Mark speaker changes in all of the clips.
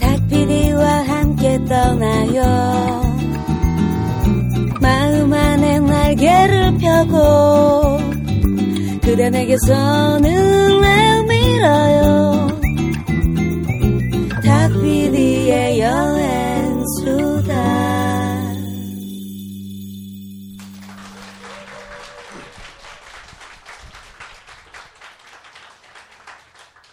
Speaker 1: 닭피디와 함께 떠나요 마음 안에 날개를 펴고 그대 내게서 눈을 밀어요 닭피디의 여행수다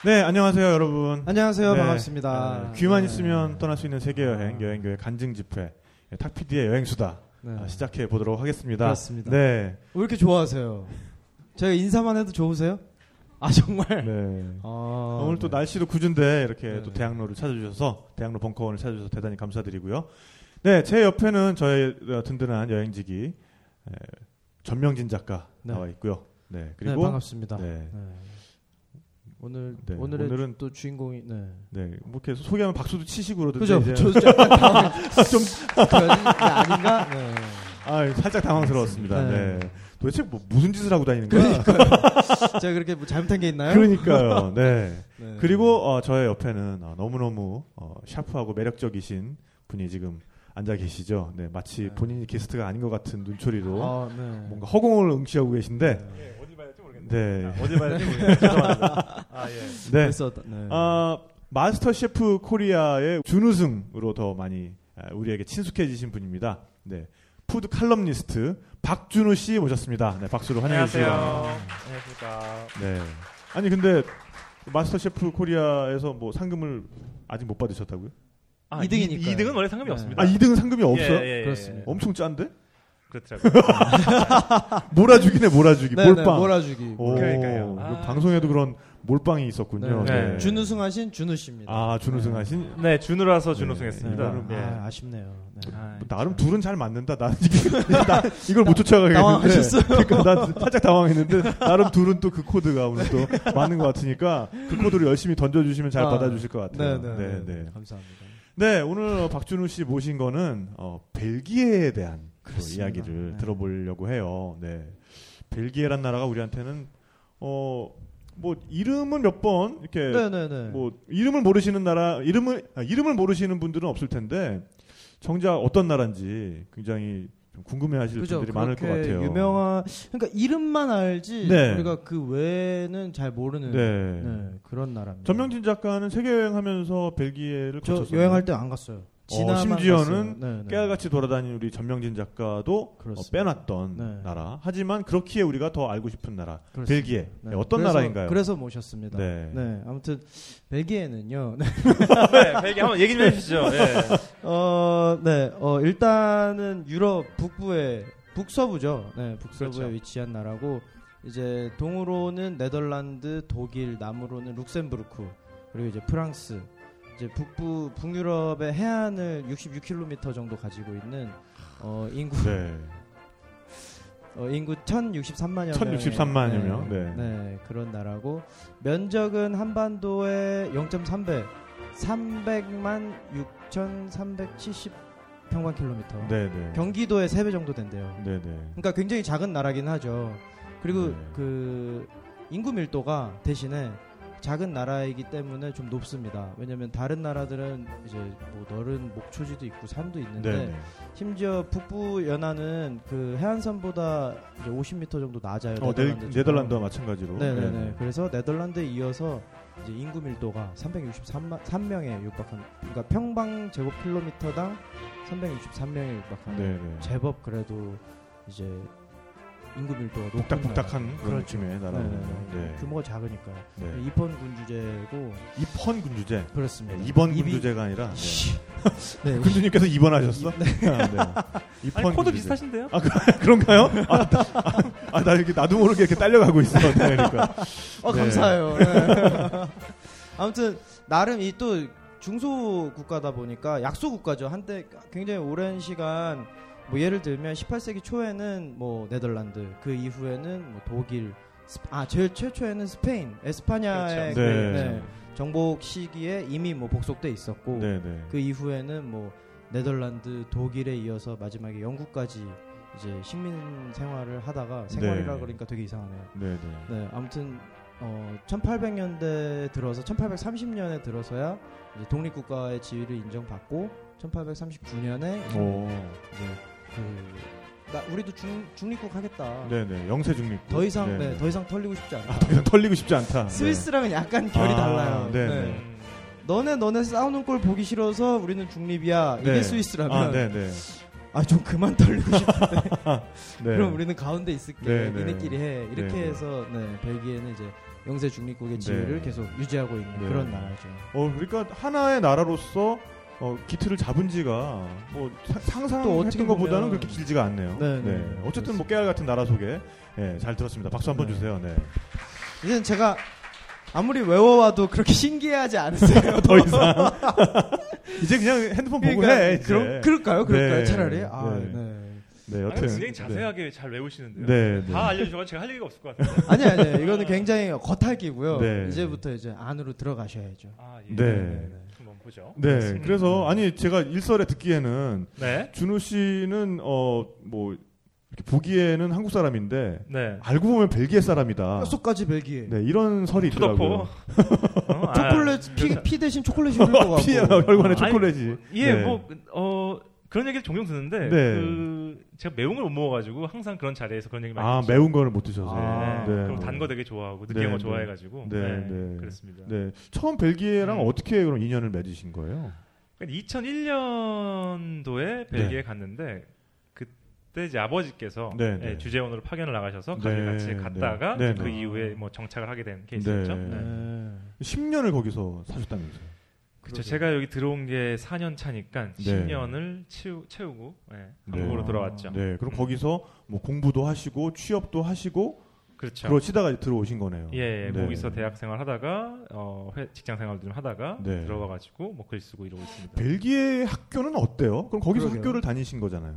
Speaker 2: 네, 안녕하세요, 여러분.
Speaker 3: 안녕하세요.
Speaker 2: 네.
Speaker 3: 반갑습니다.
Speaker 2: 아, 귀만 있으면 떠날 수 있는 세계 여행, 여행 교회 간증 집회, 예, 탁피디의 여행 수다
Speaker 3: 네.
Speaker 2: 아, 시작해 보도록 하겠습니다.
Speaker 3: 그렇습니다.
Speaker 2: 네,
Speaker 3: 왜 이렇게 좋아하세요? 제가 인사만 해도 좋으세요? 아 정말.
Speaker 2: 네.
Speaker 3: 아,
Speaker 2: 아, 오늘 또 날씨도 구준데 이렇게
Speaker 3: 네.
Speaker 2: 또 대학로를 찾아주셔서 대학로 벙커원을 찾아주셔서 대단히 감사드리고요. 네, 제 옆에는 저의 어, 든든한 여행지기 에, 전명진 작가
Speaker 3: 네.
Speaker 2: 나와 있고요. 네,
Speaker 3: 네,
Speaker 2: 그리고
Speaker 3: 반갑습니다.
Speaker 2: 네.
Speaker 3: 네. 오늘
Speaker 2: 네,
Speaker 3: 오늘의
Speaker 2: 오늘은-
Speaker 3: 또 주인공이 네.
Speaker 2: 네, 뭐 계속 소개하면 박수도 치시고 그러던데
Speaker 3: 그죠?
Speaker 2: 이제
Speaker 3: 저 약간 당황- 좀 그런 게 아닌가? 네.
Speaker 2: 아, 살짝 당황스러웠습니다.
Speaker 3: 네.
Speaker 2: 네. 도대체 뭐 무슨 짓을 하고 다니는 거야?
Speaker 3: 그러니까요. 제가 그렇게 뭐 잘못한 게 있나요?
Speaker 2: 그러니까요. 네.
Speaker 3: 네.
Speaker 2: 그리고 어, 저의 옆에는 어, 너무너무 어, 샤프하고 매력적이신 분이 지금 앉아 계시죠. 네, 마치
Speaker 3: 네.
Speaker 2: 본인이 게스트가 아닌 것 같은 눈초리로
Speaker 3: 아, 네.
Speaker 2: 뭔가 허공을 응시하고 계신데
Speaker 4: 예, 어딜 봐야 될지 모르겠네.
Speaker 2: 네.
Speaker 4: 아, 어딜 봐야 될지 모르겠네. 죄송합니다. 아, 예.
Speaker 2: 네.
Speaker 3: 벌써 어떤- 네.
Speaker 2: 어, 마스터 셰프 코리아의 준우승으로 더 많이 아, 우리에게 친숙해지신 분입니다. 네. 푸드 칼럼니스트 박준우 씨 모셨습니다. 네, 박수로 환영해 주시기
Speaker 4: 안녕하세요.
Speaker 2: 바랍니다.
Speaker 4: 안녕하십니까.
Speaker 2: 네. 아니 근데 마스터 셰프 코리아에서 뭐 상금을 아직 못 받으셨다고요?
Speaker 4: 아,
Speaker 3: 이등이니까요.
Speaker 4: 2등은 원래 상금이
Speaker 3: 네.
Speaker 4: 없습니다.
Speaker 2: 아, 2등 상금이 없어요?
Speaker 4: 예, 예, 예.
Speaker 3: 그렇습니다.
Speaker 2: 엄청 짠데?
Speaker 4: 그렇더라고요.
Speaker 2: 몰아주기네 몰아주기
Speaker 3: 네, 네,
Speaker 2: 몰빵.
Speaker 3: 몰아주기.
Speaker 2: 오,
Speaker 4: 그러니까요.
Speaker 2: 이거
Speaker 4: 아,
Speaker 2: 방송에도 그런 몰빵이 있었군요. 예.
Speaker 3: 네.
Speaker 4: 네.
Speaker 3: 준우승하신 준우 씨입니다.
Speaker 2: 아 준우승하신.
Speaker 4: 네, 준우라서
Speaker 2: 네,
Speaker 4: 준우승했습니다.
Speaker 2: 이거는
Speaker 4: 예.
Speaker 3: 아, 아쉽네요. 네.
Speaker 4: 아,
Speaker 2: 나름 둘은 잘 맞는다. 나는 이게- 나 이걸 못 쫓아가겠는데.
Speaker 3: 당황하셨어요?
Speaker 2: 그러니까 난 살짝 당황했는데 나름 둘은 또 그 코드가 오늘 또 맞는 것 같으니까 그 코드를 열심히 던져주시면 잘
Speaker 3: 아,
Speaker 2: 받아주실 것 같아요.
Speaker 3: 네네.
Speaker 2: 네, 네.
Speaker 3: 감사합니다.
Speaker 2: 네, 오늘 박준우 씨 모신 거는 어, 벨기에에 대한 또
Speaker 3: 그렇습니다.
Speaker 2: 이야기를
Speaker 3: 네.
Speaker 2: 들어보려고 해요. 네, 벨기에란 나라가 우리한테는 어 뭐 이름은 몇 번 이렇게
Speaker 3: 네네네.
Speaker 2: 뭐 이름을 모르시는 나라 이름을 아, 이름을 모르시는 분들은 없을 텐데 정작 어떤 나라인지 굉장히 좀 궁금해하실 분들이 많을 것
Speaker 3: 그렇게
Speaker 2: 같아요.
Speaker 3: 유명한 그러니까 이름만 알지
Speaker 2: 네.
Speaker 3: 우리가 그 외에는 잘 모르는
Speaker 2: 네.
Speaker 3: 네, 그런 나라입니다.
Speaker 2: 전명진 작가는 세계 여행하면서 벨기에를
Speaker 3: 저
Speaker 2: 거쳤어요.
Speaker 3: 여행할 때 안 갔어요. 지나만
Speaker 2: 심지어는
Speaker 3: 갔어요. 네, 네.
Speaker 2: 깨알같이 돌아다니는 우리 전명진 작가도 어,
Speaker 3: 그렇습니다.
Speaker 2: 빼놨던
Speaker 3: 네.
Speaker 2: 나라. 하지만 그렇기에 우리가 더 알고 싶은 나라.
Speaker 3: 그렇습니다.
Speaker 2: 벨기에.
Speaker 3: 네.
Speaker 2: 네, 어떤
Speaker 3: 그래서-
Speaker 2: 나라인가요?
Speaker 3: 그래서 모셨습니다. 네.
Speaker 2: 네.
Speaker 3: 아무튼 벨기에는요. 네.
Speaker 4: 네, 벨기 한번 얘기 좀 해주시죠. 예.
Speaker 3: 어, 네. 어, 일단은 유럽 북부의 북서부죠. 네, 북서부에
Speaker 4: 그렇죠.
Speaker 3: 위치한 나라고 이제 동으로는 네덜란드, 독일, 남으로는 룩셈부르크, 그리고 이제 프랑스. 이제 북부 북유럽의 해안을 66km 정도 가지고 있는 어, 인구
Speaker 2: 네.
Speaker 3: 어, 인구 1063만여 명.
Speaker 2: 1063만 여 명, 네.
Speaker 3: 그런 나라고 면적은 한반도의 0.3배 300만 6,370 평방 킬로미터.
Speaker 2: 네, 네.
Speaker 3: 경기도의 3배 정도 된대요.
Speaker 2: 네, 네.
Speaker 3: 그러니까 굉장히 작은 나라긴 하죠. 그리고
Speaker 2: 네.
Speaker 3: 그 인구 밀도가 대신에 작은 나라이기 때문에 좀 높습니다. 왜냐면 다른 나라들은 이제 뭐 넓은 목초지도 있고 산도 있는데
Speaker 2: 네, 네.
Speaker 3: 심지어 북부 연안은 그 해안선보다 이제 50m 정도 낮아요.
Speaker 2: 어, 네,
Speaker 3: 네덜란드
Speaker 2: 네덜란드와 마찬가지로.
Speaker 3: 네네네.
Speaker 2: 네, 네.
Speaker 3: 그래서 네덜란드에 이어서 이제 인구 밀도가 363만 3명에 육박한 그러니까 평방 제곱킬로미터당 363명에 육박하는
Speaker 2: 네, 네.
Speaker 3: 제법 그래도 이제 인구 밀도가 높은
Speaker 2: 복닥복닥한 그런
Speaker 3: 그렇죠.
Speaker 2: 느낌의
Speaker 3: 나라.
Speaker 2: 나라네요.
Speaker 3: 네. 그
Speaker 2: 네.
Speaker 3: 규모가 작으니까요.
Speaker 2: 네.
Speaker 3: 입헌 군주제고
Speaker 2: 입헌 군주제.
Speaker 3: 그렇습니다.
Speaker 2: 네, 이번
Speaker 3: 입이-
Speaker 2: 군주제가 아니라 네.
Speaker 3: 네.
Speaker 2: 군주님께서 입원하셨어? 아, 네. 입헌
Speaker 4: 아니, 코드
Speaker 2: 군주제.
Speaker 4: 비슷하신데요?
Speaker 2: 아, 그- 그런가요? 아, 나, 아, 나 이렇게 나도 모르게 이렇게 딸려가고 있어. 네, 그러니까.
Speaker 3: 어,
Speaker 2: 네.
Speaker 3: 감사해요. 네. 아무튼 나름 이 또 중소 국가다 보니까 약소 국가죠. 한때 굉장히 오랜 시간 뭐 예를 들면 18세기 초에는 뭐 네덜란드, 그 이후에는 뭐 독일, 스페- 아 제일 최초에는 스페인, 에스파냐의
Speaker 2: 그렇죠. 네.
Speaker 3: 정복 시기에 이미 뭐 복속돼 있었고
Speaker 2: 네, 네.
Speaker 3: 그 이후에는 뭐 네덜란드, 독일에 이어서 마지막에 영국까지 이제 식민 생활을 하다가 생활이라
Speaker 2: 네.
Speaker 3: 그러니까 되게 이상하네요.
Speaker 2: 네, 네.
Speaker 3: 네, 아무튼 어, 1800년대 들어서 1830년에 들어서야 이제 독립국가의 지위를 인정받고 1839년에
Speaker 2: 오.
Speaker 3: 이제 그, 나 우리도 중, 중립국 하겠다.
Speaker 2: 네네. 영세 중립.
Speaker 3: 더 이상
Speaker 2: 네.
Speaker 3: 네, 더 이상 털리고 싶지 않다.
Speaker 2: 아, 더 이상 털리고 싶지 않다. 네.
Speaker 3: 스위스랑은 약간 결이
Speaker 2: 아,
Speaker 3: 달라요.
Speaker 2: 네, 네.
Speaker 4: 음.
Speaker 3: 너네 너네 싸우는 꼴 보기 싫어서 우리는 중립이야. 이게
Speaker 2: 네.
Speaker 3: 스위스라면
Speaker 2: 아, 네네.
Speaker 3: 아 좀 그만 털리고 싶어.
Speaker 2: 네.
Speaker 3: 그럼 우리는 가운데 있을게.
Speaker 2: 네, 네.
Speaker 3: 니네끼리 해.
Speaker 2: 네,
Speaker 3: 이렇게
Speaker 2: 네.
Speaker 3: 해서 네, 벨기에는 이제 영세 중립국의 지위를
Speaker 2: 네.
Speaker 3: 계속 유지하고 있는
Speaker 2: 네.
Speaker 3: 그런 나라죠.
Speaker 2: 어, 그러니까 하나의 나라로서 어, 기틀을 잡은 지가 뭐 사-
Speaker 3: 또 어떻게
Speaker 2: 상상했던 것보다는
Speaker 3: 보면-
Speaker 2: 그렇게 길지가 않네요.
Speaker 3: 네, 네.
Speaker 2: 어쨌든 뭐 깨알 같은 나라 속에 예, 잘 들었습니다. 박수 한번
Speaker 3: 네.
Speaker 2: 주세요. 네.
Speaker 3: 이제는 제가 아무리 외워와도 그렇게 신기해하지 않으세요. 그러니까
Speaker 2: 더 이상 이제 그냥 핸드폰 보고 해. 이제.
Speaker 3: 그럼 그럴까요? 그럴까요?
Speaker 2: 네.
Speaker 3: 차라리 아
Speaker 2: 네.
Speaker 3: 네.
Speaker 2: 네,
Speaker 4: 아,
Speaker 2: 여튼
Speaker 4: 굉장히 자세하게 잘 외우시는데요.
Speaker 2: 네, 네.
Speaker 4: 다 알려주면 제가 할 얘기가 없을 것 같아요.
Speaker 3: 아니 아니 이거는 굉장히 겉핥기고요.
Speaker 2: 네.
Speaker 3: 이제부터 이제 안으로 들어가셔야죠.
Speaker 4: 아, 예.
Speaker 2: 네.
Speaker 4: 한번 보죠.
Speaker 2: 네,
Speaker 4: 맞습니다.
Speaker 2: 그래서 아니 제가 일설에 듣기에는
Speaker 4: 네.
Speaker 2: 준호 씨는 어 뭐 이렇게 보기에는 한국 사람인데
Speaker 4: 네.
Speaker 2: 알고 보면 벨기에 사람이다.
Speaker 3: 아, 뼛속까지 벨기에.
Speaker 2: 아. 네, 이런 설이
Speaker 4: 푸덕포.
Speaker 2: 있더라고요.
Speaker 4: 어, 아,
Speaker 3: 초콜릿 피, 피 대신 초콜릿이 흐를 것 같고.
Speaker 2: 피야 혈관에
Speaker 4: 어, 아니,
Speaker 2: 초콜릿이.
Speaker 4: 예,
Speaker 2: 네.
Speaker 4: 뭐, 어, 그런 얘기를 종종 듣는데,
Speaker 2: 네.
Speaker 4: 그, 제가 매운 걸 못 먹어가지고 항상 그런 자리에서 그런 얘기 많이
Speaker 2: 아
Speaker 4: 듣죠.
Speaker 2: 매운 거를 못 드셔서.
Speaker 3: 아,
Speaker 2: 네.
Speaker 4: 그리고 단 거 되게 좋아하고,
Speaker 2: 네,
Speaker 4: 느끼한 거
Speaker 2: 네.
Speaker 4: 좋아해가지고.
Speaker 2: 네,
Speaker 4: 네.
Speaker 2: 네.
Speaker 4: 그렇습니다.
Speaker 2: 네, 처음 벨기에랑
Speaker 4: 음.
Speaker 2: 어떻게 그럼 인연을 맺으신 거예요? 네.
Speaker 4: 2001년도에 그러니까 벨기에 갔는데, 그때 이제 아버지께서
Speaker 2: 네,
Speaker 4: 예,
Speaker 2: 네.
Speaker 4: 주재원으로 파견을 나가셔서
Speaker 2: 네,
Speaker 4: 가족 같이
Speaker 2: 네.
Speaker 4: 갔다가
Speaker 2: 네,
Speaker 4: 그
Speaker 2: 네.
Speaker 4: 이후에 뭐 정착을 하게 된 케이스였죠.
Speaker 2: 네.
Speaker 4: 네.
Speaker 3: 네.
Speaker 2: 10년을 거기서 사셨다면서요?
Speaker 4: 그렇죠. 제가 여기 들어온 게 4년
Speaker 2: 네.
Speaker 4: 차니까 10년을 채우, 채우고 예, 한국으로
Speaker 2: 네.
Speaker 4: 돌아왔죠.
Speaker 2: 네, 그럼 거기서 뭐 공부도 하시고 취업도 하시고
Speaker 4: 그렇죠.
Speaker 2: 그러시다가 이제 들어오신 거네요.
Speaker 4: 예, 예
Speaker 2: 네.
Speaker 4: 거기서 대학 생활 하다가 어, 회- 직장 생활 좀 하다가
Speaker 2: 네.
Speaker 4: 들어와가지고 뭐 글 쓰고 이러고 있습니다.
Speaker 2: 벨기에 학교는 어때요? 그럼 거기서
Speaker 3: 그러게요.
Speaker 2: 학교를 다니신 거잖아요.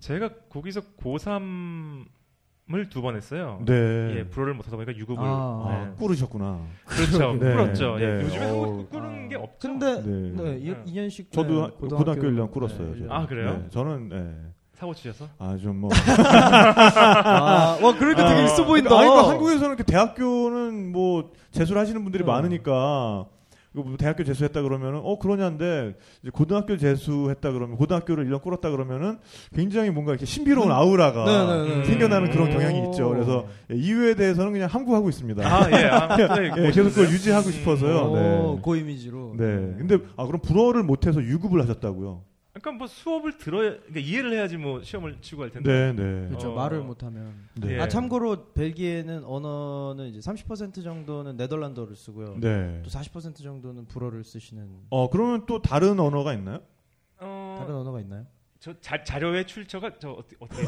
Speaker 4: 제가 거기서 고3을 두 번 했어요.
Speaker 2: 네.
Speaker 4: 예, 불어를 못하다 보니까 유급을
Speaker 3: 아.
Speaker 2: 아, 꾸르셨구나.
Speaker 4: 네. 그렇죠.
Speaker 2: 네,
Speaker 4: 꿀었죠. 예.
Speaker 2: 네.
Speaker 4: 요즘에
Speaker 2: 어우.
Speaker 4: 한국 꾸는 게 없죠.
Speaker 2: 네.
Speaker 3: 근데 네,
Speaker 4: 네.
Speaker 3: 2년씩
Speaker 2: 저도 하- 고등학교 1년 꿇었어요. 저는.
Speaker 4: 아, 그래요?
Speaker 2: 네, 저는 네.
Speaker 4: 사고 치셔서
Speaker 2: 아, 좀 뭐.
Speaker 3: 아, 와 그러니까
Speaker 4: 아,
Speaker 3: 되게 있어 보인다.
Speaker 2: 아니, 그러니까 한국에서는 이렇게 대학교는 뭐 재수를 하시는 분들이
Speaker 3: 음.
Speaker 2: 많으니까 그뭐 대학교 재수했다 그러면은 어 그러냐인데 이제 고등학교 재수했다 그러면 고등학교를 1년 꿇었다 그러면은 굉장히 뭔가 이렇게 신비로운
Speaker 3: 음.
Speaker 2: 아우라가
Speaker 3: 네, 네, 네.
Speaker 2: 생겨나는 그런
Speaker 4: 음.
Speaker 2: 경향이 있죠. 그래서 예, 이유에 대해서는 그냥 함구하고 있습니다.
Speaker 4: 아, 예. 아, 네,
Speaker 2: 예, 계속 그걸
Speaker 4: 멋있는데요?
Speaker 2: 유지하고
Speaker 4: 음.
Speaker 2: 싶어서요.
Speaker 3: 오,
Speaker 2: 네.
Speaker 3: 고 이미지로.
Speaker 2: 네. 근데 아 그럼 불어를 못해서 유급을 하셨다고요?
Speaker 4: 그러니까 뭐 수업을 들어야 그러니까 이해를 해야지 뭐 시험을 치고 할 텐데.
Speaker 2: 네, 네.
Speaker 3: 그렇죠.
Speaker 4: 어.
Speaker 3: 말을 못 하면.
Speaker 2: 네.
Speaker 4: 예.
Speaker 3: 아 참고로 벨기에는 언어는 이제 30% 정도는 네덜란드어를 쓰고요.
Speaker 2: 네.
Speaker 3: 또 40% 정도는 불어를 쓰시는
Speaker 2: 어 그러면 또 다른 언어가 있나요?
Speaker 4: 어,
Speaker 3: 다른 언어가 있나요?
Speaker 4: 저 자, 자료의 출처가 저 어떻게, 어떻게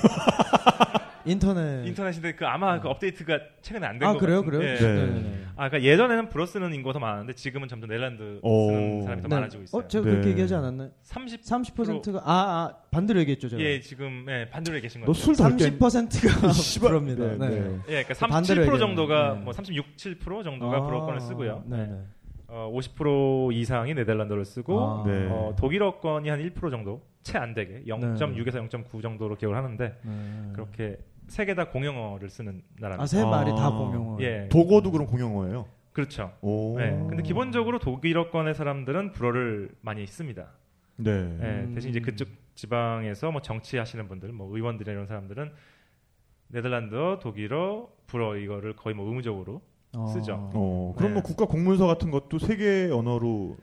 Speaker 3: 인터넷.
Speaker 4: 인터넷인데 그 아마 그 업데이트가 최근에 안 된
Speaker 3: 네. 아
Speaker 4: 거.
Speaker 3: 그래요, 그래요.
Speaker 4: 예.
Speaker 2: 네.
Speaker 4: 아, 그러니까 예전에는 불어 쓰는 인구가 더 많았는데 지금은 점점 네덜란드
Speaker 2: 오.
Speaker 4: 쓰는 사람이 더
Speaker 3: 네.
Speaker 4: 많아지고 있어요.
Speaker 3: 어, 제가
Speaker 2: 네.
Speaker 3: 그렇게 얘기하지 않았나요?
Speaker 4: 30
Speaker 3: 30%가 아, 아 반대로 얘기했죠, 제가.
Speaker 4: 예, 지금 예, 반대로 계신 거죠.
Speaker 2: 너 술덜 깬.
Speaker 3: 30%가
Speaker 2: 씨발.
Speaker 3: 네. 불어입니다. 네.
Speaker 4: 예, 그러니까
Speaker 3: 반대로
Speaker 4: 37%
Speaker 3: 얘기하는
Speaker 4: 정도가
Speaker 3: 거예요. 아,
Speaker 4: 뭐 36, 7% 정도가 불어권을 쓰고요.
Speaker 3: 네, 네.
Speaker 4: 어, 50% 이상이 네덜란드를 쓰고
Speaker 3: 아.
Speaker 2: 네.
Speaker 4: 어, 독일어권이 한 1% 정도 채 안 되게 0.6에서 0.9 정도로 기억을 하는데
Speaker 3: 네.
Speaker 4: 그렇게 세 개 다 공용어를 쓰는 나라입니다.
Speaker 3: 아, 세 말이
Speaker 2: 아.
Speaker 3: 다 공용어.
Speaker 4: 예.
Speaker 2: 도거도 그럼 공용어예요.
Speaker 4: 그렇죠.
Speaker 2: 오.
Speaker 4: 네. 근데 기본적으로 독일어권의 사람들은 불어를 많이 씁니다.
Speaker 2: 네.
Speaker 4: 예,
Speaker 3: 음.
Speaker 4: 대신 이제 그쪽 지방에서 뭐 정치하시는 분들, 뭐 의원들이나 이런 사람들은 네덜란드어, 독일어, 불어 이거를 거의 뭐 의무적으로.
Speaker 3: 아.
Speaker 4: 쓰죠.
Speaker 2: 어 그럼
Speaker 4: 네.
Speaker 2: 뭐 국가 공문서 같은 것도 세 개의 언어로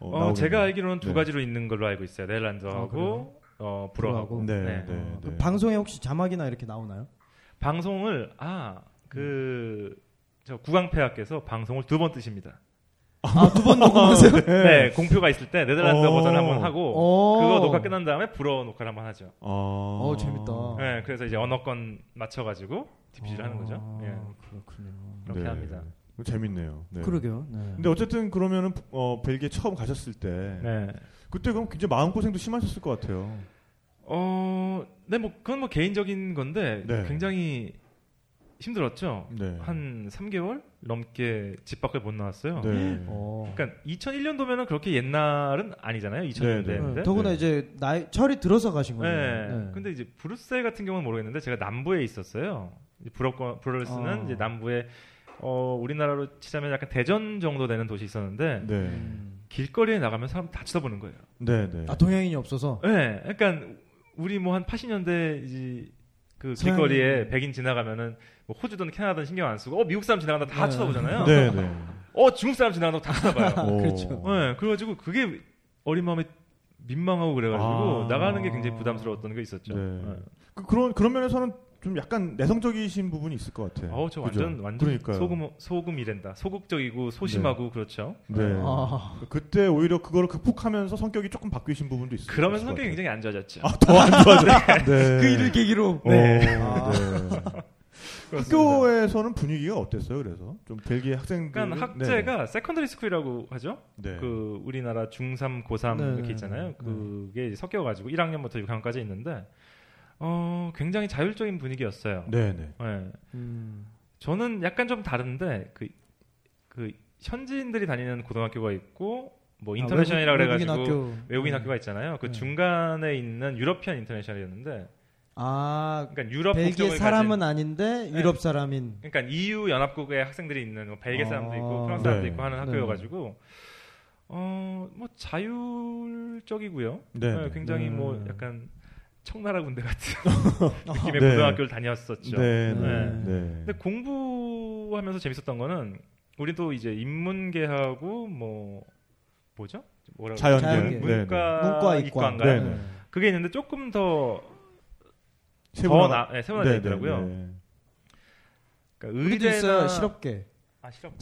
Speaker 2: 어,
Speaker 4: 어,
Speaker 2: 나오겠네요.
Speaker 4: 제가 알기로는 두
Speaker 2: 네.
Speaker 4: 가지로 있는 걸로 알고 있어요.
Speaker 3: 아, 그래요?
Speaker 4: 네덜란드어하고 어, 불어하고.
Speaker 3: 불어하고.
Speaker 2: 네,
Speaker 4: 네.
Speaker 2: 네,
Speaker 3: 어,
Speaker 2: 네.
Speaker 3: 그 방송에 혹시 자막이나 이렇게 나오나요?
Speaker 4: 방송을 아,
Speaker 3: 음.
Speaker 4: 아그 저 구강폐하께서 방송을 두 번 뜨십니다.
Speaker 3: 아, 두 번 녹음하세요?
Speaker 4: 네. 공표가 있을 때 네덜란드
Speaker 2: 어.
Speaker 4: 버전 한번 하고
Speaker 3: 오.
Speaker 4: 그거 녹화 끝난 다음에 불어 녹화를 한번 하죠.
Speaker 2: 아.
Speaker 3: 어, 재밌다.
Speaker 4: 네, 그래서 이제 언어권 맞춰가지고 DPG를 하는 거죠.
Speaker 3: 아,
Speaker 4: 예,
Speaker 3: 그렇군요.
Speaker 4: 그렇게
Speaker 2: 네.
Speaker 4: 합니다.
Speaker 2: 재밌네요. 네.
Speaker 3: 그러게요. 네.
Speaker 2: 근데 어쨌든 그러면은 어, 벨기에 처음 가셨을 때
Speaker 4: 네.
Speaker 2: 그때 그럼 굉장히 마음 고생도 심하셨을 것 같아요.
Speaker 4: 어, 네, 뭐 그건 뭐 개인적인 건데
Speaker 2: 네.
Speaker 4: 굉장히 힘들었죠.
Speaker 2: 네.
Speaker 4: 한 3개월 넘게 집 밖을 못 나왔어요.
Speaker 2: 네.
Speaker 3: 어.
Speaker 4: 그러니까 2001년도면은 그렇게 옛날은 아니잖아요.
Speaker 2: 네, 네.
Speaker 4: 2000년대인데.
Speaker 3: 더구나
Speaker 2: 네.
Speaker 3: 이제 나이 철이 들어서 가신 거예요.
Speaker 4: 네. 근데 이제 브루셀 같은 경우는 모르겠는데 제가 남부에 있었어요. 이제 불어권, 불어를 쓰는
Speaker 3: 아.
Speaker 4: 이제 남부의 어, 우리나라로 치자면 약간 대전 정도 되는 도시 있었는데
Speaker 2: 네.
Speaker 4: 길거리에 나가면 사람 다 쳐다보는 거예요.
Speaker 2: 네, 네.
Speaker 3: 아 동양인이 없어서
Speaker 4: 네, 그러니까 우리 뭐 한 80년대 이제 그
Speaker 3: 서양.
Speaker 2: 네.
Speaker 4: 길거리에 백인 지나가면은 뭐 호주든 캐나다든 신경 안 쓰고 어 미국 사람 지나간다 다
Speaker 3: 네.
Speaker 4: 쳐다보잖아요.
Speaker 2: 네, 어. 네.
Speaker 4: 어 중국 사람 지나간다 다 쳐다봐요.
Speaker 2: 오.
Speaker 3: 그렇죠.
Speaker 4: 네, 그래가지고 그게 어린 마음에 민망하고 그래가지고
Speaker 2: 아.
Speaker 4: 나가는 게 굉장히 부담스러웠던 게 있었죠.
Speaker 2: 네.
Speaker 4: 네.
Speaker 2: 그, 그런 그런 면에서는 좀 약간 내성적이신 부분이 있을 것 같아요.
Speaker 4: 어우 저
Speaker 2: 네. 그죠?
Speaker 4: 완전 완전
Speaker 2: 그러니까요.
Speaker 4: 소금 소금이란다. 소극적이고 소심하고 그렇죠.
Speaker 2: 네.
Speaker 3: 아.
Speaker 2: 그때 오히려 그거를 극복하면서 성격이 조금 바뀌신 부분도 있어요.
Speaker 4: 그러면서 성격이 굉장히 안 좋아졌죠.
Speaker 2: 더안 좋아져. 네.
Speaker 3: 그 일을 계기로
Speaker 2: 어,
Speaker 4: 네.
Speaker 3: 아.
Speaker 2: 네.
Speaker 4: 그렇습니다.
Speaker 2: 학교에서는 분위기가 어땠어요? 그래서 좀 벨기에 학생들
Speaker 4: 그러니까 학제가 세컨더리 스쿨이라고 하죠.
Speaker 2: 네. 네.
Speaker 4: 그 우리나라 중3, 고3
Speaker 3: 네, 네,
Speaker 4: 이렇게 있잖아요.
Speaker 3: 네.
Speaker 4: 그게 이제 섞여가지고 1학년부터 6학년까지 있는데 어, 굉장히 자율적인 분위기였어요.
Speaker 2: 네, 네.
Speaker 4: 예.
Speaker 3: 음.
Speaker 4: 저는 약간 좀 다른데 그, 그 현지인들이 다니는 고등학교가 있고 뭐 인터내셔널이라
Speaker 3: 아, 외국-
Speaker 4: 그래가지고 외국인,
Speaker 3: 외국인 학교,
Speaker 4: 학교. 가 있잖아요. 그
Speaker 3: 네.
Speaker 4: 중간에 있는 유러피안 인터내셔널이었는데
Speaker 3: 아
Speaker 4: 그러니까 유럽
Speaker 3: 벨기에
Speaker 4: 국적을
Speaker 3: 사람은
Speaker 4: 가진
Speaker 3: 아닌데
Speaker 4: 네.
Speaker 3: 유럽 사람인
Speaker 4: 그러니까 EU 연합국의 학생들이 있는 뭐 벨기에 사람도
Speaker 3: 아,
Speaker 4: 있고 프랑스
Speaker 2: 네.
Speaker 4: 사람도 있고 하는
Speaker 3: 네.
Speaker 4: 학교여가지고 어 뭐 자율적이고요.
Speaker 2: 네,
Speaker 4: 네,
Speaker 2: 네.
Speaker 4: 굉장히 뭐
Speaker 3: 음. 어.
Speaker 4: 약간 청나라 군대 같은 느낌의
Speaker 2: 네.
Speaker 4: 고등학교를 다녔었죠.
Speaker 2: 네,
Speaker 3: 네.
Speaker 2: 네, 네.
Speaker 4: 근데 공부하면서 재밌었던 거는 우리도 이제 인문계하고 뭐 뭐죠? 뭐라고
Speaker 2: 네. 자연계.
Speaker 4: 그러죠?
Speaker 3: 자연계.
Speaker 4: 문과
Speaker 3: 문과 이과
Speaker 4: 네. 이과인가요?
Speaker 2: 네, 네.
Speaker 4: 그게 있는데 조금 더
Speaker 2: 세분화가-
Speaker 4: 더 나, 네, 세분화되어 있더라고요.
Speaker 2: 네.
Speaker 4: 그러니까
Speaker 3: 의대
Speaker 4: 의대나
Speaker 3: 있어요 실업계
Speaker 4: 아 실업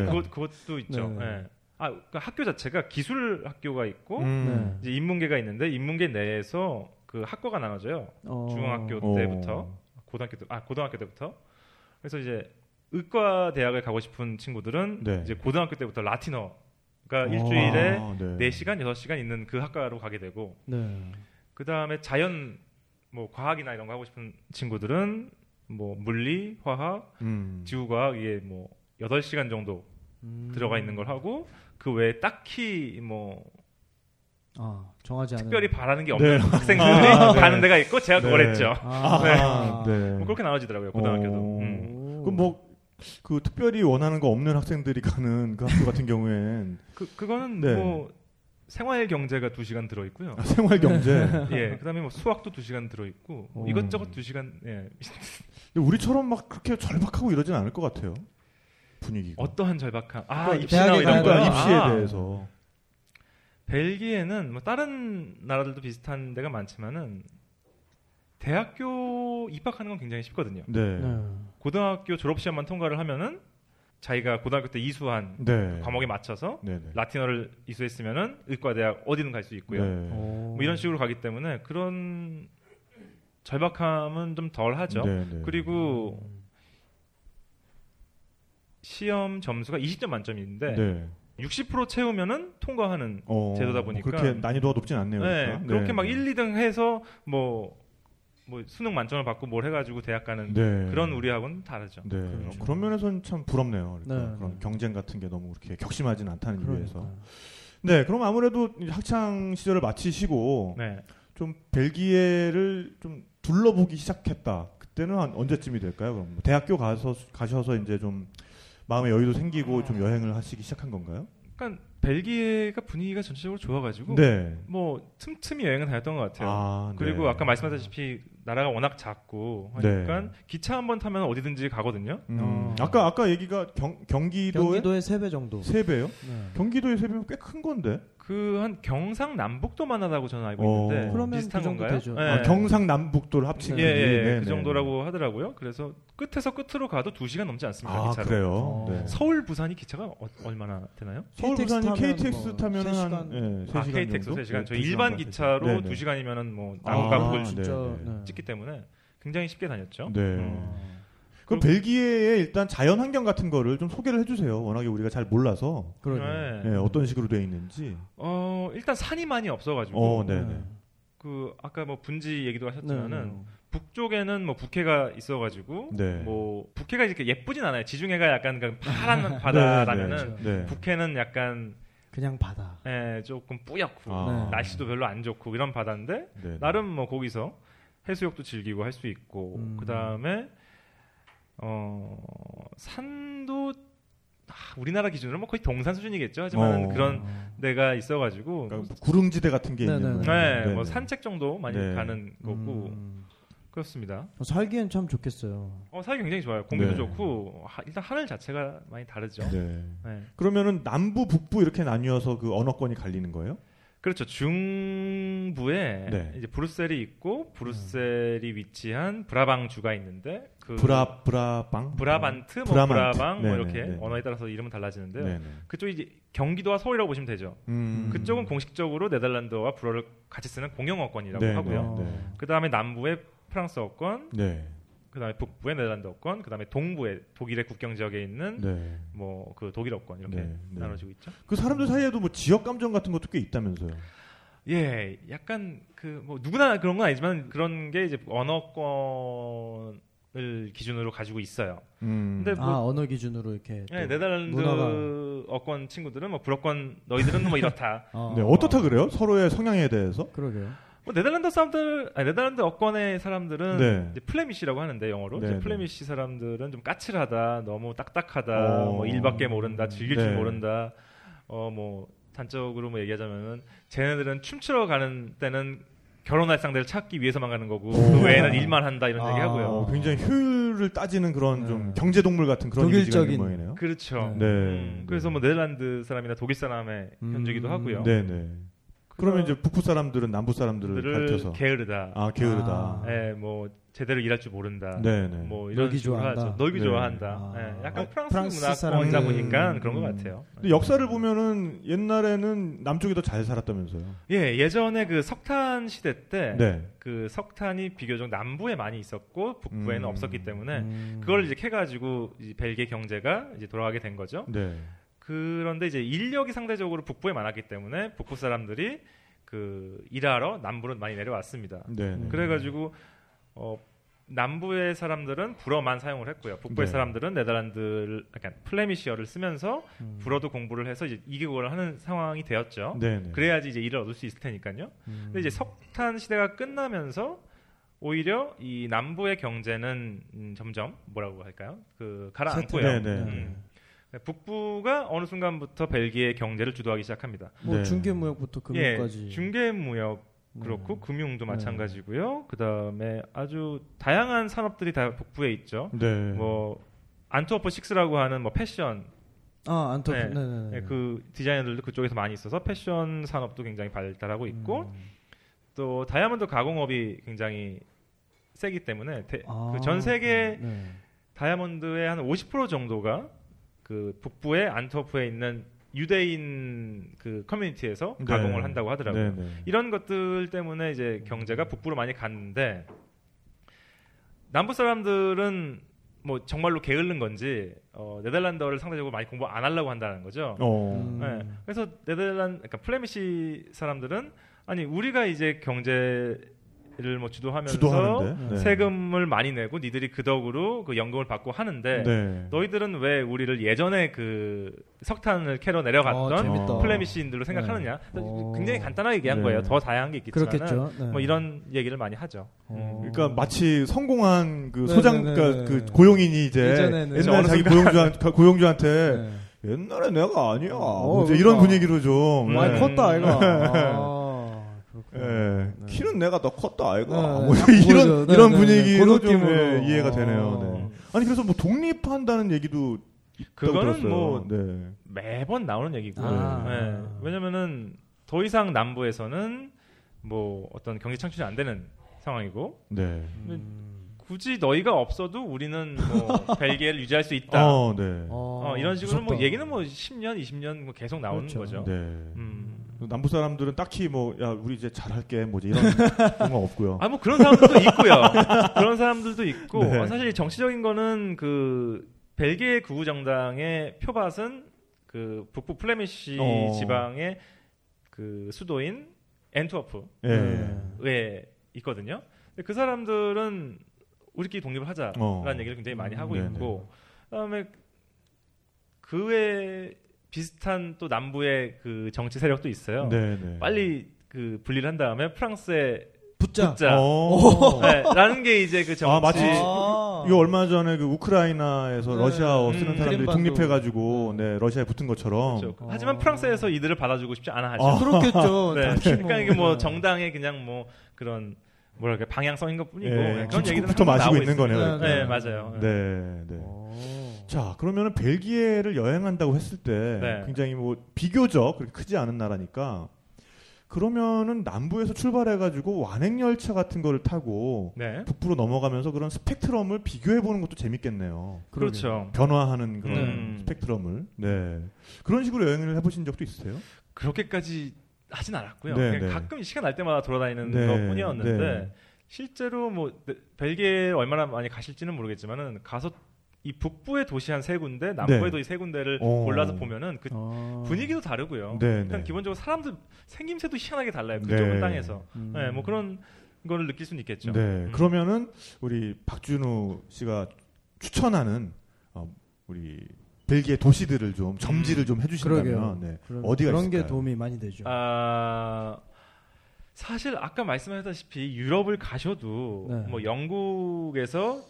Speaker 2: 네.
Speaker 4: 그것 그것도 있죠.
Speaker 3: 네.
Speaker 4: 예. 아 그러니까 학교 자체가 기술 학교가 있고
Speaker 2: 음.
Speaker 4: 이제 인문계가 있는데 인문계 내에서 그 학과가 나눠져요.
Speaker 3: 어.
Speaker 4: 중학교
Speaker 2: 어.
Speaker 4: 때부터 고등학교 때, 아 고등학교 때부터 그래서 이제 의과 대학을 가고 싶은 친구들은
Speaker 2: 네.
Speaker 4: 이제 고등학교 때부터 라틴어가
Speaker 2: 어,
Speaker 4: 그러니까 일주일에
Speaker 2: 아, 네.
Speaker 4: 네. 시간 여섯 시간 있는 그 학과로 가게 되고
Speaker 3: 네.
Speaker 4: 그다음에 자연 뭐 과학이나 이런 거 하고 싶은 친구들은 뭐 물리, 화학,
Speaker 2: 음.
Speaker 4: 지구과학 이게 뭐 여덟 시간 정도
Speaker 3: 음.
Speaker 4: 들어가 있는 걸 하고 그 외에 딱히 뭐
Speaker 3: 아, 정하지 않은
Speaker 4: 특별히 바라는
Speaker 2: 네.
Speaker 4: 게 없는 학생들이
Speaker 2: 아, 네.
Speaker 4: 가는 데가 있고 제가 그걸
Speaker 2: 네.
Speaker 4: 했죠.
Speaker 3: 아, 네.
Speaker 4: 네.
Speaker 2: 네.
Speaker 4: 뭐 그렇게 나눠지더라고요 고등학교도.
Speaker 2: 어.
Speaker 4: 음.
Speaker 2: 그럼 뭐그 특별히 원하는 거 없는 학생들이 가는 그 학교 같은 경우엔
Speaker 4: 그 그거는
Speaker 2: 네.
Speaker 4: 뭐 생활 경제가 2 시간 들어 있고요.
Speaker 2: 생활 경제.
Speaker 4: 예, 그다음에 뭐 수학도 2 시간 들어 있고 뭐
Speaker 3: 오.
Speaker 4: 이것저것 2 시간. 예,
Speaker 2: 음. 근데 우리처럼 막 그렇게 절박하고 이러진 않을 것 같아요. 분위기가.
Speaker 4: 어떠한 절박함. 아
Speaker 3: 그
Speaker 4: 입시나
Speaker 3: 대학에
Speaker 4: 이런 거.
Speaker 2: 그러니까
Speaker 3: 거야?
Speaker 2: 입시에
Speaker 4: 아,
Speaker 2: 대해서.
Speaker 4: 벨기에는 뭐 다른 나라들도 비슷한 데가 많지만은 대학교 입학하는 건 굉장히 쉽거든요.
Speaker 2: 네. 네.
Speaker 3: 네.
Speaker 4: 고등학교 졸업 시험만 통과를 하면은 자기가 고등학교 때 이수한 과목에 맞춰서
Speaker 2: 네. 네.
Speaker 4: 라틴어를 이수했으면은 의과대학 어디든 갈 수 있고요.
Speaker 2: 네.
Speaker 3: 오.
Speaker 4: 뭐 이런 식으로 가기 때문에 그런 절박함은 좀 덜 하죠.
Speaker 2: 네, 네.
Speaker 4: 그리고 시험 점수가 20점 만점인데
Speaker 2: 네.
Speaker 4: 60% 채우면은 통과하는
Speaker 2: 어,
Speaker 4: 제도다 보니까.
Speaker 2: 그렇게 난이도가 높진 않네요.
Speaker 4: 네,
Speaker 2: 그러니까.
Speaker 4: 그렇게
Speaker 2: 네.
Speaker 4: 막 1, 2등 해서 뭐, 뭐 수능 만점을 받고 뭘 해가지고 대학 가는
Speaker 2: 네.
Speaker 4: 그런 우리하고는 다르죠.
Speaker 2: 네.
Speaker 3: 그렇죠.
Speaker 2: 그런 면에서는 참 부럽네요. 그러니까
Speaker 3: 네,
Speaker 2: 그런
Speaker 3: 네.
Speaker 2: 경쟁 같은 게 너무 그렇게 격심하진 않다는 이유에서.
Speaker 3: 그러니까.
Speaker 2: 네, 그럼 아무래도 이제 학창 시절을 마치시고
Speaker 4: 네.
Speaker 2: 좀 벨기에를 좀 둘러보기 시작했다. 그때는 한 언제쯤이 될까요? 그럼 뭐 대학교 가서 가셔서 이제 좀 마음의 여유도 생기고 좀 여행을 하시기 시작한 건가요?
Speaker 4: 그러니까 벨기에가 분위기가 전체적으로 좋아가지고
Speaker 2: 네.
Speaker 4: 뭐 틈틈이 여행을 다녔던 것 같아요.
Speaker 2: 아, 네.
Speaker 4: 그리고 아까 말씀하셨다시피 나라가 워낙 작고
Speaker 2: 네.
Speaker 4: 하니까 기차 한 번 타면 어디든지 가거든요.
Speaker 2: 음,
Speaker 3: 어.
Speaker 2: 아까 아까 얘기가 경, 경기도의
Speaker 3: 경기도의 세배 정도.
Speaker 2: 세 배요?
Speaker 3: 네.
Speaker 2: 경기도의 세 배면 꽤 큰 건데.
Speaker 4: 그 한 경상 남북도 만하다고 저는 알고
Speaker 2: 어.
Speaker 4: 있는데
Speaker 3: 그러면
Speaker 4: 비슷한
Speaker 3: 그 정도
Speaker 4: 건가요?
Speaker 3: 되죠.
Speaker 4: 예.
Speaker 2: 아, 경상남북도를 합친
Speaker 4: 예,
Speaker 2: 거지.
Speaker 4: 예,
Speaker 2: 네,
Speaker 4: 그
Speaker 2: 네.
Speaker 4: 정도라고 하더라고요. 그래서 끝에서 끝으로 가도 2시간 넘지 않습니다.
Speaker 2: 아
Speaker 4: 기차로.
Speaker 2: 그래요.
Speaker 3: 어.
Speaker 2: 네.
Speaker 4: 서울 부산이 기차가 어- 얼마나 되나요?
Speaker 2: 서울
Speaker 3: KTX
Speaker 2: 부산이
Speaker 3: 타면
Speaker 2: KTX
Speaker 3: 뭐
Speaker 2: 타면
Speaker 3: 세
Speaker 2: 한
Speaker 3: 시간?
Speaker 2: 예, 세
Speaker 4: 아,
Speaker 2: 시간
Speaker 4: KTX
Speaker 2: 정도?
Speaker 4: 3시간.
Speaker 2: 네, 두
Speaker 4: 저
Speaker 2: 시간
Speaker 4: 일반
Speaker 2: 반, 세
Speaker 4: 기차로
Speaker 2: 시간. 네, 네.
Speaker 4: 2시간이면은 뭐
Speaker 2: 아,
Speaker 4: 나뭇가북을
Speaker 2: 네,
Speaker 3: 진짜.
Speaker 2: 네.
Speaker 3: 네. 어.
Speaker 4: 찍기 때문에 굉장히 쉽게 다녔죠.
Speaker 2: 네.
Speaker 4: 음.
Speaker 2: 그럼 벨기에의 일단 자연 환경 같은 거를 좀 소개를 해주세요. 워낙에 우리가 잘 몰라서
Speaker 3: 그러네.
Speaker 4: 네.
Speaker 2: 예, 어떤 식으로 돼 있는지.
Speaker 4: 어, 일단 산이 많이 없어 가지고
Speaker 2: 어, 네, 네.
Speaker 4: 그 아까 뭐 분지 얘기도 하셨지만은
Speaker 3: 네.
Speaker 4: 북쪽에는 뭐 북해가 있어가지고
Speaker 2: 네.
Speaker 4: 뭐 북해가 이렇게 예쁘진 않아요. 지중해가 약간 그 파란 바다라면은
Speaker 3: 네, 네.
Speaker 2: 네.
Speaker 4: 북해는 약간
Speaker 3: 그냥 바다.
Speaker 4: 예, 조금 뿌옇고
Speaker 2: 아.
Speaker 4: 날씨도 별로 안 좋고 이런 바다인데
Speaker 2: 네, 네.
Speaker 4: 나름 뭐 거기서
Speaker 2: 음.
Speaker 4: 해수욕도 즐기고 할 수 있고
Speaker 3: 음.
Speaker 4: 그 다음에 어 산 수준도 아, 우리나라 기준으로 뭐 거의 동산 수준이겠죠. 하지만
Speaker 2: 어.
Speaker 4: 그런 데가 있어가지고
Speaker 2: 그러니까 구릉지대 같은 게 있는
Speaker 3: 네네네.
Speaker 2: 거예요.
Speaker 4: 네, 뭐
Speaker 2: 네네.
Speaker 4: 산책 정도 많이
Speaker 2: 네.
Speaker 4: 가는 거고
Speaker 2: 음.
Speaker 4: 그렇습니다.
Speaker 3: 어, 살기엔 참 좋겠어요.
Speaker 4: 어, 사이 굉장히 좋아요. 공기도
Speaker 2: 네.
Speaker 4: 좋고 하- 일단 하늘 자체가 많이 다르죠.
Speaker 2: 네.
Speaker 4: 네.
Speaker 2: 그러면은 남부 북부 이렇게 나뉘어서 그 언어권이 갈리는 거예요?
Speaker 4: 그렇죠. 중부에
Speaker 2: 네. 음.
Speaker 4: 이제 브루셀이 있고 브루셀이 위치한 브라방 주가 있는데 그
Speaker 2: 브라 브라방
Speaker 4: 브라반트, 뭐
Speaker 2: 브라만트.
Speaker 4: 브라방 뭐
Speaker 2: 네네,
Speaker 4: 이렇게
Speaker 2: 네네.
Speaker 4: 언어에 따라서 이름은 달라지는데요.
Speaker 2: 네네.
Speaker 4: 그쪽이 이제 경기도와 서울이라고 보시면 되죠.
Speaker 2: 음.
Speaker 4: 그쪽은 공식적으로 네덜란드와 불어를 같이 쓰는 공용어권이라고
Speaker 2: 네네.
Speaker 4: 하고요.
Speaker 3: 어.
Speaker 2: 네.
Speaker 4: 그 다음에 남부에 프랑스 어권,
Speaker 2: 네.
Speaker 4: 그 다음에 북부에 네덜란드 어권, 그 다음에 동부에 독일의 국경 지역에 있는
Speaker 2: 네.
Speaker 4: 뭐 그 독일 어권 이렇게
Speaker 2: 네, 네.
Speaker 4: 나눠지고 있죠.
Speaker 2: 그 사람들 사이에도 뭐 지역 감정 같은 것도 꽤 있다면서요.
Speaker 4: 예, 약간 그 뭐 누구나 그런 건 아니지만 그런 게 이제 언어권을 기준으로 가지고 있어요.
Speaker 2: 음.
Speaker 4: 근데 뭐
Speaker 3: 아 언어 기준으로 이렇게.
Speaker 4: 예,
Speaker 3: 또.
Speaker 4: 네덜란드
Speaker 3: 문화가-
Speaker 4: 어권 친구들은 뭐 불어권 너희들은 뭐 이렇다.
Speaker 2: 네, 어떻다 그래요? 서로의 성향에 대해서?
Speaker 3: 그러게요.
Speaker 4: 뭐 네덜란드 사람들, 아니, 네덜란드 어권의 사람들은
Speaker 2: 네.
Speaker 4: 이제 플레미시라고 하는데 영어로
Speaker 2: 네,
Speaker 4: 이제
Speaker 2: 네.
Speaker 4: 플레미시 사람들은 좀 까칠하다, 너무 딱딱하다,
Speaker 2: 어.
Speaker 4: 뭐 일밖에 모른다, 즐길 줄
Speaker 2: 네.
Speaker 4: 모른다, 어 뭐 단적으로 뭐 얘기하자면은 쟤네들은 춤추러 가는 때는 결혼할 상대를 찾기 위해서만 가는 거고 그 외에는 일만 한다 이런
Speaker 3: 아.
Speaker 4: 얘기하고요.
Speaker 2: 어, 굉장히 효율을 따지는 그런
Speaker 3: 네.
Speaker 2: 좀 경제 동물 같은 그런 이미지가 있는
Speaker 3: 독일적인-
Speaker 2: 모양이네요.
Speaker 4: 그렇죠.
Speaker 2: 네.
Speaker 4: 음, 그래서 뭐 네덜란드 사람이나 독일 사람의
Speaker 3: 음.
Speaker 4: 현주기도 하고요.
Speaker 2: 네, 네. 그러면 이제 북부 사람들은 남부 사람들을
Speaker 4: 들을
Speaker 2: 가르쳐서
Speaker 4: 게으르다.
Speaker 2: 아, 게으르다.
Speaker 3: 아.
Speaker 4: 예, 뭐 제대로 일할 줄 모른다.
Speaker 2: 네, 네.
Speaker 4: 뭐 이런
Speaker 3: 널기
Speaker 4: 식으로
Speaker 3: 좋아한다.
Speaker 4: 하죠. 널기
Speaker 2: 네.
Speaker 4: 좋아한다.
Speaker 3: 아.
Speaker 4: 예,
Speaker 3: 아,
Speaker 4: 약간 프랑스,
Speaker 3: 프랑스
Speaker 4: 문화권이다
Speaker 2: 사람들.
Speaker 4: 보니까
Speaker 3: 음.
Speaker 4: 그런 것 같아요.
Speaker 2: 근데 역사를 보면은 옛날에는 남쪽이 더 잘 살았다면서요.
Speaker 4: 예, 예전에 그 석탄 시대 때 그
Speaker 2: 네.
Speaker 4: 석탄이 비교적 남부에 많이 있었고 북부에는
Speaker 2: 음.
Speaker 4: 없었기 때문에
Speaker 3: 음.
Speaker 4: 그걸 이제 캐가지고 이제 벨기에 경제가 이제 돌아가게 된 거죠.
Speaker 2: 네.
Speaker 4: 그런데 이제 인력이 상대적으로 북부에 많았기 때문에 북부 사람들이 그 일하러 남부로 많이 내려왔습니다.
Speaker 2: 네. 네.
Speaker 4: 그래가지고 어, 남부의 사람들은 불어만 사용을 했고요. 북부의
Speaker 2: 네.
Speaker 4: 사람들은 네덜란드, 약간 플레미시어를 쓰면서
Speaker 3: 음.
Speaker 4: 불어도 공부를 해서 이제 이개국어를 하는 상황이 되었죠.
Speaker 2: 네, 네.
Speaker 4: 그래야지 이제 일을 얻을 수 있을 테니까요.
Speaker 3: 음.
Speaker 4: 근데 이제 석탄 시대가 끝나면서 오히려 이 남부의 경제는 음, 점점 뭐라고 할까요? 그 가라앉고요.
Speaker 2: 네, 네.
Speaker 4: 음. 북부가 어느 순간부터 벨기에 경제를 주도하기 시작합니다.
Speaker 3: 뭐
Speaker 2: 네.
Speaker 3: 중개무역부터 그 금융까지. 네.
Speaker 4: 예, 중개 무역 그렇고 금융도 마찬가지고요. 그다음에 아주 다양한 산업들이 다 북부에 있죠.
Speaker 2: 네.
Speaker 4: 뭐 안트워프 식스라고 하는 뭐 패션
Speaker 3: 아 안토.
Speaker 4: 네.
Speaker 3: 네. 네네.
Speaker 4: 예, 그 디자이너들도 그쪽에서 많이 있어서 패션 산업도 굉장히 발달하고 있고
Speaker 3: 음.
Speaker 4: 또 다이아몬드 가공업이 굉장히 세기 때문에 대- 그전 세계
Speaker 3: 아, 네.
Speaker 4: 다이아몬드의 한 50% 정도가 그 북부의 안트워프에 있는 유대인 그 커뮤니티에서
Speaker 2: 네.
Speaker 4: 가공을 한다고 하더라고요.
Speaker 2: 네, 네.
Speaker 4: 이런 것들 때문에 이제 경제가 북부로 많이 갔는데 남부 사람들은 뭐 정말로 게으른 건지 어, 네덜란드어를 상대적으로 많이 공부 안 하려고 한다는 거죠.
Speaker 2: 어.
Speaker 3: 음.
Speaker 4: 네. 그래서 네덜란드 그러니까 플레미시 사람들은 아니 우리가 이제 경제를 뭐 주도하면서
Speaker 2: 주도하는데. 네.
Speaker 4: 세금을 많이 내고 니들이 그 덕으로 그 연금을 받고 하는데
Speaker 2: 네.
Speaker 4: 너희들은 왜 우리를 예전에 그 석탄을 캐러
Speaker 3: 어,
Speaker 4: 내려갔던
Speaker 3: 재밌다.
Speaker 4: 플레미시인들로 생각하느냐
Speaker 3: 네. 어.
Speaker 4: 굉장히 간단하게 얘기한
Speaker 2: 네.
Speaker 4: 거예요 더 다양한 게 있겠지만
Speaker 3: 그렇겠죠. 네.
Speaker 4: 뭐 이런 얘기를 많이 하죠 음,
Speaker 3: 어.
Speaker 2: 그러니까 마치 성공한 그
Speaker 3: 네,
Speaker 2: 소장
Speaker 3: 네, 네,
Speaker 2: 그러니까
Speaker 3: 네,
Speaker 2: 그
Speaker 3: 네.
Speaker 2: 고용인이 이제
Speaker 3: 예전에는
Speaker 2: 옛날
Speaker 4: 어느
Speaker 2: 자기 고용주한테
Speaker 3: 네.
Speaker 2: 고용주한테
Speaker 4: 네.
Speaker 2: 옛날에 내가 아니야. 뭐
Speaker 3: 어,
Speaker 2: 이제 이런
Speaker 3: 그러니까.
Speaker 2: 분위기로 좀
Speaker 4: 음.
Speaker 3: 많이
Speaker 2: 네.
Speaker 3: 컸다 아이가.
Speaker 4: 네.
Speaker 3: 아, 그렇구나.
Speaker 2: 예.
Speaker 3: 네.
Speaker 2: 키는 내가 더 컸다 아이가.
Speaker 3: 네,
Speaker 2: 뭐
Speaker 3: 딱 보여줘요.
Speaker 2: 이런
Speaker 3: 네,
Speaker 2: 이런
Speaker 3: 네,
Speaker 2: 분위기로
Speaker 3: 네,
Speaker 2: 좀
Speaker 3: 그런
Speaker 2: 예, 이해가
Speaker 3: 느낌으로.
Speaker 2: 되네요.
Speaker 3: 어.
Speaker 2: 네. 아니 그래서 뭐 독립한다는 얘기도 있다고
Speaker 4: 그거는
Speaker 2: 들었어요.
Speaker 4: 뭐
Speaker 2: 네.
Speaker 4: 매번 나오는 얘기고
Speaker 3: 아.
Speaker 4: 네. 왜냐면은 더 이상 남부에서는 뭐 어떤 경제 창출이 안 되는 상황이고
Speaker 2: 네.
Speaker 3: 음.
Speaker 4: 굳이 너희가 없어도 우리는 뭐 벨기에를 유지할 수 있다
Speaker 2: 어,
Speaker 4: 어,
Speaker 2: 네.
Speaker 4: 이런 식으로 뭐
Speaker 3: 무섭다.
Speaker 4: 얘기는 뭐 10년 20년 뭐 계속 나오는
Speaker 3: 그렇죠.
Speaker 4: 거죠
Speaker 2: 네.
Speaker 4: 음.
Speaker 2: 남부 사람들은 딱히 뭐 야 우리 이제 잘할게 뭐 이제 이런 그런 거 없고요.
Speaker 4: 아, 뭐 그런 사람들도 있고요. 그런 사람들도 있고,
Speaker 2: 네.
Speaker 4: 어, 사실 정치적인 거는 그 벨기에 구구정당의 표밭은 그 북부 플레미시
Speaker 2: 어.
Speaker 4: 지방의 그 수도인 엔트워프에
Speaker 2: 예.
Speaker 3: 네.
Speaker 4: 있거든요. 근데 그 사람들은 우리끼리 독립을 하자라는
Speaker 2: 어.
Speaker 4: 얘기를 굉장히 많이 하고
Speaker 2: 네네.
Speaker 4: 있고, 그다음에 그 외에 비슷한 또 남부의 그 정치 세력도 있어요.
Speaker 2: 네, 네.
Speaker 4: 빨리 그 분리를 한 다음에 프랑스에
Speaker 3: 붓자.
Speaker 4: 자,
Speaker 2: 어.
Speaker 4: 네, 라는 게 이제 그 정치.
Speaker 2: 아, 마치
Speaker 3: 아.
Speaker 2: 이거 얼마 전에 그 우크라이나에서
Speaker 3: 네.
Speaker 2: 러시아어 쓰는
Speaker 4: 음,
Speaker 2: 사람들이
Speaker 3: 그린반도.
Speaker 2: 독립해가지고 네 러시아에 붙은 것처럼
Speaker 4: 그렇죠. 하지만 프랑스에서 이들을 받아주고 싶지 않아 하죠.
Speaker 2: 아.
Speaker 3: 그렇겠죠.
Speaker 4: 네.
Speaker 3: 당연히 뭐.
Speaker 4: 그러니까 이게 뭐 정당의 그냥 뭐 그런 뭐랄까 방향성인 것뿐이고
Speaker 2: 예,
Speaker 4: 그런
Speaker 2: 김치국부터
Speaker 4: 얘기들은 항상
Speaker 2: 마시고
Speaker 4: 나오고
Speaker 2: 있는
Speaker 4: 있습니다.
Speaker 2: 거네요,
Speaker 4: 네,
Speaker 3: 그러니까.
Speaker 4: 맞아요. 네.
Speaker 2: 네, 네.
Speaker 3: 어.
Speaker 2: 자, 그러면은 벨기에를 여행한다고 했을 때
Speaker 4: 네.
Speaker 2: 굉장히 뭐 비교적 그렇게 크지 않은 나라니까 그러면은 남부에서 출발해가지고 완행 열차 같은 거를 타고
Speaker 4: 네.
Speaker 2: 북부로 넘어가면서 그런 스펙트럼을 비교해 보는 것도 재밌겠네요.
Speaker 4: 그렇죠.
Speaker 2: 변화하는 그런
Speaker 4: 음.
Speaker 2: 스펙트럼을 네 그런 식으로 여행을 해보신 적도 있으세요?
Speaker 4: 그렇게까지 하진 않았고요.
Speaker 2: 네,
Speaker 4: 그냥
Speaker 2: 네.
Speaker 4: 가끔 시간 날 때마다 돌아다니는
Speaker 2: 네,
Speaker 4: 것뿐이었는데
Speaker 2: 네.
Speaker 4: 실제로 뭐 네, 벨기에 얼마나 많이 가실지는 모르겠지만은 가서 이 북부의 도시 한 세 군데,
Speaker 2: 네.
Speaker 4: 남부의 도시 세 군데를
Speaker 2: 어.
Speaker 4: 골라서 보면은 그 분위기도 다르고요.
Speaker 2: 네,
Speaker 4: 어, 일단
Speaker 2: 네.
Speaker 4: 기본적으로 사람들 생김새도 희한하게 달라요. 그쪽
Speaker 2: 네.
Speaker 4: 은 땅에서.
Speaker 3: 음.
Speaker 4: 네, 뭐 그런 거를 느낄 수는 있겠죠.
Speaker 2: 네
Speaker 4: 음.
Speaker 2: 그러면은 우리 박준우 씨가 추천하는 어, 우리 벨기에 도시들을
Speaker 4: 음.
Speaker 2: 좀 점지를 좀 해주신다면
Speaker 3: 그러게요.
Speaker 2: 네.
Speaker 3: 그런-
Speaker 2: 어디가
Speaker 3: 음. 그런
Speaker 2: 있을까요?
Speaker 3: 게 도움이 많이 되죠.
Speaker 4: 아 사실 아까 말씀하셨다시피 유럽을 가셔도
Speaker 3: 네.
Speaker 4: 뭐 영국에서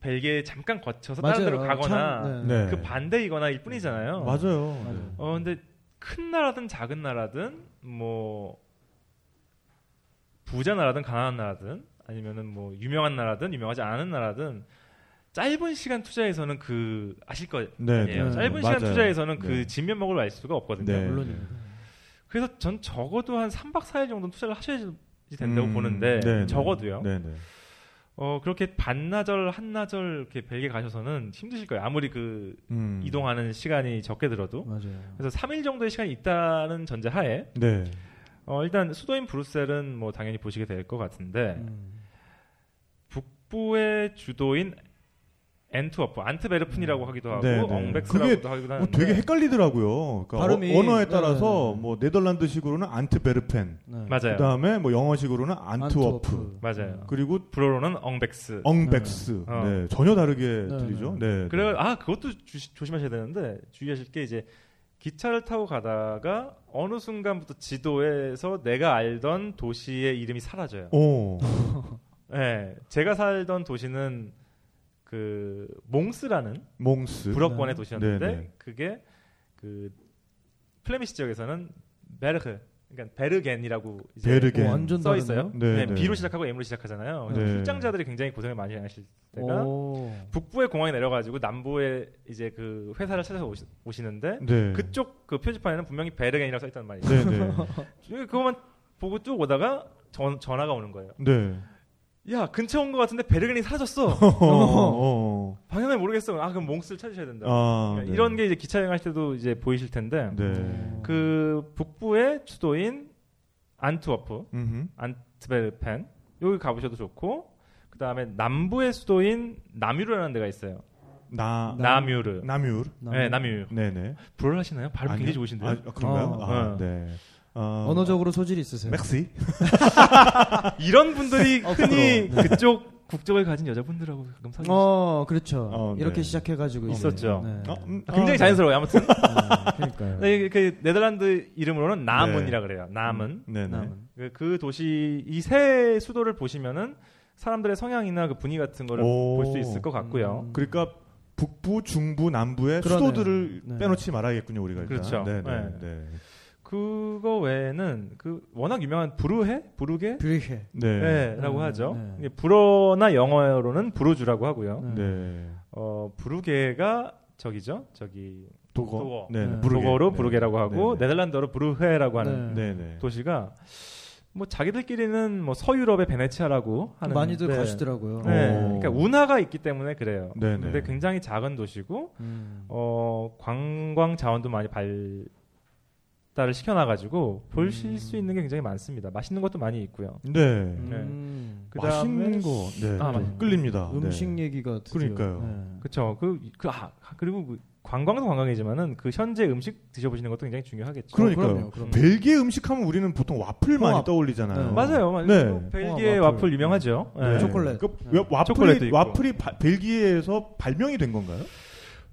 Speaker 4: 벨기에 잠깐 거쳐서
Speaker 3: 맞아요.
Speaker 4: 다른 데로 가거나
Speaker 3: 참,
Speaker 2: 네.
Speaker 4: 그 반대이거나 일 뿐이잖아요.
Speaker 2: 맞아요.
Speaker 3: 맞아요.
Speaker 2: 네.
Speaker 4: 어 근데 큰 나라든 작은 나라든 뭐 부자 나라든 가난한 나라든 아니면은 뭐 유명한 나라든 유명하지 않은 나라든 짧은 시간 투자에서는 그 아실 거예요.
Speaker 2: 네,
Speaker 3: 네.
Speaker 4: 짧은
Speaker 2: 맞아요.
Speaker 4: 시간 투자에서는
Speaker 2: 네.
Speaker 4: 그 진면목을 알 수가 없거든요.
Speaker 2: 네.
Speaker 3: 물론입니다.
Speaker 4: 그래서 전 적어도 한 3박 4일 정도는 투자를 하셔야지 된다고
Speaker 2: 음,
Speaker 4: 보는데
Speaker 2: 네, 네.
Speaker 4: 적어도요.
Speaker 2: 네, 네.
Speaker 4: 어 그렇게 반나절 한나절 이렇게 벨기에 가셔서는 힘드실 거예요. 아무리 그
Speaker 2: 음.
Speaker 4: 이동하는 시간이 적게 들어도.
Speaker 3: 맞아요.
Speaker 4: 그래서 3일 정도의 시간이 있다는 전제하에
Speaker 2: 네.
Speaker 4: 어 일단 수도인 브뤼셀은 뭐 당연히 보시게 될 것 같은데
Speaker 3: 음.
Speaker 4: 북부의 주도인 앤트워프, 안트베르픈이라고 하기도 하고
Speaker 2: 네, 네.
Speaker 4: 엉백스라고도 하기도
Speaker 2: 뭐
Speaker 4: 하는데
Speaker 2: 되게 헷갈리더라고요. 그러니까
Speaker 3: 발음이-
Speaker 2: 어- 언어에 따라서
Speaker 3: 네, 네, 네.
Speaker 2: 뭐 네덜란드식으로는 안트베르펜,
Speaker 3: 네.
Speaker 4: 맞아요.
Speaker 2: 그다음에 뭐 영어식으로는 안트워프,
Speaker 4: 맞아요.
Speaker 2: 그리고
Speaker 4: 불어로는 엉백스.
Speaker 2: 엉백스.
Speaker 4: 네. 어.
Speaker 2: 네, 전혀 다르게
Speaker 3: 네,
Speaker 2: 들리죠. 네. 네.
Speaker 4: 그래 아 그것도 주시- 조심하셔야 되는데 주의하실 게 이제 기차를 타고 가다가 어느 순간부터 지도에서 내가 알던 도시의 이름이 사라져요.
Speaker 2: 오. 어.
Speaker 4: 네, 제가 살던 도시는 그 몽스라는
Speaker 2: 몽스.
Speaker 3: 네.
Speaker 4: 불어권의 도시였는데
Speaker 2: 네, 네.
Speaker 4: 그게 그 플레미시 지역에서는 베르흐, 그러니까 베르겐이라고 이제
Speaker 2: 베르겐.
Speaker 3: 오, 완전
Speaker 4: 써 있어요.
Speaker 2: 네,
Speaker 4: 네,
Speaker 2: 네.
Speaker 4: B로 시작하고 M로 시작하잖아요.
Speaker 2: 네.
Speaker 4: 그래서 출장자들이 굉장히 고생을 많이 하실 때가
Speaker 3: 오.
Speaker 4: 북부의 공항에 내려가지고 남부의 이제 그 회사를 찾아서 오시, 오시는데
Speaker 2: 네.
Speaker 4: 그쪽 그 표지판에는 분명히 베르겐이라고 써 있단 말이에요.
Speaker 2: 네, 네.
Speaker 4: 그거만 보고 쭉 오다가 전, 전화가 오는 거예요.
Speaker 2: 네.
Speaker 4: 야 근처 온 것 같은데 베르겐이 사라졌어.
Speaker 2: 어, 어, 어.
Speaker 4: 방향을 모르겠어. 아 그럼 몽스를 찾으셔야 된다.
Speaker 2: 아,
Speaker 4: 그러니까
Speaker 2: 네.
Speaker 4: 이런 게 이제 기차 여행할 때도 이제 보이실 텐데
Speaker 2: 네.
Speaker 4: 그 북부의 수도인 안트워프,
Speaker 2: 음흠.
Speaker 4: 안트베르펜 여기 가보셔도 좋고 그 다음에 남부의 수도인 나뮤르라는 데가 있어요. 네.
Speaker 2: 나
Speaker 3: 남-
Speaker 4: 나뮤르.
Speaker 2: 남율.
Speaker 4: 네, 나뮤르.
Speaker 2: 네, 네.
Speaker 4: 불을 하시나요? 발음
Speaker 2: 아니요.
Speaker 4: 굉장히 좋으신데요.
Speaker 2: 아, 아, 그런가요?
Speaker 3: 어.
Speaker 2: 아,
Speaker 4: 어.
Speaker 2: 네. 어,
Speaker 3: 언어적으로 소질이 있으세요?
Speaker 2: 맥시.
Speaker 4: 이런 분들이
Speaker 3: 어,
Speaker 4: 흔히
Speaker 3: 부러워. 네.
Speaker 4: 그쪽 국적을 가진 여자분들하고 가끔 사귀
Speaker 3: 어, 그렇죠.
Speaker 2: 어, 네.
Speaker 3: 이렇게 시작해가지고 이제,
Speaker 4: 있었죠.
Speaker 3: 네.
Speaker 2: 어, 음,
Speaker 4: 아, 굉장히
Speaker 2: 아,
Speaker 4: 자연스러워요. 아무튼
Speaker 3: 네, 그러니까요.
Speaker 4: 네, 그 네덜란드 이름으로는 나문이라 그래요. 나문.
Speaker 2: 네, 네.
Speaker 3: 남은.
Speaker 4: 그, 그 도시 이 세 수도를 보시면은 사람들의 성향이나 그 분위 같은 거를
Speaker 2: 오.
Speaker 4: 볼 수 있을 것 같고요.
Speaker 3: 음.
Speaker 2: 그러니까 북부, 중부, 남부의
Speaker 3: 그러네요.
Speaker 2: 수도들을
Speaker 3: 네.
Speaker 2: 빼놓지 말아야겠군요, 우리가 일단.
Speaker 4: 그렇죠.
Speaker 2: 네, 네,
Speaker 4: 네.
Speaker 2: 네.
Speaker 4: 그거 외에는 그 워낙 유명한 부르헤, 부르게,
Speaker 3: 브리헤.
Speaker 2: 네. 네.
Speaker 4: 라고
Speaker 3: 음,
Speaker 4: 하죠.
Speaker 3: 네.
Speaker 4: 이게 불어나 영어로는 부르주라고 하고요.
Speaker 3: 네.
Speaker 4: 어 부르게가 저기죠, 저기
Speaker 2: 도거.
Speaker 4: 도거.
Speaker 2: 네,
Speaker 3: 네.
Speaker 2: 부르게.
Speaker 4: 독어로
Speaker 2: 네.
Speaker 4: 부르게라고 하고
Speaker 2: 네, 네.
Speaker 4: 네덜란드어로 부르헤라고 하는
Speaker 2: 네,
Speaker 3: 네.
Speaker 2: 네.
Speaker 4: 도시가 뭐 자기들끼리는 뭐 서유럽의 베네치아라고 하는
Speaker 3: 많이들 가시더라고요.
Speaker 4: 네.
Speaker 2: 오.
Speaker 4: 그러니까 운하가 있기 때문에 그래요.
Speaker 2: 네, 네.
Speaker 4: 근데 굉장히 작은 도시고
Speaker 3: 음.
Speaker 4: 어 관광 자원도 많이 발달을 시켜놔가지고 보실
Speaker 3: 음.
Speaker 4: 수 있는 게 굉장히 많습니다. 맛있는 것도 많이 있고요.
Speaker 2: 네.
Speaker 3: 음.
Speaker 4: 그다음에
Speaker 2: 맛있는 거. 네.
Speaker 4: 아,
Speaker 2: 또
Speaker 4: 맛있-
Speaker 2: 끌립니다. 네.
Speaker 3: 음식 얘기가 드디어.
Speaker 2: 그러니까요.
Speaker 3: 네.
Speaker 4: 그렇죠. 그그아 그리고 그 관광도 관광이지만은 그 현재 음식 드셔보시는 것도 굉장히 중요하겠죠.
Speaker 2: 그러니까요.
Speaker 3: 어, 그럼요, 그럼요.
Speaker 2: 벨기에 음식하면 우리는 보통 와플 많이
Speaker 3: 와플.
Speaker 2: 떠올리잖아요.
Speaker 3: 네.
Speaker 4: 맞아요. 맞아요.
Speaker 2: 네.
Speaker 4: 또 벨기에
Speaker 3: 어,
Speaker 4: 와플.
Speaker 3: 와플
Speaker 4: 유명하죠.
Speaker 2: 네.
Speaker 4: 네.
Speaker 3: 초콜릿.
Speaker 2: 그
Speaker 3: 네.
Speaker 2: 와플이
Speaker 4: 초콜릿도 있고.
Speaker 2: 와플이 바- 벨기에에서 발명이 된 건가요?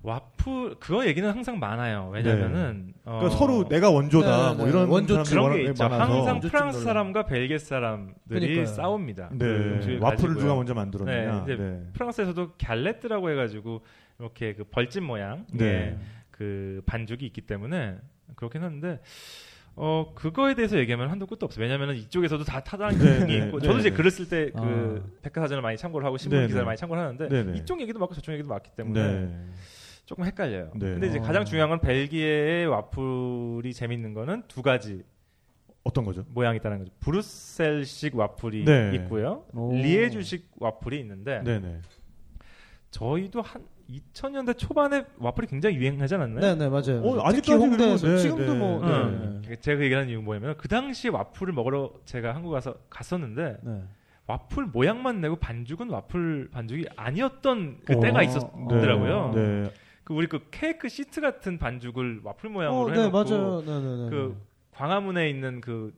Speaker 4: 와플 그거 얘기는 항상 많아요. 왜냐면은 어,
Speaker 2: 그러니까 서로 내가 원조다
Speaker 3: 네,
Speaker 2: 뭐
Speaker 3: 네.
Speaker 2: 이런
Speaker 3: 원조
Speaker 2: 사람들이
Speaker 4: 그런
Speaker 2: 워낙
Speaker 4: 게 있죠.
Speaker 2: 많아서.
Speaker 4: 항상
Speaker 3: 원조증
Speaker 4: 프랑스
Speaker 3: 논란.
Speaker 4: 사람과 벨기에 사람들이
Speaker 3: 그러니까요.
Speaker 4: 싸웁니다.
Speaker 2: 네.
Speaker 4: 음식을
Speaker 2: 와플을
Speaker 4: 가지고요.
Speaker 2: 누가 먼저 만들었느냐.
Speaker 4: 네,
Speaker 2: 네.
Speaker 4: 이제 프랑스에서도 갤레트라고 해가지고 이렇게 그 벌집 모양
Speaker 2: 네.
Speaker 4: 그 반죽이 있기 때문에 그렇긴 하는데 어 그거에 대해서 얘기하면 한도 끝도 없어요. 왜냐하면 이쪽에서도 다 타당한
Speaker 2: 네,
Speaker 4: 기능이
Speaker 2: 네,
Speaker 4: 있고
Speaker 2: 네,
Speaker 4: 저도 이제
Speaker 2: 네.
Speaker 4: 글을 쓸 때 그
Speaker 3: 아.
Speaker 4: 백과사전을 많이 참고를 하고 신문
Speaker 2: 네,
Speaker 4: 기사를
Speaker 2: 네.
Speaker 4: 많이 참고를 하는데
Speaker 2: 네, 네.
Speaker 4: 이쪽 얘기도 맞고 저쪽 얘기도 맞기 때문에
Speaker 2: 네.
Speaker 4: 조금 헷갈려요.
Speaker 2: 네.
Speaker 4: 근데 이제
Speaker 3: 어.
Speaker 4: 가장 중요한 건 벨기에의 와플이 재밌는 거는 두 가지
Speaker 2: 어떤 거죠?
Speaker 4: 모양이 있다는 거죠. 브루셀식 와플이
Speaker 2: 네.
Speaker 4: 있고요.
Speaker 3: 오.
Speaker 4: 리에주식 와플이 있는데
Speaker 2: 네, 네.
Speaker 4: 저희도 한 2000년대 초반에 와플이 굉장히 유행하지 않았나요?
Speaker 3: 네, 네, 맞아요.
Speaker 2: 어,
Speaker 3: 맞아요.
Speaker 2: 아직까지
Speaker 3: 특히 홍대에서
Speaker 2: 그리고, 네,
Speaker 3: 지금도
Speaker 2: 네.
Speaker 3: 뭐 네.
Speaker 4: 응. 제가 그 얘기하는 이유 는 뭐냐면 그 당시 와플을 먹으러 제가 한국 가서 갔었는데
Speaker 3: 네.
Speaker 4: 와플 모양만 내고 반죽은 와플 반죽이 아니었던 그
Speaker 2: 어,
Speaker 4: 때가 있었더라고요.
Speaker 2: 네.
Speaker 4: 그 우리 그 케이크 시트 같은 반죽을 와플 모양으로
Speaker 3: 어, 네,
Speaker 4: 해놓고
Speaker 3: 맞아요. 네, 네, 네.
Speaker 4: 그 광화문에 있는 그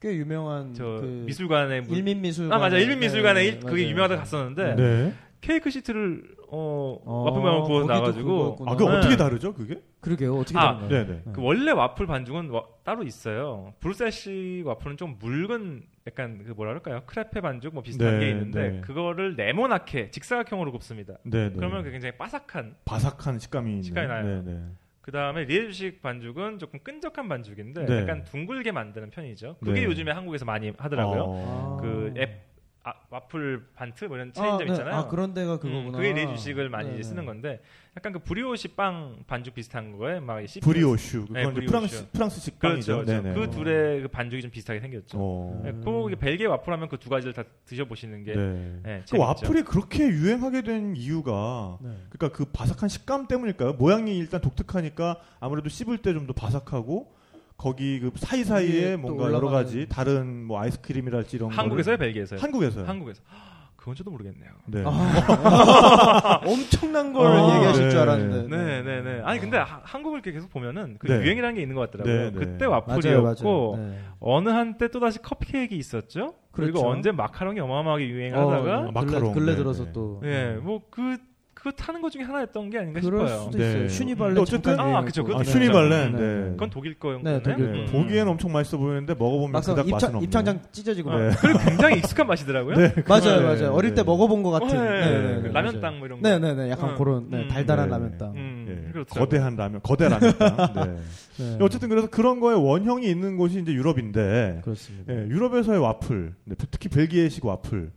Speaker 4: 저
Speaker 3: 꽤 유명한 그
Speaker 4: 미술관에 문-
Speaker 3: 일민 미술관.
Speaker 4: 아 맞아 일민 미술관에 일- 그게 유명하다 고
Speaker 2: 네.
Speaker 4: 갔었는데
Speaker 2: 네.
Speaker 4: 케이크 시트를 어,
Speaker 3: 어,
Speaker 4: 와플 모양 부어서
Speaker 3: 거기도
Speaker 4: 나가지고
Speaker 3: 그거였구나.
Speaker 2: 아, 그거
Speaker 4: 네.
Speaker 2: 어떻게 다르죠, 그게?
Speaker 3: 그러게요. 어떻게
Speaker 4: 아,
Speaker 3: 다른 거예요?
Speaker 2: 네, 네.
Speaker 4: 그 원래 와플 반죽은 와- 따로 있어요. 브루셀식 와플은 좀 묽은 약간 그 뭐라 그럴까요? 크레페 반죽 뭐 비슷한
Speaker 2: 네,
Speaker 4: 게 있는데
Speaker 2: 네.
Speaker 4: 그거를 네모나게 직사각형으로 굽습니다.
Speaker 2: 네, 네.
Speaker 4: 그러면 그 굉장히 바삭한
Speaker 2: 바삭한 식감이 있는.
Speaker 4: 식감이 나요.
Speaker 2: 네, 네.
Speaker 4: 그 다음에 리에주식 반죽은 조금 끈적한 반죽인데
Speaker 2: 네.
Speaker 4: 약간 둥글게 만드는 편이죠. 그게
Speaker 2: 네.
Speaker 4: 요즘에 한국에서 많이 하더라고요.
Speaker 2: 어.
Speaker 4: 그 앱- 아, 와플 반트 뭐 이런
Speaker 3: 아,
Speaker 4: 체인점
Speaker 3: 네.
Speaker 4: 있잖아요.
Speaker 3: 아, 그런 데가
Speaker 4: 음,
Speaker 3: 그거구나.
Speaker 4: 그게 리에주식을 많이
Speaker 3: 네, 네.
Speaker 4: 쓰는 건데 약간 그 브리오시 빵 반죽 비슷한 거에 막이 씹히는-
Speaker 2: 브리오슈. 그건
Speaker 4: 네,
Speaker 2: 이제
Speaker 4: 브리오슈.
Speaker 2: 프랑스 프랑스식
Speaker 4: 그렇죠.
Speaker 2: 빵이죠. 네,
Speaker 4: 그렇죠. 그 둘의 그 반죽이 좀 비슷하게 생겼죠.
Speaker 2: 어.
Speaker 4: 네, 그 벨기에 와플하면 그 두 가지를 다 드셔보시는 게
Speaker 2: 네.
Speaker 4: 네,
Speaker 2: 그
Speaker 4: 재밌죠.
Speaker 2: 와플이 그렇게 유행하게 된 이유가
Speaker 3: 네.
Speaker 2: 그러니까 그 바삭한 식감 때문일까요? 모양이 일단 독특하니까 아무래도 씹을 때 좀 더 바삭하고 거기 그 사이사이에
Speaker 3: 위에 또
Speaker 2: 뭔가 여러
Speaker 3: 올라가는-
Speaker 2: 가지 다른 뭐 아이스크림이랄지 이런
Speaker 4: 한국에서요, 벨기에서요?
Speaker 2: 거를- 네. 한국에서요.
Speaker 4: 한국에서. 헉, 그건 저도 모르겠네요.
Speaker 2: 네.
Speaker 3: 아, 엄청난 걸
Speaker 2: 아,
Speaker 3: 얘기하실
Speaker 2: 네.
Speaker 3: 줄 알았는데.
Speaker 4: 네, 네, 네. 아니 근데 하- 한국을 이렇게 계속 보면은 그
Speaker 2: 네.
Speaker 4: 유행이라는 게 있는 것 같더라고요.
Speaker 2: 네, 네.
Speaker 4: 그때
Speaker 3: 맞아요,
Speaker 4: 와플이었고
Speaker 3: 맞아요. 네.
Speaker 4: 어느 한때 또 다시 컵케이크 있었죠. 그리고
Speaker 3: 그렇죠.
Speaker 4: 언제 마카롱이 어마어마하게 유행하다가
Speaker 2: 네. 마카롱. 네,
Speaker 3: 근래, 근래 들어서
Speaker 2: 네.
Speaker 3: 또.
Speaker 4: 예, 뭐그 그거 타는 것 중에 하나였던 게 아닌가
Speaker 3: 그럴
Speaker 4: 싶어요.
Speaker 3: 수도
Speaker 2: 네.
Speaker 3: 있어요.
Speaker 2: 근데
Speaker 3: 슈니발렌
Speaker 2: 어쨌든-
Speaker 3: 잠깐
Speaker 4: 아, 그쵸.
Speaker 3: 유행했고.
Speaker 4: 그것도
Speaker 2: 아,
Speaker 4: 네.
Speaker 2: 슈니발렌.
Speaker 3: 네.
Speaker 2: 네.
Speaker 4: 그건 독일 거였나요?
Speaker 3: 네, 독일
Speaker 2: 네.
Speaker 3: 음.
Speaker 2: 보기엔 엄청 맛있어 보이는데 먹어보면
Speaker 3: 막상
Speaker 2: 그닥 맛은
Speaker 3: 입장,
Speaker 2: 없네.
Speaker 3: 입장장 찢어지고. 막.
Speaker 4: 아, 그리고 굉장히 익숙한 맛이더라고요.
Speaker 2: 네.
Speaker 3: 맞아요,
Speaker 2: 네,
Speaker 3: 맞아요. 어릴
Speaker 2: 네.
Speaker 3: 때 먹어본 것 같은.
Speaker 4: 어,
Speaker 3: 네,
Speaker 4: 예,
Speaker 3: 네,
Speaker 4: 그
Speaker 3: 네,
Speaker 4: 라면
Speaker 3: 맞아요.
Speaker 4: 땅 뭐 이런 거.
Speaker 3: 네, 네, 네. 약간
Speaker 4: 어.
Speaker 3: 그런 네,
Speaker 4: 음.
Speaker 3: 달달한
Speaker 2: 네.
Speaker 3: 라면 땅.
Speaker 4: 음,
Speaker 2: 예,
Speaker 4: 그렇더라고요.
Speaker 2: 거대한 라면, 거대 라면. 네.
Speaker 3: 네.
Speaker 2: 어쨌든 그래서 그런 거에 원형이 있는 곳이 이제 유럽인데
Speaker 3: 그렇습니다.
Speaker 2: 예, 유럽에서의 와플, 네, 특히 벨기에식 와플,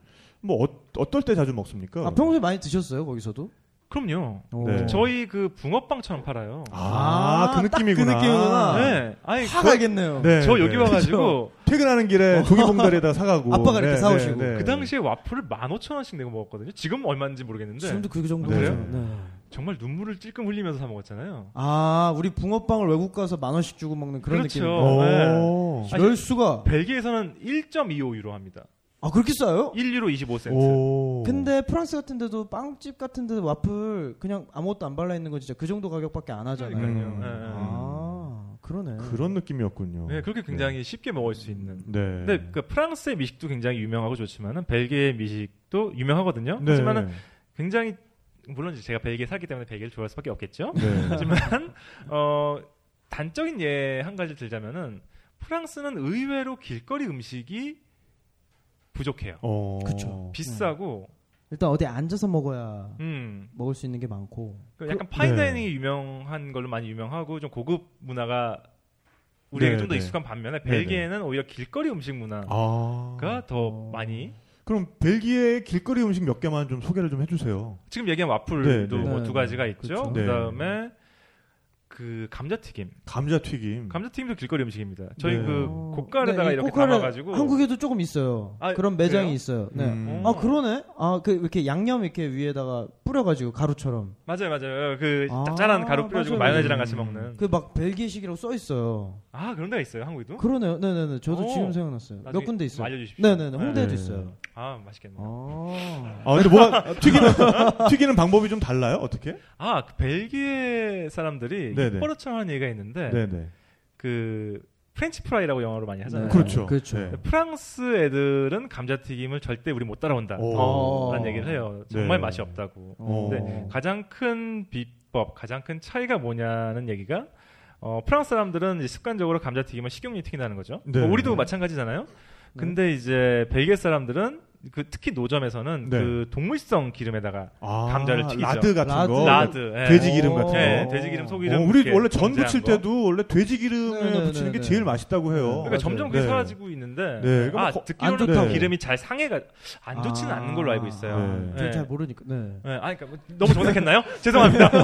Speaker 2: 뭐 어, 떨때 자주 먹습니까?
Speaker 3: 아, 평소에 많이 드셨어요, 거기서도?
Speaker 4: 그럼요.
Speaker 3: 오.
Speaker 2: 네.
Speaker 4: 네. 저희 그 붕어빵처럼 팔아요.
Speaker 2: 아,
Speaker 3: 아,
Speaker 2: 그
Speaker 3: 딱그
Speaker 2: 느낌이구나.
Speaker 3: 느낌이구나.
Speaker 4: 네. 아니,
Speaker 3: 확
Speaker 4: 그-
Speaker 3: 알겠네요.
Speaker 2: 네,
Speaker 4: 저
Speaker 2: 네.
Speaker 4: 여기 와가지고 어.
Speaker 2: 퇴근하는 길에 종이봉다리에다 사가고 네,
Speaker 3: 아빠가 이렇게 사오시고.
Speaker 4: 그 당시에 와플을 15,000원씩 내고 먹었거든요. 지금 얼마인지 모르겠는데
Speaker 3: 지금도 그 정도.
Speaker 4: 아,
Speaker 2: 네.
Speaker 3: 죠 네.
Speaker 4: 정말 눈물을 찔끔 흘리면서 사 먹었잖아요.
Speaker 3: 아, 우리 붕어빵을 외국 가서 만 원씩 주고 먹는 그런
Speaker 4: 그렇죠.
Speaker 3: 느낌.
Speaker 2: 오.
Speaker 4: 네.
Speaker 3: 이럴 수가.
Speaker 4: 벨기에에서는 1.25 유로 합니다.
Speaker 3: 아, 그렇게 싸요?
Speaker 4: 1유로 25센트.
Speaker 2: 오.
Speaker 3: 근데 프랑스 같은 데도 빵집 같은 데 와플 그냥 아무것도 안 발라 있는 건 진짜 그 정도 가격밖에 안 하잖아요.
Speaker 4: 그러니까요.
Speaker 2: 음.
Speaker 4: 예, 예.
Speaker 3: 아, 그러네.
Speaker 2: 그런 느낌이었군요.
Speaker 4: 네, 그렇게 굉장히 쉽게 먹을 수 있는.
Speaker 2: 네.
Speaker 4: 근데 그 프랑스의 미식도 굉장히 유명하고 좋지만은 벨기에 미식도 유명하거든요.
Speaker 2: 네.
Speaker 4: 하지만은 굉장히 물론 이제 제가 벨기에 살기 때문에 벨기에를 좋아할 수밖에 없겠죠.
Speaker 2: 네.
Speaker 4: 하지만 어 단적인 예 한 가지 들자면은 프랑스는 의외로 길거리 음식이 부족해요.
Speaker 2: 어.
Speaker 3: 그쵸.
Speaker 4: 비싸고
Speaker 3: 일단 어디 앉아서 먹어야
Speaker 4: 음
Speaker 3: 먹을 수 있는 게 많고.
Speaker 4: 그 약간
Speaker 2: 그-
Speaker 4: 파인다이닝이 유명한 걸로 많이 유명하고 좀 고급 문화가 우리에게
Speaker 2: 네,
Speaker 4: 좀 더
Speaker 2: 네.
Speaker 4: 익숙한 반면에
Speaker 2: 네,
Speaker 4: 벨기에는 오히려 길거리 음식 문화가
Speaker 2: 아.
Speaker 4: 더
Speaker 3: 어.
Speaker 4: 많이
Speaker 2: 그럼 벨기에 길거리 음식 몇 개만 좀 소개를 좀 해주세요.
Speaker 4: 지금 얘기한 와플도
Speaker 2: 네, 네.
Speaker 4: 뭐 두
Speaker 3: 네,
Speaker 4: 가지가
Speaker 3: 네.
Speaker 4: 있죠.
Speaker 3: 그렇죠.
Speaker 4: 그
Speaker 2: 네.
Speaker 4: 다음에 그 감자튀김.
Speaker 2: 감자튀김.
Speaker 4: 감자튀김도 길거리 음식입니다. 저희
Speaker 2: 음. 네.
Speaker 4: 그
Speaker 3: 어,
Speaker 4: 고깔에다가
Speaker 3: 네, 이
Speaker 4: 이렇게
Speaker 3: 고깔을
Speaker 4: 담아가지고
Speaker 3: 한국에도 조금 있어요.
Speaker 4: 아,
Speaker 3: 그런 매장이
Speaker 4: 그래요?
Speaker 3: 있어요. 네.
Speaker 2: 음.
Speaker 3: 아 그러네. 아그 이렇게 양념 이렇게 위에다가 뿌려가지고 가루처럼
Speaker 4: 맞아요, 맞아요. 그
Speaker 3: 아,
Speaker 4: 짭짤한 가루 뿌려주고
Speaker 3: 맞아요.
Speaker 4: 마요네즈랑 같이
Speaker 2: 음.
Speaker 4: 먹는.
Speaker 3: 그 막 벨기에식이라고 써 있어요.
Speaker 4: 아 그런 데가 있어요,
Speaker 2: 음?
Speaker 4: 한국에도?
Speaker 3: 그러네요. 네네네. 저도
Speaker 4: 오.
Speaker 3: 지금 생각났어요. 몇
Speaker 4: 나중에
Speaker 3: 군데
Speaker 4: 좀
Speaker 3: 있어요.
Speaker 4: 알려주십시오.
Speaker 3: 네네네. 홍대에도
Speaker 2: 네.
Speaker 3: 있어요.
Speaker 4: 아 맛있겠네요.
Speaker 3: 아.
Speaker 2: 아 근데 뭐가 튀기는 튀기는 방법이 좀 달라요? 어떻게?
Speaker 4: 아, 그 벨기에 사람들이
Speaker 2: 네네.
Speaker 4: 뻘처럼 하는 얘기가 있는데
Speaker 2: 네네.
Speaker 4: 그 프렌치 프라이라고 영어로 많이 하잖아요.
Speaker 3: 네.
Speaker 2: 그렇죠.
Speaker 3: 그렇죠.
Speaker 2: 네.
Speaker 4: 프랑스 애들은 감자튀김을 절대 우리 못 따라온다.
Speaker 2: 오.
Speaker 3: 아.
Speaker 4: 라는 얘기를 해요. 정말
Speaker 2: 네.
Speaker 4: 맛이 없다고.
Speaker 2: 어.
Speaker 4: 근데 가장 큰 비, 기법 가장 큰 차이가 뭐냐는 얘기가 어, 프랑스 사람들은 이제 습관적으로 감자튀김은 식용유 튀긴다는 거죠.
Speaker 2: 네.
Speaker 4: 뭐 우리도 마찬가지잖아요. 근데 이제 벨기에 사람들은 그 특히 노점에서는
Speaker 2: 네.
Speaker 4: 그 동물성 기름에다가
Speaker 2: 아,
Speaker 4: 감자를 튀기죠.
Speaker 2: 라드 같은
Speaker 3: 라드.
Speaker 2: 거.
Speaker 4: 라드, 예.
Speaker 2: 어, 그 돼지 기름 같은 거.
Speaker 4: 네, 돼지 기름 소기름.
Speaker 2: 어, 우리
Speaker 4: 이렇게
Speaker 2: 원래 전
Speaker 4: 존재한
Speaker 2: 부칠
Speaker 4: 거.
Speaker 2: 때도 원래 돼지 기름에
Speaker 3: 네, 네,
Speaker 2: 부치는
Speaker 3: 네,
Speaker 2: 게
Speaker 3: 네.
Speaker 2: 제일 맛있다고 해요.
Speaker 4: 그러니까 점점 그게
Speaker 2: 네.
Speaker 4: 사라지고 있는데
Speaker 2: 네, 이거 뭐
Speaker 4: 아
Speaker 2: 거-
Speaker 4: 듣기로는
Speaker 3: 안 좋다고.
Speaker 4: 그 기름이 잘 상해가 안 좋지는
Speaker 3: 아.
Speaker 4: 않는 걸로 알고 있어요.
Speaker 2: 네.
Speaker 4: 네.
Speaker 3: 잘 모르니까. 네.
Speaker 4: 네, 아니, 그러니까 뭐 너무 정색했나요? 죄송합니다. 아니,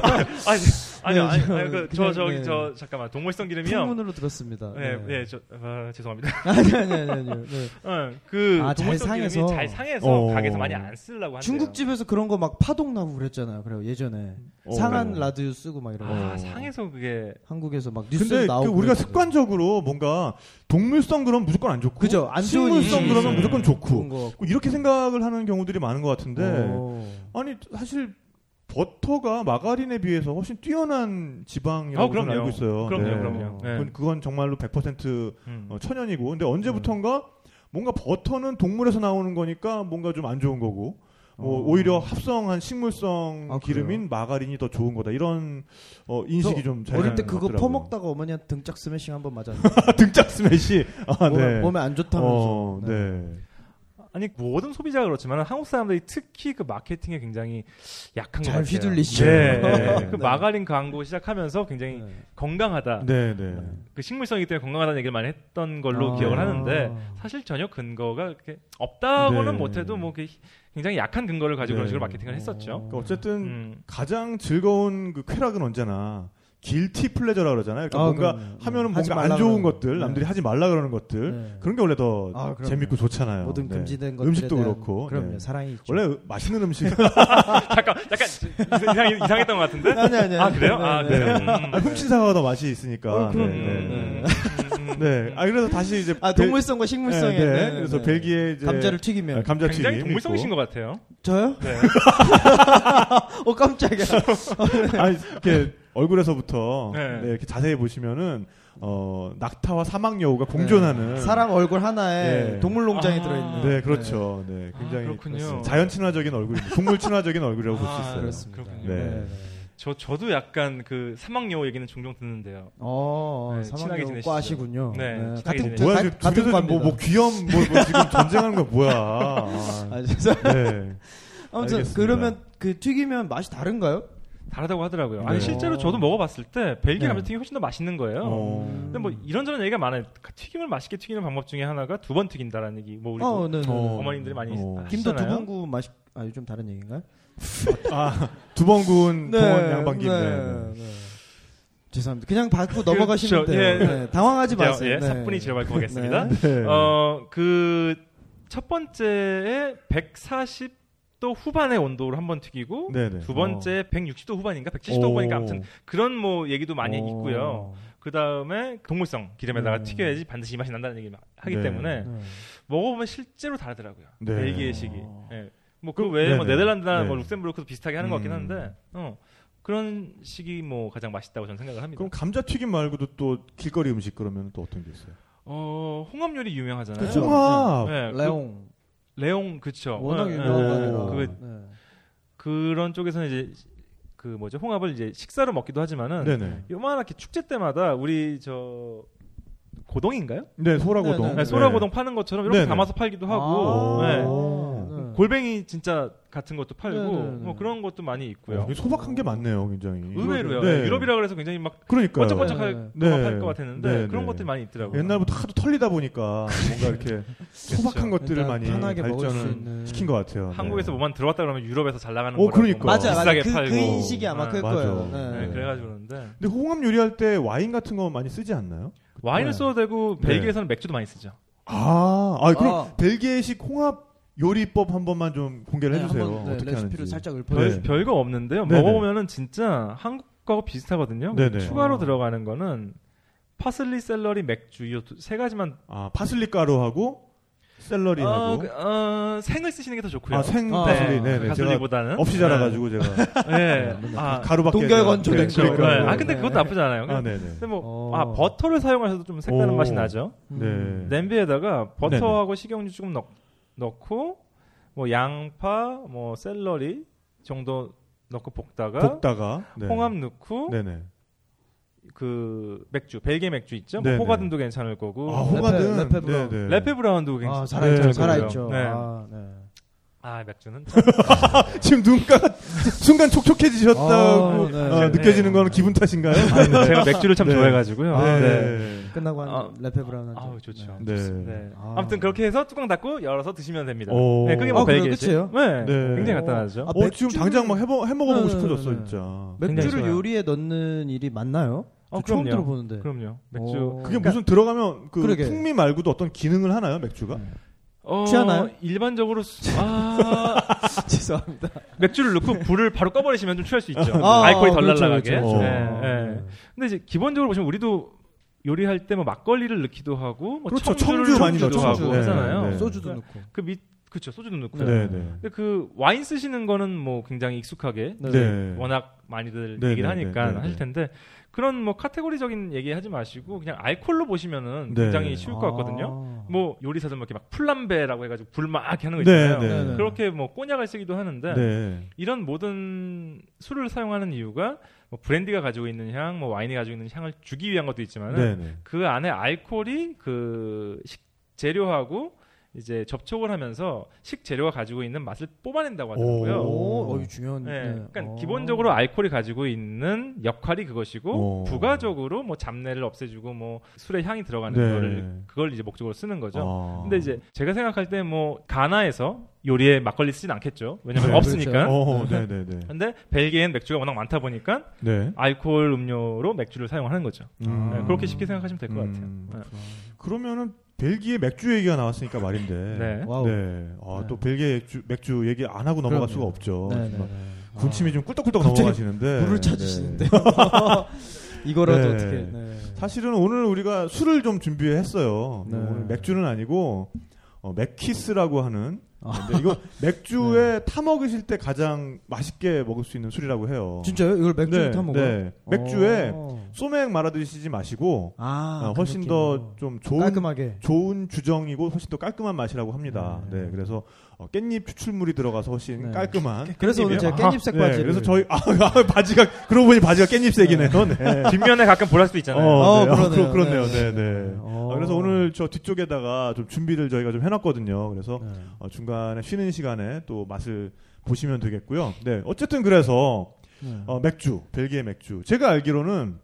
Speaker 4: 아니,
Speaker 3: 네,
Speaker 4: 아니,
Speaker 3: 저-
Speaker 4: 아니, 그, 저,
Speaker 3: 그냥,
Speaker 4: 저기,
Speaker 3: 네.
Speaker 4: 저, 잠깐만, 동물성 기름이요.
Speaker 3: 풍문으로 들었습니다.
Speaker 4: 네, 네, 저, 아, 죄송합니다.
Speaker 3: 아니 아니 아니 아니요. 네.
Speaker 4: 어, 그
Speaker 3: 아, 잘
Speaker 4: 동물성 기름이
Speaker 3: 상해서.
Speaker 4: 잘 상해서
Speaker 2: 어.
Speaker 4: 가게에서 많이 안 쓰려고 한대요.
Speaker 3: 중국집에서 그런 거 막 파동 나고 그랬잖아요. 그래요 예전에
Speaker 2: 어.
Speaker 3: 상한 라드 쓰고 막 이런 거.
Speaker 4: 아, 상해서 그게
Speaker 3: 한국에서 막 뉴스
Speaker 2: 근데
Speaker 3: 나오고.
Speaker 2: 그 우리가
Speaker 3: 그랬거든요.
Speaker 2: 습관적으로 뭔가 동물성 그러면 무조건 안 좋고
Speaker 3: 그죠, 안 좋은 음.
Speaker 2: 식물성
Speaker 4: 이미지.
Speaker 2: 그러면 무조건 좋고 뭐
Speaker 3: 그런 거.
Speaker 2: 이렇게 생각을 하는 경우들이 많은 것 같은데
Speaker 3: 오.
Speaker 2: 아니 사실 버터가 마가린에 비해서 훨씬 뛰어난
Speaker 4: 어,
Speaker 2: 지방이라고 저는
Speaker 4: 그럼요.
Speaker 2: 아, 알고 있어요.
Speaker 4: 그럼요,
Speaker 2: 네.
Speaker 4: 그럼요. 네.
Speaker 2: 그건, 그건 정말로 100%
Speaker 4: 음.
Speaker 2: 어, 천연이고 근데 언제부턴가 뭔가 버터는 동물에서 나오는 거니까 뭔가 좀 안 좋은 거고 뭐
Speaker 3: 어.
Speaker 2: 오히려 합성한 식물성
Speaker 3: 아,
Speaker 2: 기름인 마가린이 더 좋은 거다 이런 어, 인식이
Speaker 3: 저
Speaker 2: 좀 자리
Speaker 3: 어릴 때 그거
Speaker 2: 잡더라고요.
Speaker 3: 퍼먹다가 어머니한테 등짝 스매싱 한 번 맞았는데
Speaker 2: 등짝 스매시 아,
Speaker 3: 몸에,
Speaker 2: 네.
Speaker 3: 몸에 안 좋다면서.
Speaker 2: 어, 네.
Speaker 4: 아니 모든 소비자가 그렇지만 한국 사람들이 특히 그 마케팅에 굉장히 약한 것
Speaker 3: 잘
Speaker 4: 같아요.
Speaker 3: 휘둘리시죠.
Speaker 4: 네, 네. 그
Speaker 3: 네.
Speaker 4: 마가린 광고 시작하면서 굉장히
Speaker 3: 네.
Speaker 4: 건강하다.
Speaker 2: 네, 네.
Speaker 4: 그 식물성이기 때문에 건강하다는 얘기를 많이 했던 걸로
Speaker 3: 아.
Speaker 4: 기억을 하는데 사실 전혀 근거가 이렇게
Speaker 2: 네.
Speaker 4: 없다고는 못해도 뭐 이렇게 굉장히 약한 근거를 가지고 그런
Speaker 2: 네.
Speaker 4: 식으로 마케팅을 했었죠.
Speaker 2: 그러니까 어쨌든
Speaker 4: 음.
Speaker 2: 가장 즐거운 그 쾌락은 언제나 길티 플레저라 그러잖아요. 그러니까
Speaker 3: 아,
Speaker 2: 뭔가
Speaker 3: 그럼요.
Speaker 2: 하면은
Speaker 3: 하지
Speaker 2: 뭔가 안
Speaker 3: 말라
Speaker 2: 좋은
Speaker 3: 그러는
Speaker 2: 것들,
Speaker 3: 거.
Speaker 2: 남들이 하지 말라 그러는 것들
Speaker 3: 네.
Speaker 2: 그런 게 원래 더
Speaker 3: 아, 그럼요.
Speaker 2: 재밌고 좋잖아요.
Speaker 3: 모든
Speaker 2: 네.
Speaker 3: 금지된 것들에
Speaker 2: 음식도
Speaker 3: 대한-
Speaker 2: 그렇고.
Speaker 3: 그럼요
Speaker 2: 네.
Speaker 3: 사랑이 있죠.
Speaker 2: 원래 맛있는 음식 아,
Speaker 4: 잠깐 약간 이상, 이상했던 것 같은데.
Speaker 3: 네. 아니 아니
Speaker 4: 아 그래요? 아
Speaker 3: 네,
Speaker 4: 그래요.
Speaker 3: 네.
Speaker 4: 음, 음.
Speaker 2: 아, 훔친 사과가 더 맛이 있으니까.
Speaker 3: 어,
Speaker 2: 네,
Speaker 3: 그럼요.
Speaker 2: 네.
Speaker 4: 음, 음, 음.
Speaker 2: 네. 아 그래서 다시 이제
Speaker 3: 아
Speaker 2: 벨-
Speaker 3: 동물성과 식물성에
Speaker 2: 네,
Speaker 3: 네,
Speaker 2: 네.
Speaker 3: 네,
Speaker 2: 그래서
Speaker 3: 네.
Speaker 2: 벨기에 이제
Speaker 3: 감자를 튀기면
Speaker 2: 아, 감자
Speaker 4: 굉장히
Speaker 2: 튀김
Speaker 4: 동물성이신
Speaker 2: 있고.
Speaker 4: 것 같아요.
Speaker 3: 저요?
Speaker 4: 네.
Speaker 3: 어 깜짝이야.
Speaker 2: 아니 이렇게 얼굴에서부터
Speaker 4: 네.
Speaker 2: 네, 이렇게 자세히 보시면은 어, 낙타와 사막 여우가 공존하는
Speaker 3: 네. 사람 얼굴 하나에
Speaker 2: 네.
Speaker 3: 동물농장이
Speaker 4: 아.
Speaker 3: 들어있는.
Speaker 2: 네, 그렇죠. 네, 굉장히
Speaker 4: 아, 그렇군요.
Speaker 2: 그렇습니다. 자연 친화적인 얼굴입니다. 동물 친화적인 얼굴이라고 볼 수
Speaker 4: 아,
Speaker 2: 있어요.
Speaker 4: 그렇습니다.
Speaker 3: 그렇군요.
Speaker 2: 네.
Speaker 4: 저 저도 약간 그 사막여우 얘기는 종종 듣는데요.
Speaker 3: 어,
Speaker 4: 네, 친하게
Speaker 3: 사막여우
Speaker 4: 지내시죠.
Speaker 3: 과시군요.
Speaker 4: 네, 친하게
Speaker 3: 같은
Speaker 4: 지내시죠.
Speaker 2: 뭐야
Speaker 3: 가-
Speaker 2: 지금
Speaker 3: 같은
Speaker 2: 둘이서 뭐,
Speaker 3: 과입니다.
Speaker 2: 뭐 귀염 뭐, 뭐 지금 전쟁하는 거 뭐야? 아,
Speaker 3: 아, 죄송-
Speaker 2: 네.
Speaker 3: 아무튼
Speaker 2: 알겠습니다.
Speaker 3: 그러면 그 튀기면 맛이 다른가요?
Speaker 4: 다르다고 하더라고요. 아니
Speaker 2: 네.
Speaker 4: 실제로 저도 먹어봤을 때 벨기에
Speaker 3: 네.
Speaker 4: 감자튀김이 훨씬 더 맛있는 거예요.
Speaker 2: 어.
Speaker 4: 근데 뭐 이런저런 얘기가 많아요. 튀김을 맛있게 튀기는 방법 중에 하나가 두 번 튀긴다라는 얘기. 뭐 우리 도
Speaker 3: 어, 네, 네.
Speaker 2: 어.
Speaker 3: 네.
Speaker 4: 어머님들이 많이
Speaker 2: 어.
Speaker 4: 하시잖아요.
Speaker 3: 김도 두봉구 맛이 아, 이거 좀 다른 얘기인가요?
Speaker 2: 아, 두번 구운 동원 양반김. 네.
Speaker 3: 네. 죄송합니다. 그냥 받고 넘어가시면
Speaker 4: 그렇죠.
Speaker 3: 돼요.
Speaker 4: 예.
Speaker 3: 네, 당황하지
Speaker 4: 자,
Speaker 3: 마세요.
Speaker 4: 예,
Speaker 3: 네.
Speaker 4: 사뿐히 제발 고하겠습니다.
Speaker 2: 네.
Speaker 4: 어, 그 첫 번째에 140도 후반의 온도로 한 번 튀기고
Speaker 2: 네, 네.
Speaker 4: 두 번째 160도 후반인가 170도
Speaker 2: 오.
Speaker 4: 후반인가 아무튼 그런 뭐 얘기도 많이
Speaker 3: 어.
Speaker 4: 있고요. 그 다음에 동물성 기름에다가
Speaker 3: 네.
Speaker 4: 튀겨야지 반드시 이 맛이 난다는 얘기 하기
Speaker 2: 네.
Speaker 4: 때문에
Speaker 3: 네.
Speaker 4: 먹어보면 실제로 다르더라고요.
Speaker 2: 네.
Speaker 4: 벨기에식이. 예. 뭐그
Speaker 2: 그럼-
Speaker 4: 외에 뭐
Speaker 2: 네네.
Speaker 4: 네덜란드나
Speaker 2: 네.
Speaker 4: 뭐 룩셈부르크도 비슷하게 하는 것 같긴
Speaker 2: 음.
Speaker 4: 한데 어, 그런 식이 뭐 가장 맛있다고 저는 생각을 합니다.
Speaker 2: 그럼 감자 튀김 말고도 또 길거리 음식 그러면 또 어떤 게 있어요?
Speaker 4: 어, 홍합 요리 유명하잖아요.
Speaker 2: 그렇죠.
Speaker 3: 그쵸.
Speaker 2: 홍합.
Speaker 4: 예, 그
Speaker 3: 레옹
Speaker 4: 레옹 그쵸.
Speaker 3: 워낙
Speaker 4: 예,
Speaker 2: 거
Speaker 4: 예.
Speaker 2: 아니라.
Speaker 3: 유명한
Speaker 4: 그
Speaker 3: 거라. 네.
Speaker 4: 그런 쪽에서는 이제 그 뭐죠 홍합을 이제 식사로 먹기도 하지만은
Speaker 2: 네, 네.
Speaker 4: 요만하게 축제 때마다 우리 저 고동인가요?
Speaker 2: 네, 소라고동.
Speaker 3: 네, 네,
Speaker 4: 네, 소라고동 파는 것처럼 이렇게
Speaker 2: 네네.
Speaker 4: 담아서 팔기도 하고
Speaker 2: 아.
Speaker 4: 네.
Speaker 2: 네.
Speaker 3: 네.
Speaker 4: 골뱅이 진짜 같은 것도 팔고
Speaker 3: 네네네.
Speaker 4: 뭐 그런 것도 많이 있고요.
Speaker 2: 어, 이게 소박한 게 많네요, 굉장히.
Speaker 4: 의외로요.
Speaker 2: 네.
Speaker 4: 유럽이라 그래서 굉장히 막
Speaker 2: 그러니까요.
Speaker 4: 번쩍번쩍할
Speaker 2: 네.
Speaker 4: 할것 같았는데
Speaker 2: 네,
Speaker 4: 그런
Speaker 2: 네.
Speaker 4: 것들이 많이 있더라고요. 그렇죠.
Speaker 2: 옛날부터 하도 털리다 보니까 뭔가 이렇게 소박한 것들을
Speaker 3: 일단
Speaker 2: 많이
Speaker 3: 편하게 먹을 수
Speaker 2: 발전을
Speaker 3: 있는.
Speaker 2: 시킨 것 같아요. 네.
Speaker 4: 한국에서 뭐만 들어왔다 그러면 유럽에서 잘 나가는
Speaker 2: 어,
Speaker 4: 거라고
Speaker 2: 그러니까.
Speaker 4: 막
Speaker 3: 맞아, 맞아.
Speaker 4: 비싸게
Speaker 3: 그,
Speaker 4: 팔고.
Speaker 3: 그 인식이 아마
Speaker 4: 네.
Speaker 3: 클
Speaker 2: 맞아.
Speaker 3: 거예요.
Speaker 4: 네,
Speaker 2: 네.
Speaker 4: 그래가지고 그런데
Speaker 2: 근데 홍합 요리할 때 와인 같은 거 많이 쓰지 않나요?
Speaker 4: 와인을
Speaker 3: 네.
Speaker 4: 써도 되고
Speaker 2: 네.
Speaker 4: 벨기에에서는 맥주도 많이 쓰죠.
Speaker 2: 아, 아 그럼
Speaker 3: 아.
Speaker 2: 벨기에식 홍합 요리법 한 번만 좀 공개를
Speaker 3: 네,
Speaker 2: 해주세요.
Speaker 3: 한번, 네,
Speaker 2: 어떻게
Speaker 3: 레시피를
Speaker 2: 하는지.
Speaker 3: 살짝 읊어
Speaker 4: 별,
Speaker 2: 네.
Speaker 4: 별거 없는데요.
Speaker 2: 네네.
Speaker 4: 먹어보면은 진짜 한국하고 비슷하거든요.
Speaker 2: 네네.
Speaker 4: 추가로
Speaker 3: 아.
Speaker 4: 들어가는 거는 파슬리, 샐러리, 맥주 이세 가지만
Speaker 2: 아, 파슬리 가루하고 샐러리하고
Speaker 4: 어, 그, 어, 생을 쓰시는 게 더 좋고요.
Speaker 2: 아, 생
Speaker 3: 아,
Speaker 2: 파슬리. 네,
Speaker 3: 아,
Speaker 2: 네. 제가
Speaker 4: 가슬리보다는
Speaker 2: 없이 자라가지고 제가
Speaker 4: 네. 아,
Speaker 2: 가루밖에
Speaker 3: 동결 건조된
Speaker 2: 그러니까.
Speaker 3: 거.
Speaker 4: 네.
Speaker 2: 그러니까요.
Speaker 4: 아 근데 그것도 나쁘지 않아요.
Speaker 2: 아, 네, 네.
Speaker 4: 근데 뭐,
Speaker 3: 어. 음.
Speaker 4: 아, 버터를 사용해서도 좀 색다른
Speaker 2: 오.
Speaker 4: 맛이 나죠.
Speaker 2: 네.
Speaker 4: 냄비에다가 버터하고 식용유 조금 넣, 넣고, 뭐, 양파, 뭐, 샐러리 정도 넣고 볶다가
Speaker 2: 볶다가 네.
Speaker 4: 홍합 넣고
Speaker 2: 네네.
Speaker 4: 그 맥주 벨기에 맥주 있죠.
Speaker 2: 네네.
Speaker 4: 뭐 호가든도 괜찮을 거고.
Speaker 2: 아 홍합은
Speaker 3: 레페- 레페브라운.
Speaker 2: 네네.
Speaker 4: 레페 브라운도 괜찮.
Speaker 3: 아,
Speaker 2: 네,
Speaker 3: 살아있죠.
Speaker 2: 그래요.
Speaker 3: 살아있죠.
Speaker 4: 네. 아.
Speaker 3: 아, 네.
Speaker 4: 맥주는
Speaker 2: 지금 눈가가 순간 촉촉해지셨다고
Speaker 3: 아, 네.
Speaker 2: 어, 느껴지는 건 기분 탓인가요?
Speaker 4: 아, 제가 맥주를 참
Speaker 2: 네.
Speaker 4: 좋아해가지고요.
Speaker 2: 네.
Speaker 4: 네.
Speaker 3: 끝나고 한
Speaker 4: 아,
Speaker 3: 레페브라운 한 잔.
Speaker 4: 아우 좋죠.
Speaker 3: 네.
Speaker 2: 네.
Speaker 4: 좋습니다. 네.
Speaker 3: 아.
Speaker 4: 아무튼 그렇게 해서 뚜껑 닫고 열어서 드시면 됩니다.
Speaker 2: 오.
Speaker 4: 네, 그게 뭐
Speaker 3: 아, 그래요?
Speaker 4: 벨기에
Speaker 3: 끝이에요?
Speaker 4: 네.
Speaker 2: 네.
Speaker 4: 굉장히 간단하죠.
Speaker 3: 아,
Speaker 2: 어
Speaker 3: 맥주를-
Speaker 2: 지금 당장 막 해먹 해먹어보고
Speaker 3: 네,
Speaker 2: 싶어졌어
Speaker 3: 네, 네.
Speaker 2: 진짜.
Speaker 4: 굉장히
Speaker 3: 맥주를
Speaker 4: 좋아요.
Speaker 3: 요리에 아, 넣는 일이 맞나요?
Speaker 4: 어,
Speaker 3: 저 처음
Speaker 4: 그럼요.
Speaker 3: 들어보는데.
Speaker 4: 그럼요. 맥주
Speaker 3: 네. 오.
Speaker 2: 그게
Speaker 4: 그러니까
Speaker 2: 무슨 들어가면 그
Speaker 3: 그러게.
Speaker 2: 풍미 말고도 어떤 기능을 하나요 맥주가?
Speaker 4: 어,
Speaker 3: 취하나요?
Speaker 4: 일반적으로 수- 아,
Speaker 3: 죄송합니다.
Speaker 4: 맥주를 넣고 불을 바로 꺼버리시면 좀 취할 수 있죠.
Speaker 3: 아,
Speaker 4: 알코올이 덜
Speaker 3: 그렇죠,
Speaker 4: 날라가게.
Speaker 3: 그렇죠, 그렇죠.
Speaker 4: 네, 네.
Speaker 3: 네.
Speaker 4: 근데 이제 기본적으로 보시면 우리도 요리할 때 뭐 막걸리를 넣기도 하고 뭐
Speaker 2: 그렇죠.
Speaker 4: 청주를
Speaker 2: 청주 많이
Speaker 4: 넣기도
Speaker 2: 넣죠.
Speaker 4: 하고
Speaker 2: 청주.
Speaker 4: 하잖아요.
Speaker 2: 네, 네.
Speaker 3: 소주도 넣고.
Speaker 4: 그 밑, 그쵸 소주도 넣고요.
Speaker 2: 네. 네.
Speaker 4: 근데 그 와인 쓰시는 거는 뭐 굉장히 익숙하게
Speaker 2: 네.
Speaker 4: 워낙 많이들
Speaker 2: 네,
Speaker 4: 얘기를
Speaker 2: 네,
Speaker 4: 하니까
Speaker 2: 네, 네,
Speaker 4: 하실
Speaker 2: 네.
Speaker 4: 텐데 그런 뭐 카테고리적인 얘기 하지 마시고 그냥 알콜로 보시면은
Speaker 2: 네.
Speaker 4: 굉장히 쉬울 것
Speaker 3: 아.
Speaker 4: 같거든요. 뭐 요리사들 막 이렇게 막 풀람베라고 해가지고 불 막 이렇게 하는 거
Speaker 2: 네,
Speaker 4: 있잖아요.
Speaker 2: 네,
Speaker 3: 네.
Speaker 4: 그렇게 뭐 꼬냑을 쓰기도 하는데
Speaker 2: 네.
Speaker 4: 이런 모든 술을 사용하는 이유가 뭐 브랜디가 가지고 있는 향, 뭐 와인이 가지고 있는 향을 주기 위한 것도 있지만 은
Speaker 2: 네. 네.
Speaker 4: 그 안에 알코올이 그 식재료하고 이제 접촉을 하면서 식재료가 가지고 있는 맛을 뽑아낸다고 하더라고요.
Speaker 2: 오.
Speaker 3: 오, 어, 이거 중요한.
Speaker 4: 네,
Speaker 3: 네.
Speaker 4: 그러니까
Speaker 3: 어.
Speaker 4: 기본적으로 알코올이 가지고 있는 역할이 그것이고
Speaker 2: 오.
Speaker 4: 부가적으로 뭐 잡내를 없애주고 뭐 술의 향이 들어가는
Speaker 2: 네.
Speaker 4: 거를 그걸 이제 목적으로 쓰는 거죠.
Speaker 2: 아.
Speaker 4: 근데 이제 제가 생각할 때 뭐 가나에서 요리에 막걸리 쓰진 않겠죠. 왜냐면
Speaker 2: 네,
Speaker 4: 없으니까.
Speaker 3: 그렇죠.
Speaker 2: 어, 네, 네, 네.
Speaker 4: 근데 벨기에엔 맥주가 워낙 많다 보니까
Speaker 2: 네.
Speaker 4: 알코올 음료로 맥주를 사용하는 거죠.
Speaker 2: 음.
Speaker 4: 네, 그렇게 쉽게 생각하시면 될 것
Speaker 2: 음.
Speaker 4: 같아요. 네.
Speaker 2: 그러면은 벨기에 맥주 얘기가 나왔으니까 말인데.
Speaker 4: 네. 네.
Speaker 3: 와우.
Speaker 2: 네. 아,
Speaker 3: 네.
Speaker 2: 또 벨기에 맥주, 맥주 얘기 안 하고 넘어갈
Speaker 3: 그럼요.
Speaker 2: 수가 없죠.
Speaker 3: 네, 네,
Speaker 2: 정말
Speaker 3: 네.
Speaker 2: 군침이 좀 꿀떡꿀떡
Speaker 3: 갑자기
Speaker 2: 넘어가시는데. 네.
Speaker 3: 물을 찾으시는데요. 이거라도
Speaker 2: 네.
Speaker 3: 어떻게. 네.
Speaker 2: 사실은 오늘 우리가 술을 좀 준비했어요. 뭐
Speaker 3: 네.
Speaker 2: 오늘 맥주는 아니고 어, 맥키스라고 하는
Speaker 3: 아. 네.
Speaker 2: 근데 이거 맥주에 타 먹으실 때 가장 맛있게 먹을 수 있는 술이라고 해요.
Speaker 3: 진짜요? 이걸 맥주에
Speaker 2: 네,
Speaker 3: 타 먹어요?
Speaker 2: 네. 맥주에
Speaker 3: 어.
Speaker 2: 소맥 말아 드시지 마시고
Speaker 3: 아,
Speaker 2: 어,
Speaker 3: 그
Speaker 2: 훨씬 더
Speaker 3: 느낌으로.
Speaker 2: 좀 좋은
Speaker 3: 깔끔하게.
Speaker 2: 좋은 주정이고 훨씬 더 깔끔한 맛이라고 합니다.
Speaker 3: 네.
Speaker 2: 네, 그래서 어, 깻잎 추출물이 들어가서 훨씬
Speaker 3: 네.
Speaker 2: 깔끔한.
Speaker 3: 그래서 오늘 제가
Speaker 4: 깻잎이요?
Speaker 3: 깻잎색
Speaker 2: 네,
Speaker 3: 바지.
Speaker 2: 그래서 저희 아, 아, 바지가 그러고 보니 바지가 깻잎색이네요. 네.
Speaker 4: 뒷면에 가끔 보라스도
Speaker 2: 어,
Speaker 4: 있잖아요.
Speaker 3: 어,
Speaker 2: 네. 아,
Speaker 3: 그러네요.
Speaker 2: 그렇, 네요
Speaker 3: 네,
Speaker 2: 네, 네. 아, 그래서 오늘 저 뒤쪽에다가 좀 준비를 저희가 좀 해놨거든요. 그래서
Speaker 3: 네.
Speaker 2: 어, 중간에 쉬는 시간에 또 맛을 보시면 되겠고요. 네, 어쨌든 그래서 어, 맥주, 벨기에 맥주. 제가 알기로는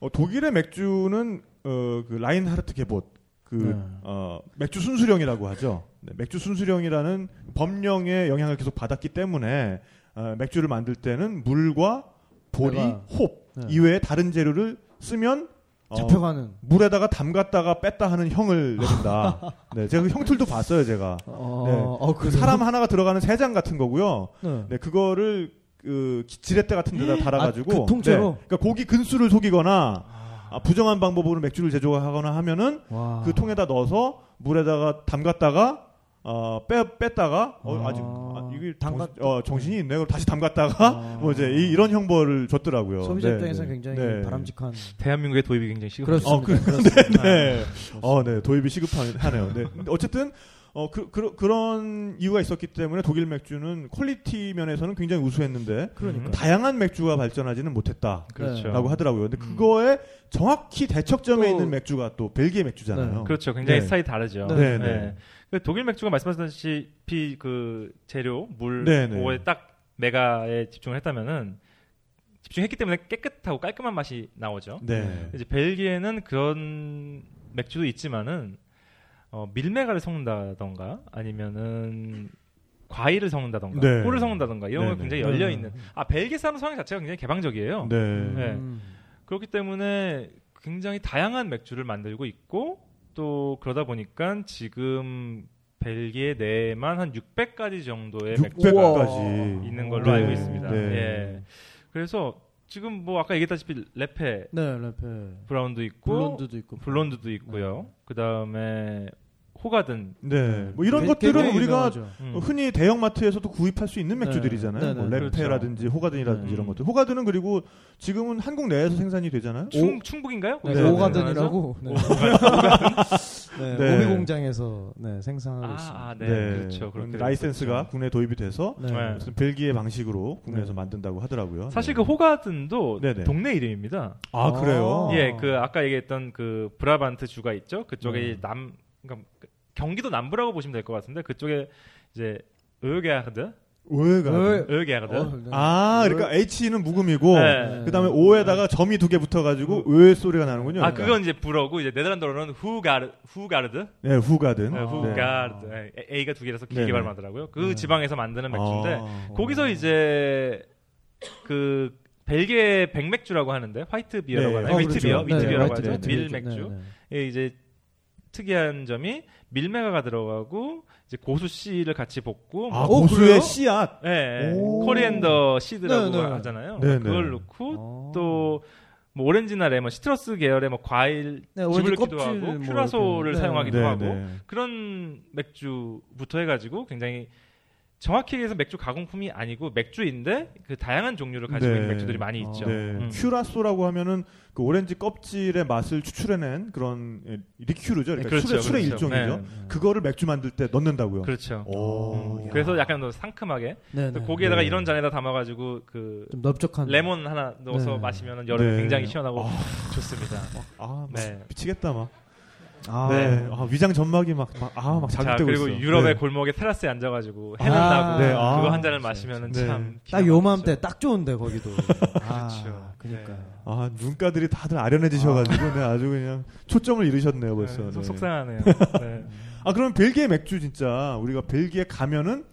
Speaker 2: 어, 독일의 맥주는 어, 그 라인하르트 게봇 그
Speaker 3: 네.
Speaker 2: 어, 맥주 순수령이라고 하죠. 네, 맥주 순수령이라는 법령의 영향을 계속 받았기 때문에 어, 맥주를 만들 때는 물과 보리,
Speaker 3: 내가-
Speaker 2: 홉
Speaker 3: 네.
Speaker 2: 이외에 다른 재료를 쓰면 어,
Speaker 3: 잡혀가는.
Speaker 2: 물에다가 담갔다가 뺐다 하는 형을 내린다. 네, 제가 그 형틀도 봤어요, 제가.
Speaker 3: 어,
Speaker 2: 네.
Speaker 3: 어,
Speaker 2: 그
Speaker 3: 그래요?
Speaker 2: 사람 하나가 들어가는 세 장 같은 거고요.
Speaker 3: 네.
Speaker 2: 네, 그거를 그 기- 지렛대 같은 데다 달아가지고
Speaker 3: 그 통째로?
Speaker 2: 네, 그러니까 고기 근수를 속이거나 아, 부정한 방법으로 맥주를 제조하거나 하면은
Speaker 3: 와.
Speaker 2: 그 통에다 넣어서 물에다가 담갔다가 어, 빼 뺐다가 어,
Speaker 3: 아.
Speaker 2: 아직 아, 이게
Speaker 3: 담갔-
Speaker 2: 정신, 어, 정신이 있네. 그럼 다시 담갔다가
Speaker 3: 아.
Speaker 2: 뭐 이제 이, 런 형벌을 줬더라고요.
Speaker 3: 소비자
Speaker 2: 네,
Speaker 3: 입장에서
Speaker 2: 네.
Speaker 3: 는 굉장히
Speaker 2: 네.
Speaker 3: 바람직한.
Speaker 4: 대한민국의 도입이 굉장히 음.
Speaker 2: 어,
Speaker 3: 그렇습니다.
Speaker 4: 시급하죠.
Speaker 2: 그,
Speaker 3: 그렇습니다.
Speaker 2: 네. 어, 네. 도입이 시급하네요. 네. 근데 어쨌든 어, 그, 그, 런 이유가 있었기 때문에 독일 맥주는 퀄리티 면에서는 굉장히 우수했는데
Speaker 3: 그러니까.
Speaker 2: 다양한 맥주가 발전하지는 못했다라고
Speaker 4: 네. 그렇죠.
Speaker 3: 네.
Speaker 2: 하더라고요. 근데
Speaker 4: 음.
Speaker 2: 그거에 정확히 대척점에
Speaker 3: 또-
Speaker 2: 있는 맥주가 또 벨기에 맥주잖아요.
Speaker 4: 그렇죠. 굉장히
Speaker 2: 네.
Speaker 4: 스타일이 다르죠.
Speaker 2: 네, 네.
Speaker 4: 그 독일 맥주가 말씀하셨다시피 그 재료, 물,
Speaker 2: 네, 네.
Speaker 4: 그거에 딱 메가에 집중을 했다면은 집중했기 때문에 깨끗하고 깔끔한 맛이 나오죠.
Speaker 2: 네.
Speaker 4: 이제 벨기에는 그런 맥주도 있지만은 어, 밀메가를 섞는다던가 아니면은 과일을 섞는다던가
Speaker 2: 네.
Speaker 4: 꿀을 섞는다던가 이런
Speaker 2: 네,
Speaker 4: 거 굉장히
Speaker 3: 네.
Speaker 4: 열려 있는 아 벨기에 사람 성향 자체가 굉장히 개방적이에요.
Speaker 2: 네.
Speaker 4: 네.
Speaker 3: 음.
Speaker 4: 그렇기 때문에 굉장히 다양한 맥주를 만들고 있고 또 그러다 보니까 지금 벨기에 내만 한 600가지 정도의 네. 맥주가
Speaker 2: 600까지
Speaker 4: 있는 걸로 알고 있습니다.
Speaker 2: 네.
Speaker 4: 예. 그래서 지금 뭐 아까 얘기했다시피 레페
Speaker 3: 네, 래페.
Speaker 2: 뭐
Speaker 4: 브라운도 있고
Speaker 3: 블론드도 있고.
Speaker 4: 블론드도 있고요. 그다음에 호가든
Speaker 2: 네. 뭐 이런
Speaker 3: 게-
Speaker 2: 것들은
Speaker 3: 굉장히
Speaker 2: 우리가
Speaker 3: 유명하죠.
Speaker 4: 음.
Speaker 2: 어, 흔히 대형마트에서도 구입할 수 있는
Speaker 3: 네.
Speaker 2: 맥주들이잖아요.
Speaker 3: 네, 네,
Speaker 2: 뭐
Speaker 4: 그렇죠.
Speaker 3: 네.
Speaker 2: 레페라든지 호가든이라든지
Speaker 3: 네.
Speaker 4: 음.
Speaker 2: 이런 것들. 호가든은 그리고 지금은 한국 내에서 생산이 되잖아요.
Speaker 4: 네, 충, 충북인가요?
Speaker 3: 네,
Speaker 2: 네,
Speaker 3: 오가든이라고. 네. 네,
Speaker 2: 네.
Speaker 3: 오비 공장에서 네, 생산하고 있습니다.
Speaker 4: 아, 아, 네, 그렇죠. 그렇게
Speaker 2: 그런데 음, 라이센스가 국내 도입이 돼서
Speaker 3: 네.
Speaker 4: 네.
Speaker 2: 무슨 벨기에 방식으로 국내에서
Speaker 3: 네.
Speaker 2: 만든다고 하더라고요.
Speaker 4: 사실
Speaker 2: 네.
Speaker 4: 그 호가든도
Speaker 2: 네네.
Speaker 4: 동네 이름입니다.
Speaker 2: 아
Speaker 3: 아.
Speaker 2: 그래요?
Speaker 4: 예, 그 아까 얘기했던 그 브라반트 주가 있죠. 그쪽에
Speaker 2: 네.
Speaker 4: 이남 그러니까 경기도 남부라고 보시면 될 것 같은데 그쪽에 이제 의회계약드,
Speaker 2: 오해가.
Speaker 4: 네.
Speaker 3: 을.
Speaker 4: 의회계약드.
Speaker 3: 어, 네.
Speaker 2: 아 그러니까 H는 묵음이고
Speaker 4: 네.
Speaker 2: 그다음에 O에다가 점이 두 개 붙어가지고 의 소리가 나는군요.
Speaker 4: 아, 그건 이제 불어고 이제 네덜란드어로는 후가르 후가르드,
Speaker 2: 네 후가든.
Speaker 4: 네,
Speaker 3: 아.
Speaker 4: 후가르드. 예, A가 두 개라서 길게
Speaker 2: 네네.
Speaker 4: 발음하더라고요. 그
Speaker 3: 네.
Speaker 4: 지방에서 만드는 맥주인데
Speaker 2: 아.
Speaker 4: 거기서 이제 그 벨기에 백맥주라고 하는데 화이트 비어라고
Speaker 2: 네,
Speaker 4: 하나요?
Speaker 2: 어,
Speaker 4: 위트
Speaker 2: 그렇죠.
Speaker 4: 비어,
Speaker 2: 네,
Speaker 4: 위트
Speaker 2: 네,
Speaker 4: 비어라고
Speaker 2: 화이트
Speaker 4: 하죠.
Speaker 2: 비어,
Speaker 4: 밀
Speaker 3: 밀
Speaker 4: 맥주.
Speaker 3: 네, 네.
Speaker 4: 예, 이제 특이한 점이 밀매가 들어가고 이제 고수 씨를 같이 볶고
Speaker 2: 아
Speaker 4: 뭐-
Speaker 3: 오,
Speaker 2: 고수의
Speaker 3: 그래요?
Speaker 2: 씨앗.
Speaker 4: 예, 예.
Speaker 2: 오.
Speaker 4: 코리앤더
Speaker 3: 네,
Speaker 4: 시드라고
Speaker 3: 네.
Speaker 4: 하잖아요.
Speaker 2: 네, 네.
Speaker 4: 그걸 넣고
Speaker 3: 어.
Speaker 4: 또뭐 오렌지나 레몬, 시트러스 계열의 뭐 과일
Speaker 3: 네, 오렌지
Speaker 4: 즙을기도
Speaker 3: 껍질
Speaker 4: 하고
Speaker 3: 뭐
Speaker 4: 큐라소를
Speaker 3: 이렇게.
Speaker 4: 사용하기도
Speaker 2: 네,
Speaker 4: 하고
Speaker 2: 네.
Speaker 4: 그런 맥주부터 해가지고 굉장히 정확히 얘기해서 맥주 가공품이 아니고 맥주인데 그 다양한 종류를 가지고
Speaker 2: 네.
Speaker 4: 있는 맥주들이 많이
Speaker 3: 아,
Speaker 4: 있죠.
Speaker 2: 네.
Speaker 4: 음.
Speaker 2: 큐라소라고 하면은 그 오렌지 껍질의 맛을 추출해낸 그런 예, 리큐르죠. 그러니까
Speaker 4: 그렇죠,
Speaker 2: 술의, 술의
Speaker 4: 그렇죠.
Speaker 3: 네,
Speaker 2: 일종이죠. 그거를 맥주 만들 때 넣는다고요.
Speaker 4: 그렇죠.
Speaker 2: 오,
Speaker 4: 음,
Speaker 2: 야.
Speaker 4: 그래서 약간 더 상큼하게
Speaker 3: 네,
Speaker 4: 또
Speaker 3: 네.
Speaker 4: 그 고기에다가
Speaker 2: 네.
Speaker 4: 이런 잔에다 담아가지고 그
Speaker 3: 좀 넓적한
Speaker 4: 레몬 하나 넣어서
Speaker 3: 네.
Speaker 4: 마시면 여름에
Speaker 2: 네.
Speaker 4: 굉장히 시원하고
Speaker 2: 아.
Speaker 4: 좋습니다.
Speaker 2: 아,
Speaker 4: 네.
Speaker 2: 미치겠다 막.
Speaker 3: 아,
Speaker 2: 네. 아, 위장 점막이 막 막 아, 막
Speaker 4: 자
Speaker 2: 자극되고
Speaker 4: 그리고
Speaker 2: 있어.
Speaker 4: 유럽의
Speaker 2: 네.
Speaker 4: 골목에 테라스에 앉아가지고
Speaker 3: 아.
Speaker 4: 해난다고
Speaker 2: 네, 아.
Speaker 4: 그거 한 잔을
Speaker 3: 진짜,
Speaker 4: 마시면
Speaker 2: 진짜.
Speaker 4: 참. 기가
Speaker 3: 딱
Speaker 4: 막히죠.
Speaker 3: 요맘때 딱 좋은데 거기도.
Speaker 4: 그렇죠.
Speaker 3: 아,
Speaker 4: 네.
Speaker 3: 그러니까.
Speaker 2: 아, 눈가들이 다들 아련해지셔 가지고 네, 아주 그냥 초점을 잃으셨네요, 벌써.
Speaker 4: 네, 속-
Speaker 2: 네.
Speaker 4: 속상하네요. 네.
Speaker 2: 아, 그럼 벨기에 맥주 진짜 우리가 벨기에 가면은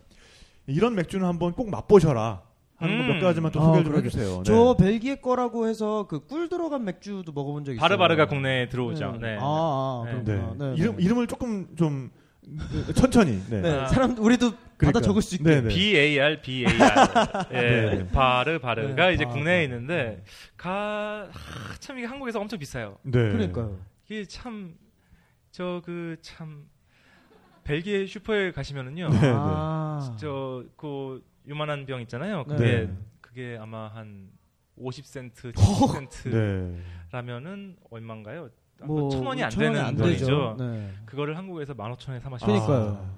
Speaker 2: 이런 맥주는 한번 꼭 맛보셔라. 하는
Speaker 4: 음.
Speaker 2: 거몇 가지만 또
Speaker 3: 아,
Speaker 2: 소개를 좀
Speaker 3: 그러게.
Speaker 2: 해주세요. 네.
Speaker 3: 저 벨기에 거라고 해서 그 꿀 들어간 맥주도 먹어본 적 있어요.
Speaker 4: 바르바르가 국내에 들어오죠. 네.
Speaker 3: 아, 아
Speaker 4: 네.
Speaker 2: 네.
Speaker 3: 그렇구나. 네.
Speaker 2: 이름
Speaker 3: 네.
Speaker 2: 이름을 조금 좀 천천히. 네.
Speaker 3: 네,
Speaker 4: 아.
Speaker 3: 사람 우리도
Speaker 2: 그러니까.
Speaker 3: 받아 적을 수 있게.
Speaker 2: 네, 네.
Speaker 4: B A R B A R
Speaker 2: 네,
Speaker 4: 예,
Speaker 2: 네.
Speaker 4: 바르 바르가
Speaker 3: 네,
Speaker 4: 이제
Speaker 3: 바르.
Speaker 4: 국내에 있는데 가참 이게 한국에서 엄청 비싸요.
Speaker 2: 네.
Speaker 3: 그러니까요.
Speaker 4: 이게 참 저 그 참 벨기에 슈퍼에 가시면은요.
Speaker 2: 네, 네.
Speaker 3: 아.
Speaker 4: 저 그 요만한 병 있잖아요.
Speaker 3: 네.
Speaker 4: 그게
Speaker 2: 네.
Speaker 4: 그게 아마 한 50센트,
Speaker 2: 네.
Speaker 4: 70센트라면은 얼마인가요?
Speaker 3: 뭐,
Speaker 4: 천 원이 안
Speaker 3: 천 원이
Speaker 4: 되는
Speaker 3: 안
Speaker 2: 돈이죠.
Speaker 4: 돈이죠.
Speaker 3: 네.
Speaker 4: 그거를 한국에서 15,000원에 사 마시면
Speaker 3: 그러니까요.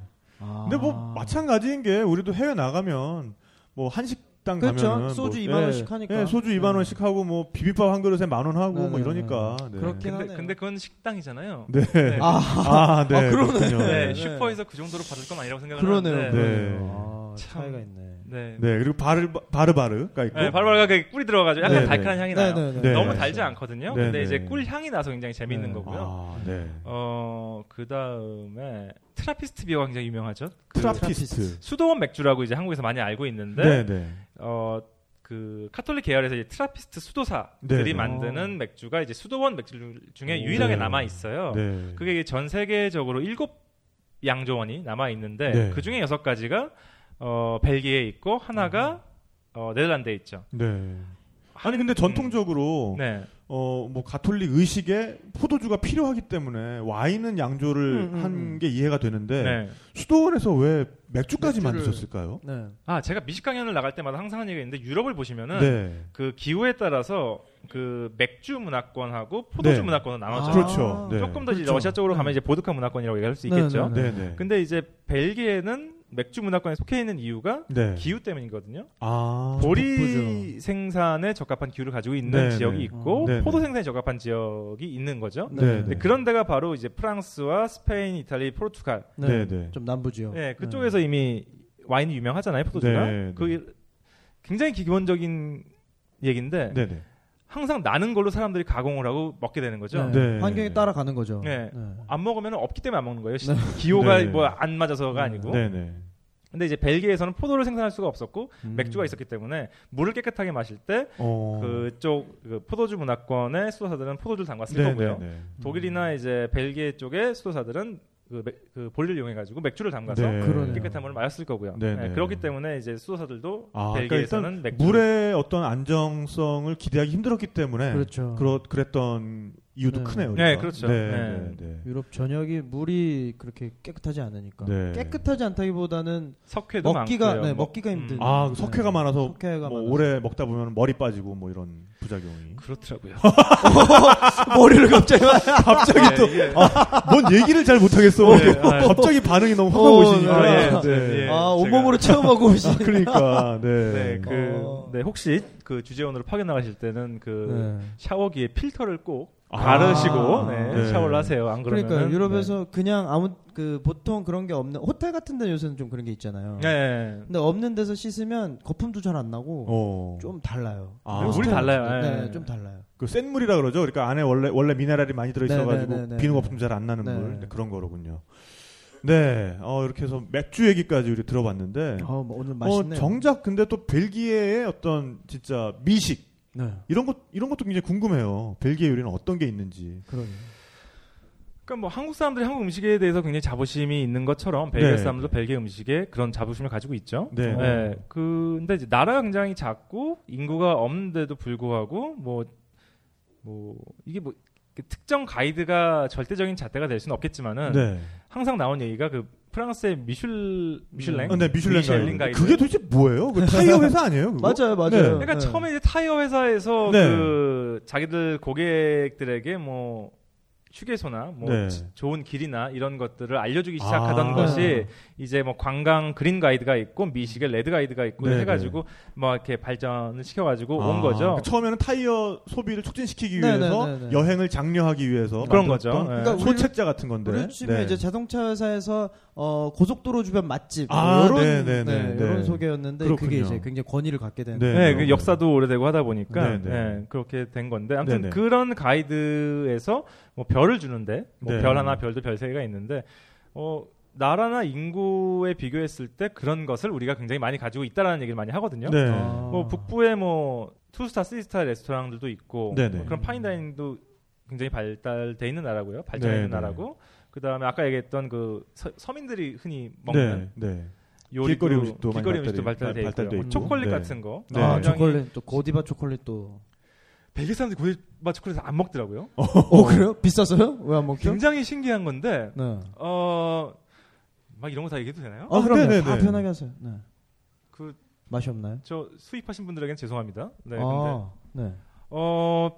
Speaker 2: 아. 근데 뭐 마찬가지인 게 우리도 해외 나가면 뭐 한식당
Speaker 3: 그렇죠.
Speaker 2: 가면은
Speaker 3: 소주
Speaker 2: 뭐,
Speaker 3: 2만 원씩 하니까.
Speaker 2: 예, 소주 2만
Speaker 3: 네.
Speaker 2: 원씩 하고 뭐 비빔밥 한 그릇에 만 원 하고
Speaker 3: 네,
Speaker 2: 뭐
Speaker 3: 네,
Speaker 2: 이러니까. 네.
Speaker 3: 그렇긴
Speaker 4: 근데
Speaker 3: 하네요.
Speaker 4: 근데 그건 식당이잖아요.
Speaker 2: 네.
Speaker 4: 네.
Speaker 3: 아,
Speaker 2: 아, 네.
Speaker 3: 아, 그러네.
Speaker 2: 그렇군요.
Speaker 4: 네,
Speaker 2: 네.
Speaker 3: 네.
Speaker 4: 슈퍼에서 그 정도로 받을 건 아니라고
Speaker 3: 그러네요.
Speaker 4: 생각하는데.
Speaker 3: 네.
Speaker 2: 네.
Speaker 3: 아,
Speaker 4: 참.
Speaker 3: 차이가 있네.
Speaker 4: 네.
Speaker 2: 그리고 바르 바르바르가 있고.
Speaker 4: 네, 바로바로가 그 꿀이 들어가가지고 약간
Speaker 2: 네,
Speaker 4: 달큰한
Speaker 2: 네.
Speaker 4: 향이
Speaker 3: 네,
Speaker 4: 나요.
Speaker 3: 네,
Speaker 2: 네.
Speaker 4: 너무
Speaker 2: 네.
Speaker 4: 달지 않거든요.
Speaker 2: 네,
Speaker 4: 근데
Speaker 2: 네.
Speaker 4: 이제 꿀 향이 나서 굉장히 재미있는
Speaker 3: 네.
Speaker 4: 거고요.
Speaker 2: 아, 네.
Speaker 4: 어, 그 다음에 트라피스트 비어가 굉장히 유명하죠. 그
Speaker 2: 트라피스트.
Speaker 4: 수도원 맥주라고 이제 한국에서 많이 알고 있는데,
Speaker 2: 네, 네.
Speaker 4: 어, 그 카톨릭 계열에서 이제 트라피스트 수도사들이
Speaker 2: 네, 네.
Speaker 4: 만드는 맥주가 이제 수도원 맥주 중에
Speaker 2: 오,
Speaker 4: 유일하게
Speaker 2: 네.
Speaker 4: 남아 있어요.
Speaker 2: 네.
Speaker 4: 그게 이게 전 세계적으로 일곱 양조원이 남아 있는데
Speaker 2: 네.
Speaker 4: 그 중에 여섯 가지가 어, 벨기에 있고 하나가
Speaker 2: 음.
Speaker 4: 어, 네덜란드에 있죠.
Speaker 2: 네. 아니 근데 전통적으로
Speaker 4: 음. 네,
Speaker 2: 어 뭐 가톨릭 의식에 포도주가 필요하기 때문에 와인은 양조를
Speaker 3: 음, 음,
Speaker 2: 한
Speaker 3: 음.
Speaker 2: 게 이해가 되는데
Speaker 4: 네.
Speaker 2: 수도원에서 왜 맥주까지
Speaker 3: 맥주를-
Speaker 2: 만드셨을까요?
Speaker 3: 네.
Speaker 4: 아 제가 미식 강연을 나갈 때마다 항상 하는 얘기가 있는데 유럽을 보시면은
Speaker 2: 네.
Speaker 4: 그 기후에 따라서 그 맥주 문화권하고 포도주
Speaker 2: 네.
Speaker 4: 문화권으로 나눠져요.
Speaker 3: 아,
Speaker 2: 그렇죠. 네.
Speaker 4: 조금 더 이제
Speaker 3: 그렇죠.
Speaker 4: 러시아 쪽으로
Speaker 3: 네.
Speaker 4: 가면 이제 보드카 문화권이라고 얘기할 수
Speaker 3: 네,
Speaker 4: 있겠죠.
Speaker 2: 네,
Speaker 3: 네,
Speaker 2: 네.
Speaker 4: 근데 이제 벨기에는 맥주 문화권에 속해 있는 이유가
Speaker 2: 네.
Speaker 4: 기후 때문이거든요.
Speaker 2: 아.
Speaker 4: 보리
Speaker 3: 바쁘죠.
Speaker 4: 생산에 적합한 기후를 가지고 있는
Speaker 2: 네,
Speaker 4: 지역이
Speaker 2: 네.
Speaker 4: 있고
Speaker 2: 아, 네,
Speaker 4: 포도
Speaker 2: 네.
Speaker 4: 생산에 적합한 지역이 있는 거죠.
Speaker 3: 네.
Speaker 2: 네.
Speaker 4: 근데 그런 데가 바로 이제 프랑스와 스페인, 이탈리, 포르투갈.
Speaker 3: 어,
Speaker 2: 네, 네.
Speaker 3: 좀 남부 지역.
Speaker 4: 네, 그쪽에서 이미 와인이 유명하잖아요, 포도주가.
Speaker 2: 네,
Speaker 4: 그
Speaker 2: 네.
Speaker 4: 일- 굉장히 기본적인 얘기인데
Speaker 2: 네, 네.
Speaker 4: 항상 나는 걸로 사람들이 가공을 하고 먹게 되는 거죠.
Speaker 2: 네.
Speaker 3: 환경에 따라가는 거죠.
Speaker 4: 네.
Speaker 3: 네.
Speaker 4: 안 먹으면 없기 때문에 안 먹는 거예요. 시- 기호가
Speaker 2: 네.
Speaker 4: 뭐 안 맞아서가 아니고.
Speaker 2: 네, 네.
Speaker 4: 근데 이제 벨기에에서는 포도를 생산할 수가 없었고
Speaker 3: 음.
Speaker 4: 맥주가 있었기 때문에 물을 깨끗하게 마실 때
Speaker 2: 어.
Speaker 4: 그쪽 그 포도주 문화권의 수도사들은 포도주를 담갔을
Speaker 2: 네,
Speaker 4: 거고요.
Speaker 2: 네, 네.
Speaker 4: 독일이나 이제 벨기에 쪽의 수도사들은 그, 맥- 그 볼일 이용해 가지고 맥주를 담가서
Speaker 2: 네.
Speaker 3: 그러네요.
Speaker 4: 깨끗한 물을 마셨을 거고요.
Speaker 2: 네,
Speaker 4: 네,
Speaker 2: 네.
Speaker 4: 그렇기 때문에 이제 수도사들도
Speaker 2: 아, 그러니까
Speaker 4: 벨기에에서는 맥주
Speaker 2: 물의 어떤 안정성을 기대하기 힘들었기 때문에
Speaker 3: 그렇죠.
Speaker 2: 그렇 그랬던 이유도
Speaker 3: 네.
Speaker 2: 크네요.
Speaker 4: 네,
Speaker 2: 우리가.
Speaker 4: 그렇죠.
Speaker 2: 네,
Speaker 4: 네.
Speaker 2: 네, 네.
Speaker 3: 유럽 전역이 물이 그렇게 깨끗하지 않으니까
Speaker 2: 네.
Speaker 3: 깨끗하지 않다기보다는
Speaker 4: 석회도
Speaker 3: 먹기가
Speaker 4: 많고요.
Speaker 3: 네,
Speaker 4: 뭐,
Speaker 3: 먹기가
Speaker 4: 음.
Speaker 3: 힘든
Speaker 2: 아, 석회가
Speaker 3: 네.
Speaker 2: 많아서
Speaker 3: 석회가
Speaker 2: 뭐
Speaker 3: 많아서.
Speaker 2: 오래 먹다 보면 머리 빠지고 뭐 이런 부작용이.
Speaker 4: 그렇더라고요.
Speaker 2: 그
Speaker 3: 머리를 갑자기
Speaker 4: 네,
Speaker 2: 갑자기 또,
Speaker 4: 예, 예.
Speaker 2: 아, 뭔 얘기를 잘 못하겠어.
Speaker 4: 예, 아,
Speaker 2: 갑자기 반응이 너무 확
Speaker 3: 어,
Speaker 2: 하고 오시니까.
Speaker 4: 아, 예,
Speaker 2: 네.
Speaker 4: 예.
Speaker 3: 아
Speaker 4: 제가-
Speaker 3: 온몸으로 체험하고 오신
Speaker 2: 아, 그러니까, 네.
Speaker 4: 네, 그,
Speaker 3: 어.
Speaker 4: 네, 혹시 그 주재원으로 파견 나가실 때는 그
Speaker 3: 네.
Speaker 4: 샤워기에 필터를 꼭
Speaker 2: 아.
Speaker 4: 바르시고 네,
Speaker 2: 네.
Speaker 4: 샤워를 하세요. 안 네. 그러면
Speaker 3: 그러니까 유럽에서 그냥 아무 그 보통 그런 게 없는 호텔 같은 데는 요새는 좀 그런 게 있잖아요.
Speaker 4: 네. 예, 예.
Speaker 3: 근데 없는 데서 씻으면 거품도 잘 안 나고
Speaker 2: 어.
Speaker 3: 좀 달라요.
Speaker 2: 아.
Speaker 3: 호스텔
Speaker 2: 물이
Speaker 4: 달라요.
Speaker 3: 같은 데.
Speaker 4: 예.
Speaker 3: 네, 좀 달라요.
Speaker 2: 그 센물이라 그러죠. 그러니까 안에 원래 원래 미네랄이 많이 들어있어가지고
Speaker 3: 네, 네, 네, 네.
Speaker 2: 비누 거품 잘 안 나는
Speaker 3: 네.
Speaker 2: 물 네, 그런 거로군요. 네, 어, 이렇게 해서 맥주 얘기까지 우리 들어봤는데
Speaker 3: 어, 뭐 오늘
Speaker 2: 어,
Speaker 3: 맛있네.
Speaker 2: 정작 근데 또 벨기에의 어떤 진짜 미식
Speaker 3: 네,
Speaker 2: 이런 것 이런 것도 굉장히 궁금해요. 벨기에 요리는 어떤 게 있는지.
Speaker 3: 그러네.
Speaker 4: 그러니까 뭐 한국 사람들이 한국 음식에 대해서 굉장히 자부심이 있는 것처럼 벨기에
Speaker 2: 네.
Speaker 4: 사람도 벨기에 음식에 그런 자부심을 가지고 있죠.
Speaker 2: 네.
Speaker 4: 어. 예, 근데 이제 나라가 굉장히 작고 인구가 없는데도 불구하고 뭐 뭐 이게 뭐 이렇게 특정 가이드가 절대적인 잣대가 될 수는 없겠지만은
Speaker 2: 네.
Speaker 4: 항상 나온 얘기가 그 프랑스의 미슐 미슐랭
Speaker 2: 어, 네, 미슐랭
Speaker 4: 미슐랭
Speaker 2: 가이드.
Speaker 4: 가이드.
Speaker 2: 그게 도대체 뭐예요? 그 타이어 회사 아니에요? 그거?
Speaker 3: 맞아요, 맞아요.
Speaker 2: 네.
Speaker 4: 그러니까
Speaker 3: 네.
Speaker 4: 처음에 이제 타이어 회사에서
Speaker 2: 네.
Speaker 4: 그 자기들 고객들에게 뭐 휴게소나 뭐
Speaker 2: 네.
Speaker 4: 지- 좋은 길이나 이런 것들을 알려주기
Speaker 2: 아.
Speaker 4: 시작하던
Speaker 3: 네.
Speaker 4: 것이 이제 뭐 관광 그린 가이드가 있고 미식의 레드 가이드가 있고
Speaker 2: 네,
Speaker 4: 해가지고 뭐 이렇게 발전을 시켜가지고
Speaker 2: 아,
Speaker 4: 온 거죠.
Speaker 2: 그러니까 처음에는 타이어 소비를 촉진시키기
Speaker 3: 네,
Speaker 2: 위해서
Speaker 3: 네, 네, 네.
Speaker 2: 여행을 장려하기 위해서
Speaker 4: 그런
Speaker 2: 만들었던
Speaker 4: 거죠. 예.
Speaker 3: 그러니까
Speaker 2: 소책자 같은 건데. 네.
Speaker 3: 우리 집에 이제 자동차 회사에서 어, 고속도로 주변 맛집 뭐
Speaker 2: 아,
Speaker 3: 이런
Speaker 2: 네, 네, 네, 네.
Speaker 3: 이런 소개였는데 그게
Speaker 2: 그렇군요.
Speaker 3: 이제 굉장히 권위를 갖게 되는
Speaker 2: 네.
Speaker 4: 네,
Speaker 2: 그런
Speaker 4: 그
Speaker 2: 거예요.
Speaker 4: 역사도 오래되고 하다 보니까
Speaker 2: 네, 네.
Speaker 4: 예, 그렇게 된 건데 아무튼
Speaker 2: 네, 네.
Speaker 4: 그런 가이드에서 뭐 별을 주는데 뭐
Speaker 2: 네.
Speaker 4: 별 하나 별도 별 세 개가 있는데 어 나라나 인구에 비교했을 때 그런 것을 우리가 굉장히 많이 가지고 있다라는 얘기를 많이 하거든요.
Speaker 2: 네.
Speaker 3: 아.
Speaker 4: 뭐 북부에 뭐 투스타, 쓰리스타 레스토랑들도 있고
Speaker 2: 네, 네.
Speaker 4: 뭐 그런 파인다이닝도 굉장히 발달돼 있는 나라고요. 발전해
Speaker 2: 네,
Speaker 4: 있는
Speaker 2: 네.
Speaker 4: 나라고. 그다음에 아까 얘기했던 그 서, 민들이 흔히
Speaker 2: 네,
Speaker 4: 먹는
Speaker 2: 네.
Speaker 4: 요리
Speaker 2: 길거리 음식도 많이
Speaker 4: 길거리 음식도
Speaker 2: 발달이-
Speaker 4: 발달돼 있고,
Speaker 2: 발달돼
Speaker 4: 뭐
Speaker 2: 있고.
Speaker 4: 초콜릿
Speaker 2: 네.
Speaker 4: 같은 거.
Speaker 2: 네.
Speaker 3: 아,
Speaker 4: 굉장히
Speaker 3: 초콜릿 또 고디바 초콜릿 또.
Speaker 4: 벨기에 사람들이 고구마 초콜릿을 안 먹더라고요.
Speaker 3: 어, 그래요? 비싸서요? 왜 안 먹죠?
Speaker 4: 굉장히 신기한 건데
Speaker 3: 네.
Speaker 4: 어. 막 이런 거 다 얘기해도 되나요?
Speaker 2: 아,
Speaker 3: 아, 그럼요.
Speaker 2: 네네네.
Speaker 3: 다 편하게 하세요. 네.
Speaker 4: 그 저
Speaker 3: 맛이 없나요?
Speaker 4: 수입하신 분들에겐 죄송합니다. 네. 근데
Speaker 3: 아, 네.
Speaker 4: 어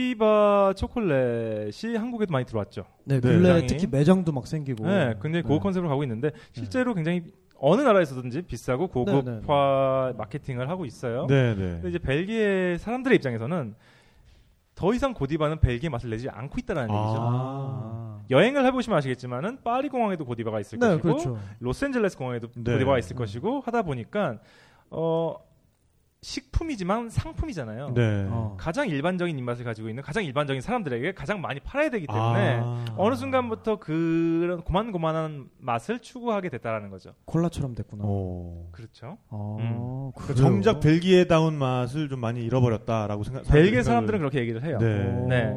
Speaker 4: 고디바 초콜릿이 한국에도 많이 들어왔죠.
Speaker 3: 네,
Speaker 2: 네.
Speaker 3: 근래
Speaker 4: 굉장히-
Speaker 3: 특히 매장도 막 생기고.
Speaker 4: 네, 굉장히 고급 컨셉으로 가고 있는데 실제로 굉장히 어느 나라에서든지 비싸고 고급화
Speaker 3: 네, 네,
Speaker 4: 마케팅을 하고 있어요.
Speaker 2: 네, 네.
Speaker 4: 근데 이제 벨기에 사람들의 입장에서는 더 이상 고디바는 벨기에 맛을 내지 않고 있다라는
Speaker 2: 아.
Speaker 4: 얘기죠.
Speaker 3: 아.
Speaker 4: 여행을 해보시면 아시겠지만은 파리 공항에도 고디바가 있을
Speaker 3: 네,
Speaker 4: 것이고
Speaker 3: 그렇죠.
Speaker 4: 로스앤젤레스 공항에도
Speaker 2: 네.
Speaker 4: 고디바가 있을
Speaker 3: 음.
Speaker 4: 것이고 하다 보니까 어 식품이지만 상품이잖아요.
Speaker 2: 네.
Speaker 3: 어.
Speaker 4: 가장 일반적인 입맛을 가지고 있는 가장 일반적인 사람들에게 가장 많이 팔아야 되기 때문에
Speaker 2: 아.
Speaker 4: 어느 순간부터 그런 고만고만한 맛을 추구하게 됐다라는 거죠.
Speaker 3: 콜라처럼 됐구나.
Speaker 2: 어.
Speaker 4: 그렇죠.
Speaker 3: 아,
Speaker 4: 음.
Speaker 2: 그러니까
Speaker 3: 그래요?
Speaker 2: 정작 벨기에다운 맛을 좀 많이 잃어버렸다라고 생각.
Speaker 4: 벨기에 사람들은 그렇게 얘기를 해요.
Speaker 2: 네.
Speaker 4: 네.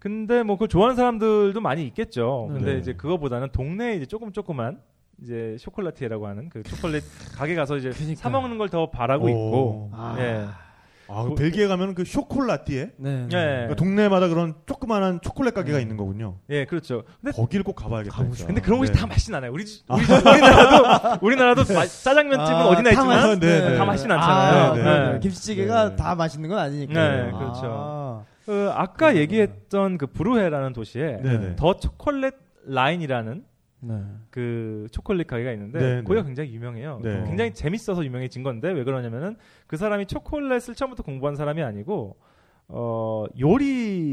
Speaker 4: 근데 뭐 그걸 좋아하는 사람들도 많이 있겠죠. 근데
Speaker 2: 네.
Speaker 4: 이제 그거보다는 동네에 이제 조금 조그만 이제 쇼콜라티에라고 하는 그 초콜릿 가게 가서 이제
Speaker 3: 그니까.
Speaker 4: 사 먹는 걸 더 바라고
Speaker 2: 오. 어.
Speaker 4: 있고.
Speaker 3: 아.
Speaker 4: 예.
Speaker 2: 아, 그 벨기에 가면 그 쇼콜라띠에
Speaker 3: 네.
Speaker 4: 예.
Speaker 2: 그러니까 동네마다 그런 조그만한 초콜릿 가게가 있는 거군요.
Speaker 4: 예, 그렇죠. 근데
Speaker 2: 거길 꼭 가봐야겠다.
Speaker 3: 가고
Speaker 2: 진짜.
Speaker 3: 싶다.
Speaker 4: 근데 그런 곳이
Speaker 2: 네.
Speaker 4: 다 맛있진 않아요. 우리 집- 우리 집- 우리나라도 우리나라도 마- 짜장면집은
Speaker 3: 아,
Speaker 4: 어디나
Speaker 3: 다
Speaker 4: 있지만
Speaker 3: 맛있-
Speaker 2: 네, 네.
Speaker 4: 다 맛있진 않잖아요.
Speaker 3: 아,
Speaker 2: 네,
Speaker 3: 그럼요.
Speaker 2: 네.
Speaker 3: 김치찌개가
Speaker 2: 네.
Speaker 3: 다 맛있는 건 아니니까.
Speaker 4: 네, 그렇죠.
Speaker 3: 아.
Speaker 4: 그 아까
Speaker 3: 그렇구나.
Speaker 4: 얘기했던 그 브루헤라는 도시에
Speaker 2: 네. 네네.
Speaker 4: 더 초콜릿 라인이라는
Speaker 3: 네.
Speaker 4: 그 초콜릿 가게가 있는데
Speaker 2: 네네.
Speaker 4: 거기가 굉장히 유명해요.
Speaker 2: 네.
Speaker 4: 굉장히 재밌어서 유명해진 건데 왜 그러냐면은 그 사람이 초콜릿을 처음부터 공부한 사람이 아니고 어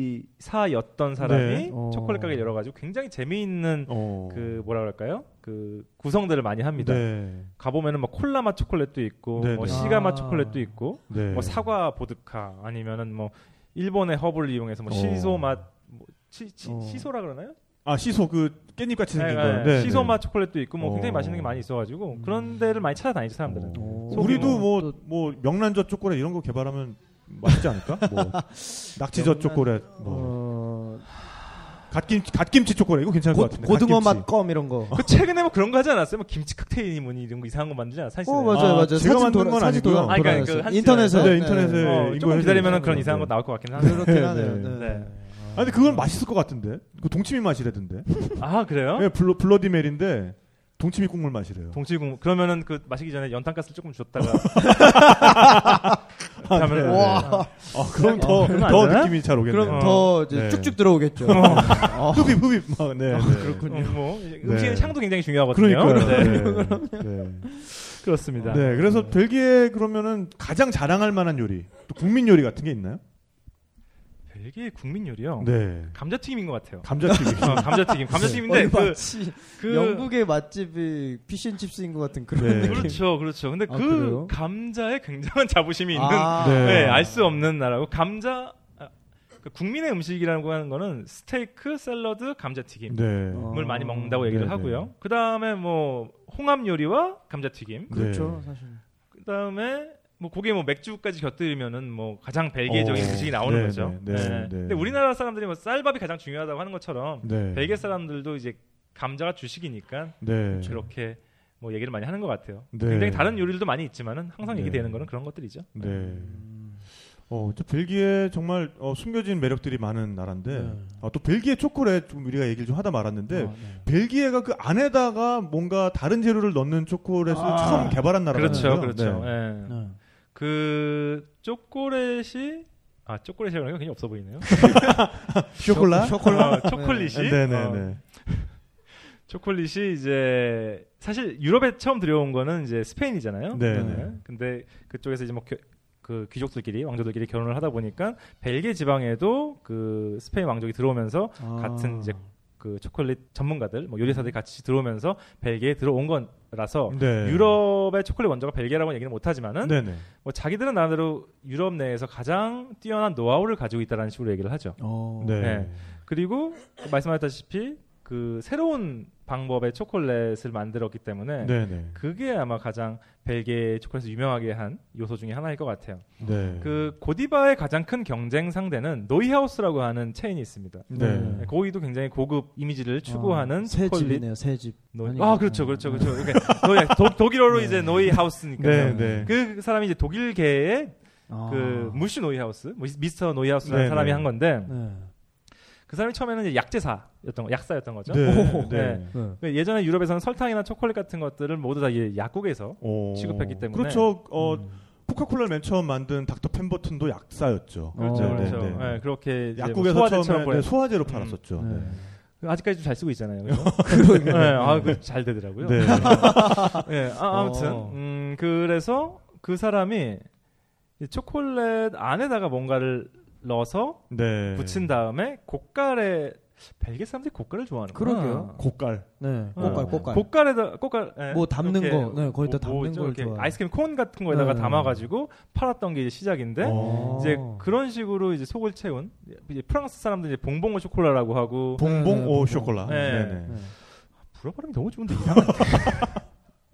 Speaker 4: 요리사였던 사람이
Speaker 2: 네.
Speaker 3: 어.
Speaker 4: 초콜릿 가게 를 열어가지고 굉장히 재미있는
Speaker 2: 어.
Speaker 4: 그 뭐라 그럴까요? 그 구성들을 많이 합니다.
Speaker 2: 네.
Speaker 4: 가보면은 뭐 콜라 맛 초콜릿도 있고
Speaker 2: 네네.
Speaker 4: 뭐 시가
Speaker 3: 아.
Speaker 4: 맛 초콜릿도 있고
Speaker 2: 네.
Speaker 4: 뭐 사과 보드카 아니면은 뭐 일본의 허브를 이용해서 뭐
Speaker 2: 어.
Speaker 4: 시소 맛 뭐 치, 치,
Speaker 3: 어.
Speaker 4: 시소라 그러나요?
Speaker 2: 아 시소 그 깻잎 같이 생긴
Speaker 4: 네,
Speaker 2: 거.
Speaker 4: 네.
Speaker 2: 네,
Speaker 4: 시소
Speaker 2: 네.
Speaker 4: 맛 초콜릿도 있고 뭐 굉장히
Speaker 2: 어.
Speaker 4: 맛있는 게 많이 있어가지고
Speaker 3: 음.
Speaker 4: 그런 데를 많이 찾아다니죠 사람들은.
Speaker 2: 어.
Speaker 3: 소규모.
Speaker 2: 우리도 뭐 뭐 명란젓 초콜릿 이런 거 개발하면 맛있지 않을까? 뭐 낙지젓
Speaker 3: 명란-
Speaker 2: 초콜릿, 뭐
Speaker 3: 어,
Speaker 2: 갓김 갓김치 초콜릿 이거 괜찮을
Speaker 3: 고,
Speaker 2: 것 같은데.
Speaker 3: 고등어
Speaker 2: 갓김치.
Speaker 3: 맛 껌 이런 거.
Speaker 4: 그 최근에 뭐 그런 거 하지 않았어요? 뭐 김치 칵테일이 뭐니 이런 거 이상한 거 만들잖아 사실.
Speaker 3: 어 맞아요
Speaker 2: 아,
Speaker 3: 맞아요.
Speaker 2: 제가
Speaker 3: 사진
Speaker 2: 만든
Speaker 3: 돌아-
Speaker 2: 건
Speaker 3: 사진
Speaker 2: 아니고요.
Speaker 3: 돌아-
Speaker 4: 아, 그러니까
Speaker 3: 돌아가셨어요.
Speaker 4: 그 한식에-
Speaker 3: 인터넷에
Speaker 2: 네, 인터넷에
Speaker 4: 어,
Speaker 2: 이거
Speaker 4: 조금
Speaker 2: 해서
Speaker 4: 기다리면
Speaker 2: 괜찮은
Speaker 4: 그런
Speaker 2: 것
Speaker 4: 이상한 거
Speaker 2: 같아요.
Speaker 4: 나올 것 같긴 한데.
Speaker 3: 그렇긴
Speaker 2: 네,
Speaker 3: 하네요.
Speaker 2: 네.
Speaker 3: 네.
Speaker 4: 네.
Speaker 3: 아,
Speaker 2: 아, 근데 그건 맛있을 것 같은데. 그 동치미 맛이라던데.
Speaker 4: 아 그래요?
Speaker 2: 네, 블러, 블러디 메리인데 동치미 국물 맛이래요.
Speaker 4: 동치국 그러면은 그 마시기 전에 연탄가스를 조금 줬다가
Speaker 2: 아,
Speaker 4: 그렇게 하면은
Speaker 2: 네.
Speaker 3: 와.
Speaker 2: 아, 그럼 더,
Speaker 4: 그러면 안
Speaker 2: 더
Speaker 4: 되나?
Speaker 2: 느낌이 잘 오겠네요.
Speaker 3: 그럼
Speaker 4: 어.
Speaker 3: 더 이제
Speaker 2: 네.
Speaker 3: 쭉쭉 들어오겠죠. 어.
Speaker 2: 흡입, 흡입. 막, 네.
Speaker 4: 어,
Speaker 3: 그렇군요.
Speaker 4: 뭐 음식의
Speaker 2: 네.
Speaker 4: 향도 굉장히 중요하거든요.
Speaker 2: 그러니까요.
Speaker 4: 네.
Speaker 2: 네. 네.
Speaker 4: 그렇습니다.
Speaker 2: 네, 그래서 벨기에 그러면은 가장 자랑할 만한 요리, 또 국민 요리 같은 게 있나요?
Speaker 4: 벨기에 국민 요리요.
Speaker 2: 네.
Speaker 4: 감자튀김인 것 같아요.
Speaker 2: 감자튀김.
Speaker 4: 어, 감자튀김. 감자튀김인데 그,
Speaker 3: 마치
Speaker 4: 그
Speaker 3: 네. 영국의 맛집이 피쉬앤칩스인 것 같은 그런
Speaker 2: 네.
Speaker 3: 느낌.
Speaker 4: 그렇죠, 그렇죠. 근데
Speaker 3: 아,
Speaker 4: 그
Speaker 3: 그래요?
Speaker 4: 감자에 굉장한 자부심이 있는
Speaker 3: 아.
Speaker 2: 네.
Speaker 4: 네, 알 수 없는 나라고 감자 아, 그 국민의 음식이라고 하는 거는 스테이크, 샐러드, 감자튀김을
Speaker 2: 네.
Speaker 3: 어.
Speaker 4: 많이 먹는다고 얘기를
Speaker 2: 네, 네.
Speaker 4: 하고요. 그 다음에 뭐 홍합 요리와 감자튀김.
Speaker 3: 그렇죠,
Speaker 2: 네.
Speaker 3: 사실.
Speaker 4: 그 다음에 뭐 고기에 뭐 맥주까지 곁들이면은 뭐 가장 벨기에적인
Speaker 2: 어,
Speaker 4: 음식이 나오는
Speaker 2: 네,
Speaker 4: 거죠.
Speaker 2: 네, 네, 네.
Speaker 4: 근데 우리나라 사람들이 뭐 쌀밥이 가장 중요하다고 하는 것처럼
Speaker 2: 네.
Speaker 4: 벨기에 사람들도 이제 감자가 주식이니까
Speaker 2: 네.
Speaker 4: 그렇게 뭐 얘기를 많이 하는 것 같아요.
Speaker 2: 네.
Speaker 4: 굉장히 다른 요리들도 많이 있지만은 항상
Speaker 2: 네.
Speaker 4: 얘기되는 거는 그런 것들이죠.
Speaker 2: 네.
Speaker 3: 음.
Speaker 2: 어, 저 벨기에 정말 어, 숨겨진 매력들이 많은 나라인데
Speaker 3: 네.
Speaker 2: 아, 또 벨기에 초콜릿 좀 우리가 얘기를 좀 하다 말았는데
Speaker 3: 아, 네.
Speaker 2: 벨기에가 그 안에다가 뭔가 다른 재료를 넣는 초콜릿을
Speaker 3: 아.
Speaker 2: 처음 개발한 나라가
Speaker 4: 그렇죠, 그렇죠.
Speaker 2: 네.
Speaker 4: 예.
Speaker 3: 네.
Speaker 4: 그 초콜릿이 아 초콜릿이라는 게 굉장히 없어 보이네요.
Speaker 2: 쇼콜라?
Speaker 3: 쇼콜라. 아,
Speaker 4: 어, 초콜릿이
Speaker 2: 네, 네,
Speaker 4: 어,
Speaker 2: 네.
Speaker 4: 초콜릿이 이제 사실 유럽에 처음 들여온 거는 이제 스페인이잖아요.
Speaker 2: 네,
Speaker 3: 네.
Speaker 4: 근데 그쪽에서 이제 뭐 겨- 그 귀족들끼리 왕족들끼리 결혼을 하다 보니까 벨기에 지방에도 그 스페인 왕족이 들어오면서
Speaker 3: 아.
Speaker 4: 같은 이제 그 초콜릿 전문가들 뭐 요리사들이 같이 들어오면서 벨기에 들어온 거라서
Speaker 2: 네.
Speaker 4: 유럽의 초콜릿 원조가 벨기에라고 얘기는 못하지만은
Speaker 2: 네, 네.
Speaker 4: 뭐 자기들은 나름대로 유럽 내에서 가장 뛰어난 노하우를 가지고 있다라는 식으로 얘기를 하죠.
Speaker 3: 어.
Speaker 2: 네.
Speaker 4: 네. 그리고 말씀하셨다시피 그 새로운 방법의 초콜릿을 만들었기 때문에
Speaker 2: 네, 네.
Speaker 4: 그게 아마 가장 벨기에 초콜릿을 유명하게 한 요소 중에 하나일 것 같아요.
Speaker 2: 네.
Speaker 4: 그 고디바의 가장 큰 경쟁 상대는 노이하우스라고 하는 체인이 있습니다.
Speaker 2: 네.
Speaker 3: 네.
Speaker 4: 거기도 굉장히 고급 이미지를
Speaker 3: 아,
Speaker 4: 추구하는
Speaker 3: 새
Speaker 4: 초콜릿.
Speaker 3: 집이네요. 새 집.
Speaker 4: 노이...
Speaker 3: 아니구나.
Speaker 4: 아 그렇죠, 그렇죠, 그렇죠. 이렇게 노이- 독- 독일어로
Speaker 3: 네.
Speaker 4: 이제
Speaker 2: 네,
Speaker 4: 노이하우스니까요.
Speaker 2: 네.
Speaker 4: 그 사람이 이제 독일계의
Speaker 3: 아.
Speaker 4: 그 무슈 노이하우스, 뭐 미스터 노이하우스라는
Speaker 2: 네,
Speaker 4: 사람이
Speaker 2: 네.
Speaker 4: 한 건데
Speaker 3: 네.
Speaker 4: 그 사람이 처음에는 이제 약제사였던 거, 약사였던 거죠.
Speaker 2: 네.
Speaker 3: 오.
Speaker 2: 네.
Speaker 3: 네.
Speaker 4: 그 예전에 유럽에서는 설탕이나 초콜릿 같은 것들을 모두 다 이 약국에서
Speaker 2: 오.
Speaker 4: 취급했기 때문에.
Speaker 2: 그렇죠. 어,
Speaker 3: 음.
Speaker 2: 코카콜라를 맨 처음 만든 닥터 펜버튼도 약사였죠.
Speaker 4: 그렇죠,
Speaker 3: 어.
Speaker 2: 네,
Speaker 4: 그렇죠.
Speaker 2: 네,
Speaker 4: 예,
Speaker 2: 네.
Speaker 4: 그렇게 이제
Speaker 2: 약국에서
Speaker 4: 뭐
Speaker 2: 처음에
Speaker 4: 소화제처럼
Speaker 2: 네,
Speaker 4: 보내.
Speaker 2: 소화제로 팔았었죠.
Speaker 3: 네.
Speaker 2: 네.
Speaker 4: 아직까지 좀 잘 쓰고 있잖아요. 그죠? 예,
Speaker 3: 그러게.
Speaker 4: 아, 그 잘 되더라고요.
Speaker 2: 네.
Speaker 4: 예, 아, 아무튼
Speaker 3: 어.
Speaker 4: 음, 그래서 그 사람이 이 초콜릿 안에다가 뭔가를 넣어서
Speaker 2: 네.
Speaker 4: 붙인 다음에 고깔에 벨기에 사람들이 고깔을 좋아하는
Speaker 3: 그러게요.
Speaker 2: 고깔.
Speaker 3: 네.
Speaker 4: 어.
Speaker 3: 꽃갈 꽃갈.
Speaker 4: 고깔에다 고깔 예,
Speaker 3: 뭐 담는
Speaker 4: 이렇게
Speaker 3: 거, 네, 거기다 담는
Speaker 4: 좀
Speaker 3: 걸
Speaker 4: 뭐, 이렇게
Speaker 3: 좋아해요.
Speaker 4: 아이스크림 콘 같은 거에다가
Speaker 3: 네.
Speaker 4: 담아가지고 팔았던 게 이제 시작인데
Speaker 2: 어.
Speaker 4: 이제 그런 식으로 이제 속을 채운 이제 프랑스 사람들 이제 봉봉 오 초콜라라고 하고
Speaker 2: 봉봉
Speaker 3: 네, 네,
Speaker 2: 오
Speaker 3: 봉봉.
Speaker 2: 쇼콜라.
Speaker 4: 음. 네.
Speaker 2: 네. 네.
Speaker 3: 네.
Speaker 4: 불어 발음이 너무 좋은데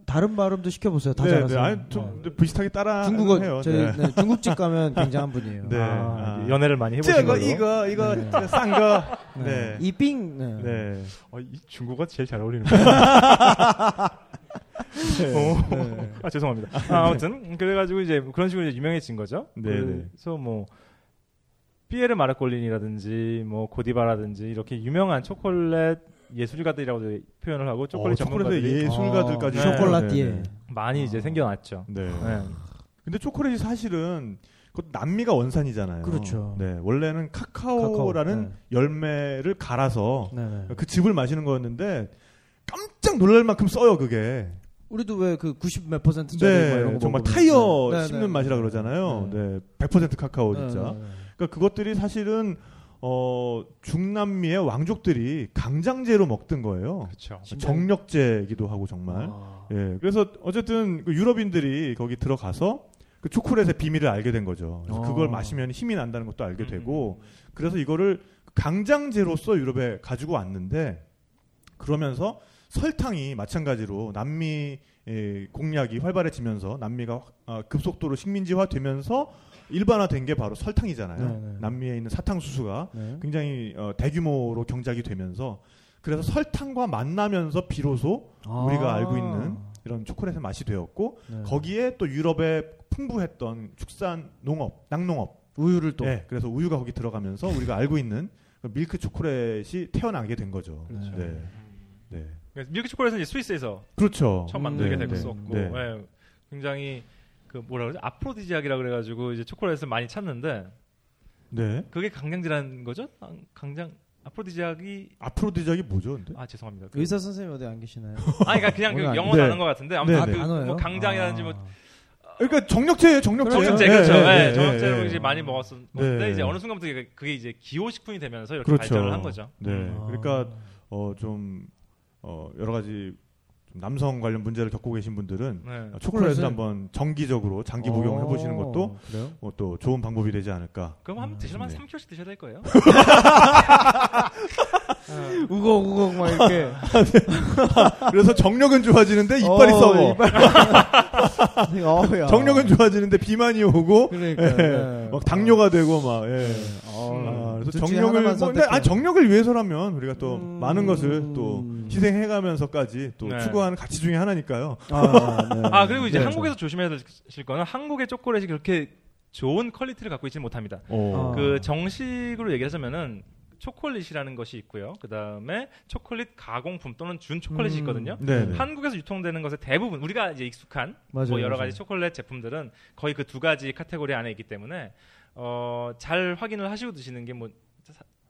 Speaker 3: 다른 발음도 시켜보세요. 다
Speaker 2: 네,
Speaker 3: 잘하세요. 어.
Speaker 2: 네. 아니 좀 비슷하게 따라
Speaker 3: 중국어
Speaker 2: 해요.
Speaker 3: 저희
Speaker 2: 네.
Speaker 3: 네, 중국집 가면 굉장한 분이에요.
Speaker 2: 네.
Speaker 4: 아,
Speaker 2: 아.
Speaker 4: 연애를 많이 해보신
Speaker 2: 저거
Speaker 4: 걸로
Speaker 2: 이거 이거
Speaker 3: 네.
Speaker 2: 싼 거. 네.
Speaker 3: 이빙. 네.
Speaker 2: 네.
Speaker 4: 아, 이 중국어가 제일 잘 어울리는 거예요. 어.
Speaker 3: 네.
Speaker 4: 아 죄송합니다. 아, 무튼 그래가지고 이제 그런 식으로 이제 유명해진 거죠.
Speaker 2: 네, 네.
Speaker 4: 그래서 뭐 피에르 마르콜린이라든지 뭐 고디바라든지 이렇게 유명한 초콜릿 예술가들이라고 이제 표현을 하고 초콜릿
Speaker 2: 어, 초콜릿의
Speaker 4: 전문가들이
Speaker 2: 예술가들까지
Speaker 4: 아,
Speaker 2: 있어요.
Speaker 3: 초콜라띠에.
Speaker 2: 네, 네.
Speaker 4: 많이 이제 생겨났죠.
Speaker 2: 네.
Speaker 4: 네.
Speaker 2: 근데 초콜릿이 사실은 그 남미가 원산이잖아요.
Speaker 3: 그렇죠.
Speaker 2: 네, 원래는 카카오라는
Speaker 3: 카카오,
Speaker 2: 열매를 갈아서
Speaker 3: 네, 네.
Speaker 2: 그 즙을 마시는 거였는데 깜짝 놀랄 만큼 써요 그게.
Speaker 3: 우리도 왜 그 90 몇 퍼센트짜리 막 이런
Speaker 2: 네,
Speaker 3: 거
Speaker 2: 정말
Speaker 3: 먹으면-
Speaker 2: 타이어
Speaker 3: 네, 네,
Speaker 2: 씹는
Speaker 3: 네.
Speaker 2: 맛이라 그러잖아요.
Speaker 3: 네.
Speaker 2: 네, 100% 카카오
Speaker 3: 네,
Speaker 2: 진짜.
Speaker 3: 네, 네.
Speaker 2: 그러니까 그것들이 사실은 어, 중남미의 왕족들이 강장제로 먹던 거예요.
Speaker 4: 그렇죠.
Speaker 2: 정력제이기도 하고 정말.
Speaker 3: 아.
Speaker 2: 예, 그래서 어쨌든 그 유럽인들이 거기 들어가서 그 초콜릿의 비밀을 알게 된 거죠. 그래서
Speaker 3: 어.
Speaker 2: 그걸 마시면 힘이 난다는 것도 알게
Speaker 4: 아. 음.
Speaker 2: 되고, 그래서 이거를 강장제로서 유럽에 가지고 왔는데, 그러면서 설탕이 마찬가지로 남미 예, 공략이 활발해지면서 남미가 아, 급속도로 식민지화되면서 일반화된 게 바로 설탕이잖아요.
Speaker 3: 네, 네.
Speaker 2: 남미에 있는 사탕수수가
Speaker 3: 네.
Speaker 2: 굉장히 어, 대규모로 경작이 되면서 그래서 설탕과 만나면서 비로소 우리가
Speaker 3: 아.
Speaker 2: 알고 있는 이런 초콜릿의 맛이 되었고
Speaker 3: 네.
Speaker 2: 거기에 또 유럽의 풍부했던 축산 농업, 낙농업.
Speaker 3: 우유를 또
Speaker 2: 네. 예, 그래서 우유가 거기 들어가면서 우리가 알고 있는 그러니까 밀크 초콜릿이 태어나게 된 거죠.
Speaker 3: 그렇죠.
Speaker 2: 네. 네.
Speaker 4: 그러니까 밀크 초콜릿은 이제 스위스에서
Speaker 2: 그렇죠.
Speaker 4: 처음
Speaker 3: 음,
Speaker 4: 만들게
Speaker 3: 네,
Speaker 4: 됐었고
Speaker 2: 네.
Speaker 4: 예, 굉장히 그 뭐라 그러지 아프로디지약이라 그래가지고 이제 초콜릿을 많이 찾는데
Speaker 2: 네.
Speaker 4: 그게 강장질한 거죠? 강- 강장 아프로디지약이
Speaker 2: 아프로디작이 뭐죠, 근데?
Speaker 4: 아 죄송합니다. 그,
Speaker 3: 의사 선생님 어디 안 계시나요?
Speaker 4: 아니 그러니까 그냥 그
Speaker 3: 오늘 안-
Speaker 4: 영어
Speaker 2: 네.
Speaker 4: 나는 것 같은데
Speaker 2: 네,
Speaker 4: 아무튼
Speaker 2: 네.
Speaker 4: 그
Speaker 3: 안 와요?
Speaker 4: 뭐 강장이라든지 뭐
Speaker 3: 아.
Speaker 2: 그러니까 정력제예요, 정력제. 네,
Speaker 4: 정력제 그렇죠. 예, 정력제로
Speaker 2: 예, 예.
Speaker 4: 이제 많이 먹었었는데
Speaker 2: 네.
Speaker 4: 이제 어느 순간부터 그게- 그게 이제 기호식품이 되면서 이렇게
Speaker 2: 그렇죠.
Speaker 4: 발전을 한 거죠.
Speaker 2: 네.
Speaker 3: 음.
Speaker 2: 그러니까 어좀 어, 여러 가지 좀 남성 관련 문제를 겪고 계신 분들은
Speaker 4: 네.
Speaker 2: 초콜릿을
Speaker 3: 초콜릿을? 어.
Speaker 2: 한번 정기적으로 장기 복용을 해보시는 것도
Speaker 3: 그래요?
Speaker 2: 어, 또 좋은 방법이 되지 않을까.
Speaker 4: 그럼
Speaker 3: 아,
Speaker 4: 한 드시면
Speaker 2: 네.
Speaker 4: 한 3kg씩 드셔야 될 거예요.
Speaker 3: 우걱우걱 막 이렇게
Speaker 2: 그래서 정력은 좋아지는데 이빨이
Speaker 3: 어,
Speaker 2: 썩어.
Speaker 3: 이빨- 어우야.
Speaker 2: 정력은 좋아지는데 비만이 오고
Speaker 3: 그러니까
Speaker 2: 예, 막 당뇨가 되고 막. 예. 아,
Speaker 3: 어,
Speaker 2: 그래서 정력을 뭐, 근데 아니, 정력을 위해서라면 우리가 또
Speaker 3: 음.
Speaker 2: 많은 것을 또 희생해가면서까지 또
Speaker 4: 네.
Speaker 2: 추구하는 가치 중에 하나니까요.
Speaker 3: 아, 네.
Speaker 4: 아 그리고 이제
Speaker 3: 네.
Speaker 4: 한국에서 조심해야 될 거는 한국의 초콜릿이 그렇게 좋은 퀄리티를 갖고 있지는 못합니다.
Speaker 2: 아.
Speaker 3: 어.
Speaker 4: 그 정식으로 얘기하자면은 초콜릿이라는 것이 있고요. 그 다음에 초콜릿 가공품 또는 준 초콜릿이
Speaker 3: 음.
Speaker 4: 있거든요.
Speaker 2: 네. 네.
Speaker 4: 한국에서 유통되는 것의 대부분 우리가 이제 익숙한
Speaker 3: 맞아요,
Speaker 4: 뭐 여러
Speaker 3: 맞아요.
Speaker 4: 가지 초콜릿 제품들은 거의 그 두 가지 카테고리 안에 있기 때문에 어, 잘 확인을 하시고 드시는 게 뭐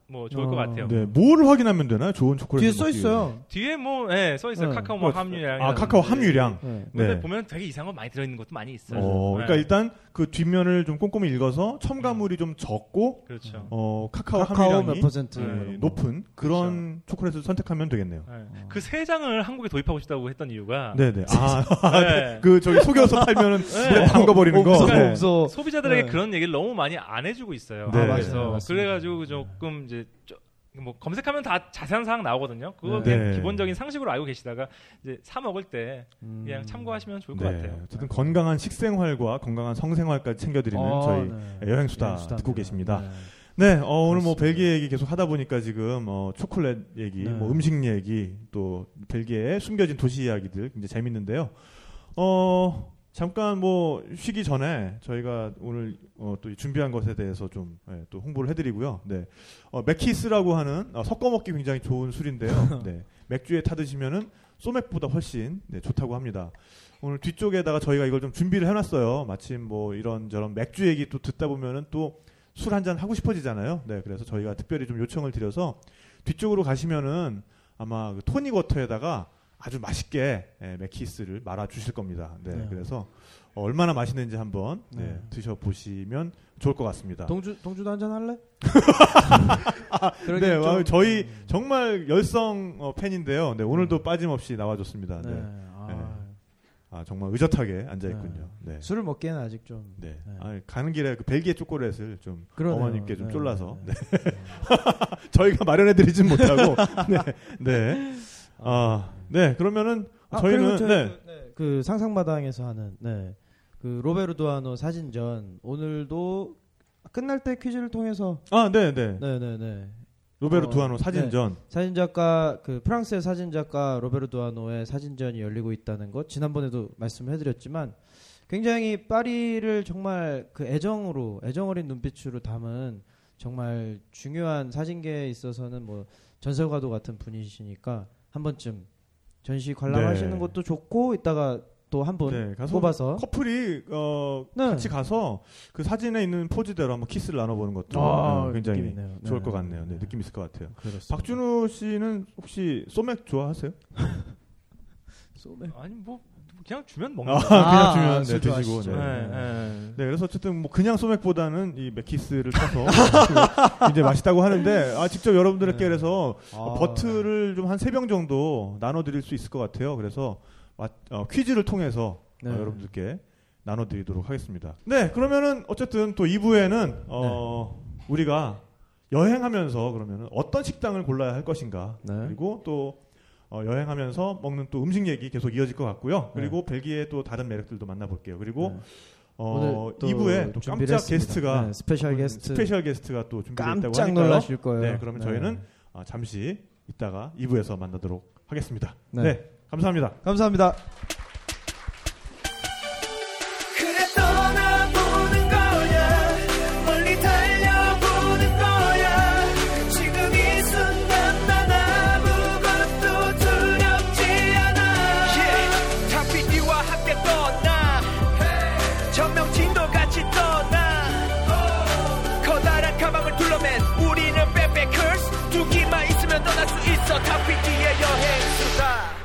Speaker 4: 뭐 좋을 것
Speaker 3: 어.
Speaker 4: 같아요.
Speaker 2: 네, 뭘 확인하면 되나? 좋은 초콜릿
Speaker 3: 뒤에 써 있어요.
Speaker 4: 뒤에 뭐예써 있어요.
Speaker 3: 네,
Speaker 4: 카카오 뭐
Speaker 2: 그렇죠.
Speaker 4: 함유량
Speaker 2: 아, 카카오 함유량.
Speaker 3: 네.
Speaker 4: 근데
Speaker 2: 네.
Speaker 4: 보면 되게 이상한 거 많이 들어 있는 것도 많이 있어요.
Speaker 2: 어,
Speaker 4: 네.
Speaker 2: 그러니까 일단 그 뒷면을 좀 꼼꼼히 읽어서 첨가물이 좀 적고
Speaker 4: 그렇죠.
Speaker 2: 어, 카카오,
Speaker 3: 카카오 몇
Speaker 2: 함유량이
Speaker 3: 퍼센트
Speaker 2: 네,
Speaker 4: 뭐
Speaker 3: 이런 거.
Speaker 2: 높은 그런 초콜릿을 선택하면 되겠네요.
Speaker 4: 그 세 장을 한국에 도입하고 싶다고 했던 이유가
Speaker 2: 어. 네, 네. 아,
Speaker 4: 네.
Speaker 2: 그 저기 속여서 팔면은 물에 담가 버리는
Speaker 3: 어,
Speaker 2: 거.
Speaker 3: 무서워,
Speaker 2: 네.
Speaker 3: 무서워.
Speaker 4: 소비자들에게
Speaker 3: 네.
Speaker 4: 그런 얘기를 너무 많이 안 해주고 있어요.
Speaker 2: 네. 아, 맞아요. 네.
Speaker 4: 그래서
Speaker 3: 맞습니다.
Speaker 4: 그래가지고 조금 이제 쪼- 뭐 검색하면 다 자세한 사항 나오거든요. 그거
Speaker 2: 네.
Speaker 4: 그냥
Speaker 2: 네.
Speaker 4: 기본적인 상식으로 알고 계시다가 이제 사 먹을 때
Speaker 2: 음.
Speaker 4: 그냥 참고하시면 좋을 것
Speaker 2: 네.
Speaker 4: 같아요.
Speaker 2: 어쨌든 건강한 식생활과 건강한 성생활까지 챙겨드리는
Speaker 3: 어,
Speaker 2: 저희
Speaker 3: 네.
Speaker 2: 여행 수다 듣고 계십니다. 네, 어, 오늘 뭐
Speaker 3: 그렇습니다.
Speaker 2: 벨기에 얘기 계속 하다 보니까 지금 어, 초콜릿 얘기,
Speaker 3: 네.
Speaker 2: 뭐 음식 얘기, 또 벨기에의 숨겨진 도시 이야기들 굉장히 재밌는데요. 어, 잠깐 뭐 쉬기 전에 저희가 오늘 어, 또 준비한 것에 대해서 좀 예, 또 홍보를 해드리고요. 네, 어, 맥키스라고 하는 어, 섞어 먹기 굉장히 좋은 술인데요. 네, 맥주에 타 드시면은 소맥보다 훨씬 네, 좋다고 합니다. 오늘 뒤쪽에다가 저희가 이걸 좀 준비를 해놨어요. 마침 뭐 이런 저런 맥주 얘기 또 듣다 보면은 또 술 한 잔 하고 싶어지잖아요. 네, 그래서 저희가 특별히 좀 요청을 드려서 뒤쪽으로 가시면은 아마 그 토닉 워터에다가 아주 맛있게 예, 맥키스를 말아 주실 겁니다. 네,
Speaker 3: 네.
Speaker 2: 그래서 어, 얼마나 맛있는지 한번 네,
Speaker 3: 네.
Speaker 2: 드셔 보시면 좋을 것 같습니다.
Speaker 3: 동주 동주도 한잔 할래?
Speaker 2: 네, 아, 저희 정말 열성 어, 팬인데요. 네, 오늘도 빠짐없이 나와줬습니다. 네. 아, 정말 의젓하게 앉아 있군요. 네.
Speaker 3: 술을 먹기에는 아직 좀
Speaker 2: 네.
Speaker 3: 네.
Speaker 2: 아, 가는 길에 그 벨기에 초콜릿을 좀
Speaker 3: 그러네요.
Speaker 2: 어머님께 좀
Speaker 3: 네,
Speaker 2: 쫄라서
Speaker 3: 네.
Speaker 2: 저희가 마련해드리진 못하고 네, 네, 아, 네 그러면은
Speaker 3: 아,
Speaker 2: 저희는
Speaker 3: 그리고 저희
Speaker 2: 네,
Speaker 3: 그, 네, 그 상상마당에서 하는 네. 그 로베르도아노 사진전 오늘도 끝날 때 퀴즈를 통해서
Speaker 2: 아, 네, 네,
Speaker 3: 네, 네, 네.
Speaker 2: 로베르
Speaker 3: 어,
Speaker 2: 두아노 사진전,
Speaker 3: 사진작가 그 프랑스의 사진작가 로베르도아노의 사진전이 열리고 있다는 것 지난번에도 말씀해드렸지만 굉장히 파리를 정말 그 애정으로 애정어린 눈빛으로 담은 정말 중요한 사진계에 있어서는 뭐 전설과도 같은 분이시니까 한 번쯤 전시 관람하시는
Speaker 2: 네.
Speaker 3: 것도 좋고 이따가 또 한 분
Speaker 2: 네, 가서
Speaker 3: 뽑아서
Speaker 2: 커플이 어,
Speaker 3: 네.
Speaker 2: 같이 가서 그 사진에 있는 포즈대로 한번 키스를 나눠보는 것도 네, 굉장히
Speaker 3: 아, 느낌이네요.
Speaker 2: 좋을
Speaker 3: 네.
Speaker 2: 것 같네요. 네,
Speaker 3: 네.
Speaker 2: 느낌 있을 것 같아요.
Speaker 3: 그렇습니다.
Speaker 2: 박준호 씨는 혹시 소맥 좋아하세요?
Speaker 3: 네. 소맥.
Speaker 4: 아니 뭐 그냥 주면 먹는
Speaker 2: 아,
Speaker 4: 거.
Speaker 2: 그냥
Speaker 3: 아,
Speaker 2: 주면 네,
Speaker 3: 술
Speaker 2: 드시고,
Speaker 3: 좋아하시죠.
Speaker 2: 네.
Speaker 4: 네,
Speaker 2: 네.
Speaker 4: 네.
Speaker 2: 네, 그래서 어쨌든 뭐 그냥 소맥보다는 이 맥키스를 타서 이제 맛있다고 하는데 아 직접 여러분들께
Speaker 3: 네.
Speaker 2: 그래서
Speaker 3: 아,
Speaker 2: 버트를 좀 한 세 병 정도 나눠드릴 수 있을 것 같아요. 그래서 마- 어, 퀴즈를 통해서
Speaker 3: 네.
Speaker 2: 어, 여러분들께 나눠드리도록 하겠습니다. 네, 그러면은 어쨌든 또 2부에는 어,
Speaker 3: 네.
Speaker 2: 우리가 여행하면서 그러면은 어떤 식당을 골라야 할 것인가
Speaker 3: 네.
Speaker 2: 그리고 또 어, 여행하면서 먹는 또 음식 얘기 계속 이어질 것 같고요.
Speaker 3: 네.
Speaker 2: 그리고 벨기에 또 다른 매력들도 만나볼게요. 그리고
Speaker 3: 네.
Speaker 2: 어, 2부에 또
Speaker 3: 준비를
Speaker 2: 깜짝
Speaker 3: 했습니다.
Speaker 2: 게스트가
Speaker 3: 네, 스페셜 게스트
Speaker 2: 스페셜 게스트가 또 준비됐다고
Speaker 3: 깜짝
Speaker 2: 하니까요.
Speaker 3: 놀라실 거예요.
Speaker 2: 네, 그러면 저희는 아, 잠시 이따가 2부에서 만나도록 하겠습니다.
Speaker 3: 네.
Speaker 2: 네 감사합니다.
Speaker 3: 감사합니다.
Speaker 5: 그래 떠나보는 거야 멀리 달려보는 거야 지금 Oh. 만날 수 있어 탑피기의 여행수다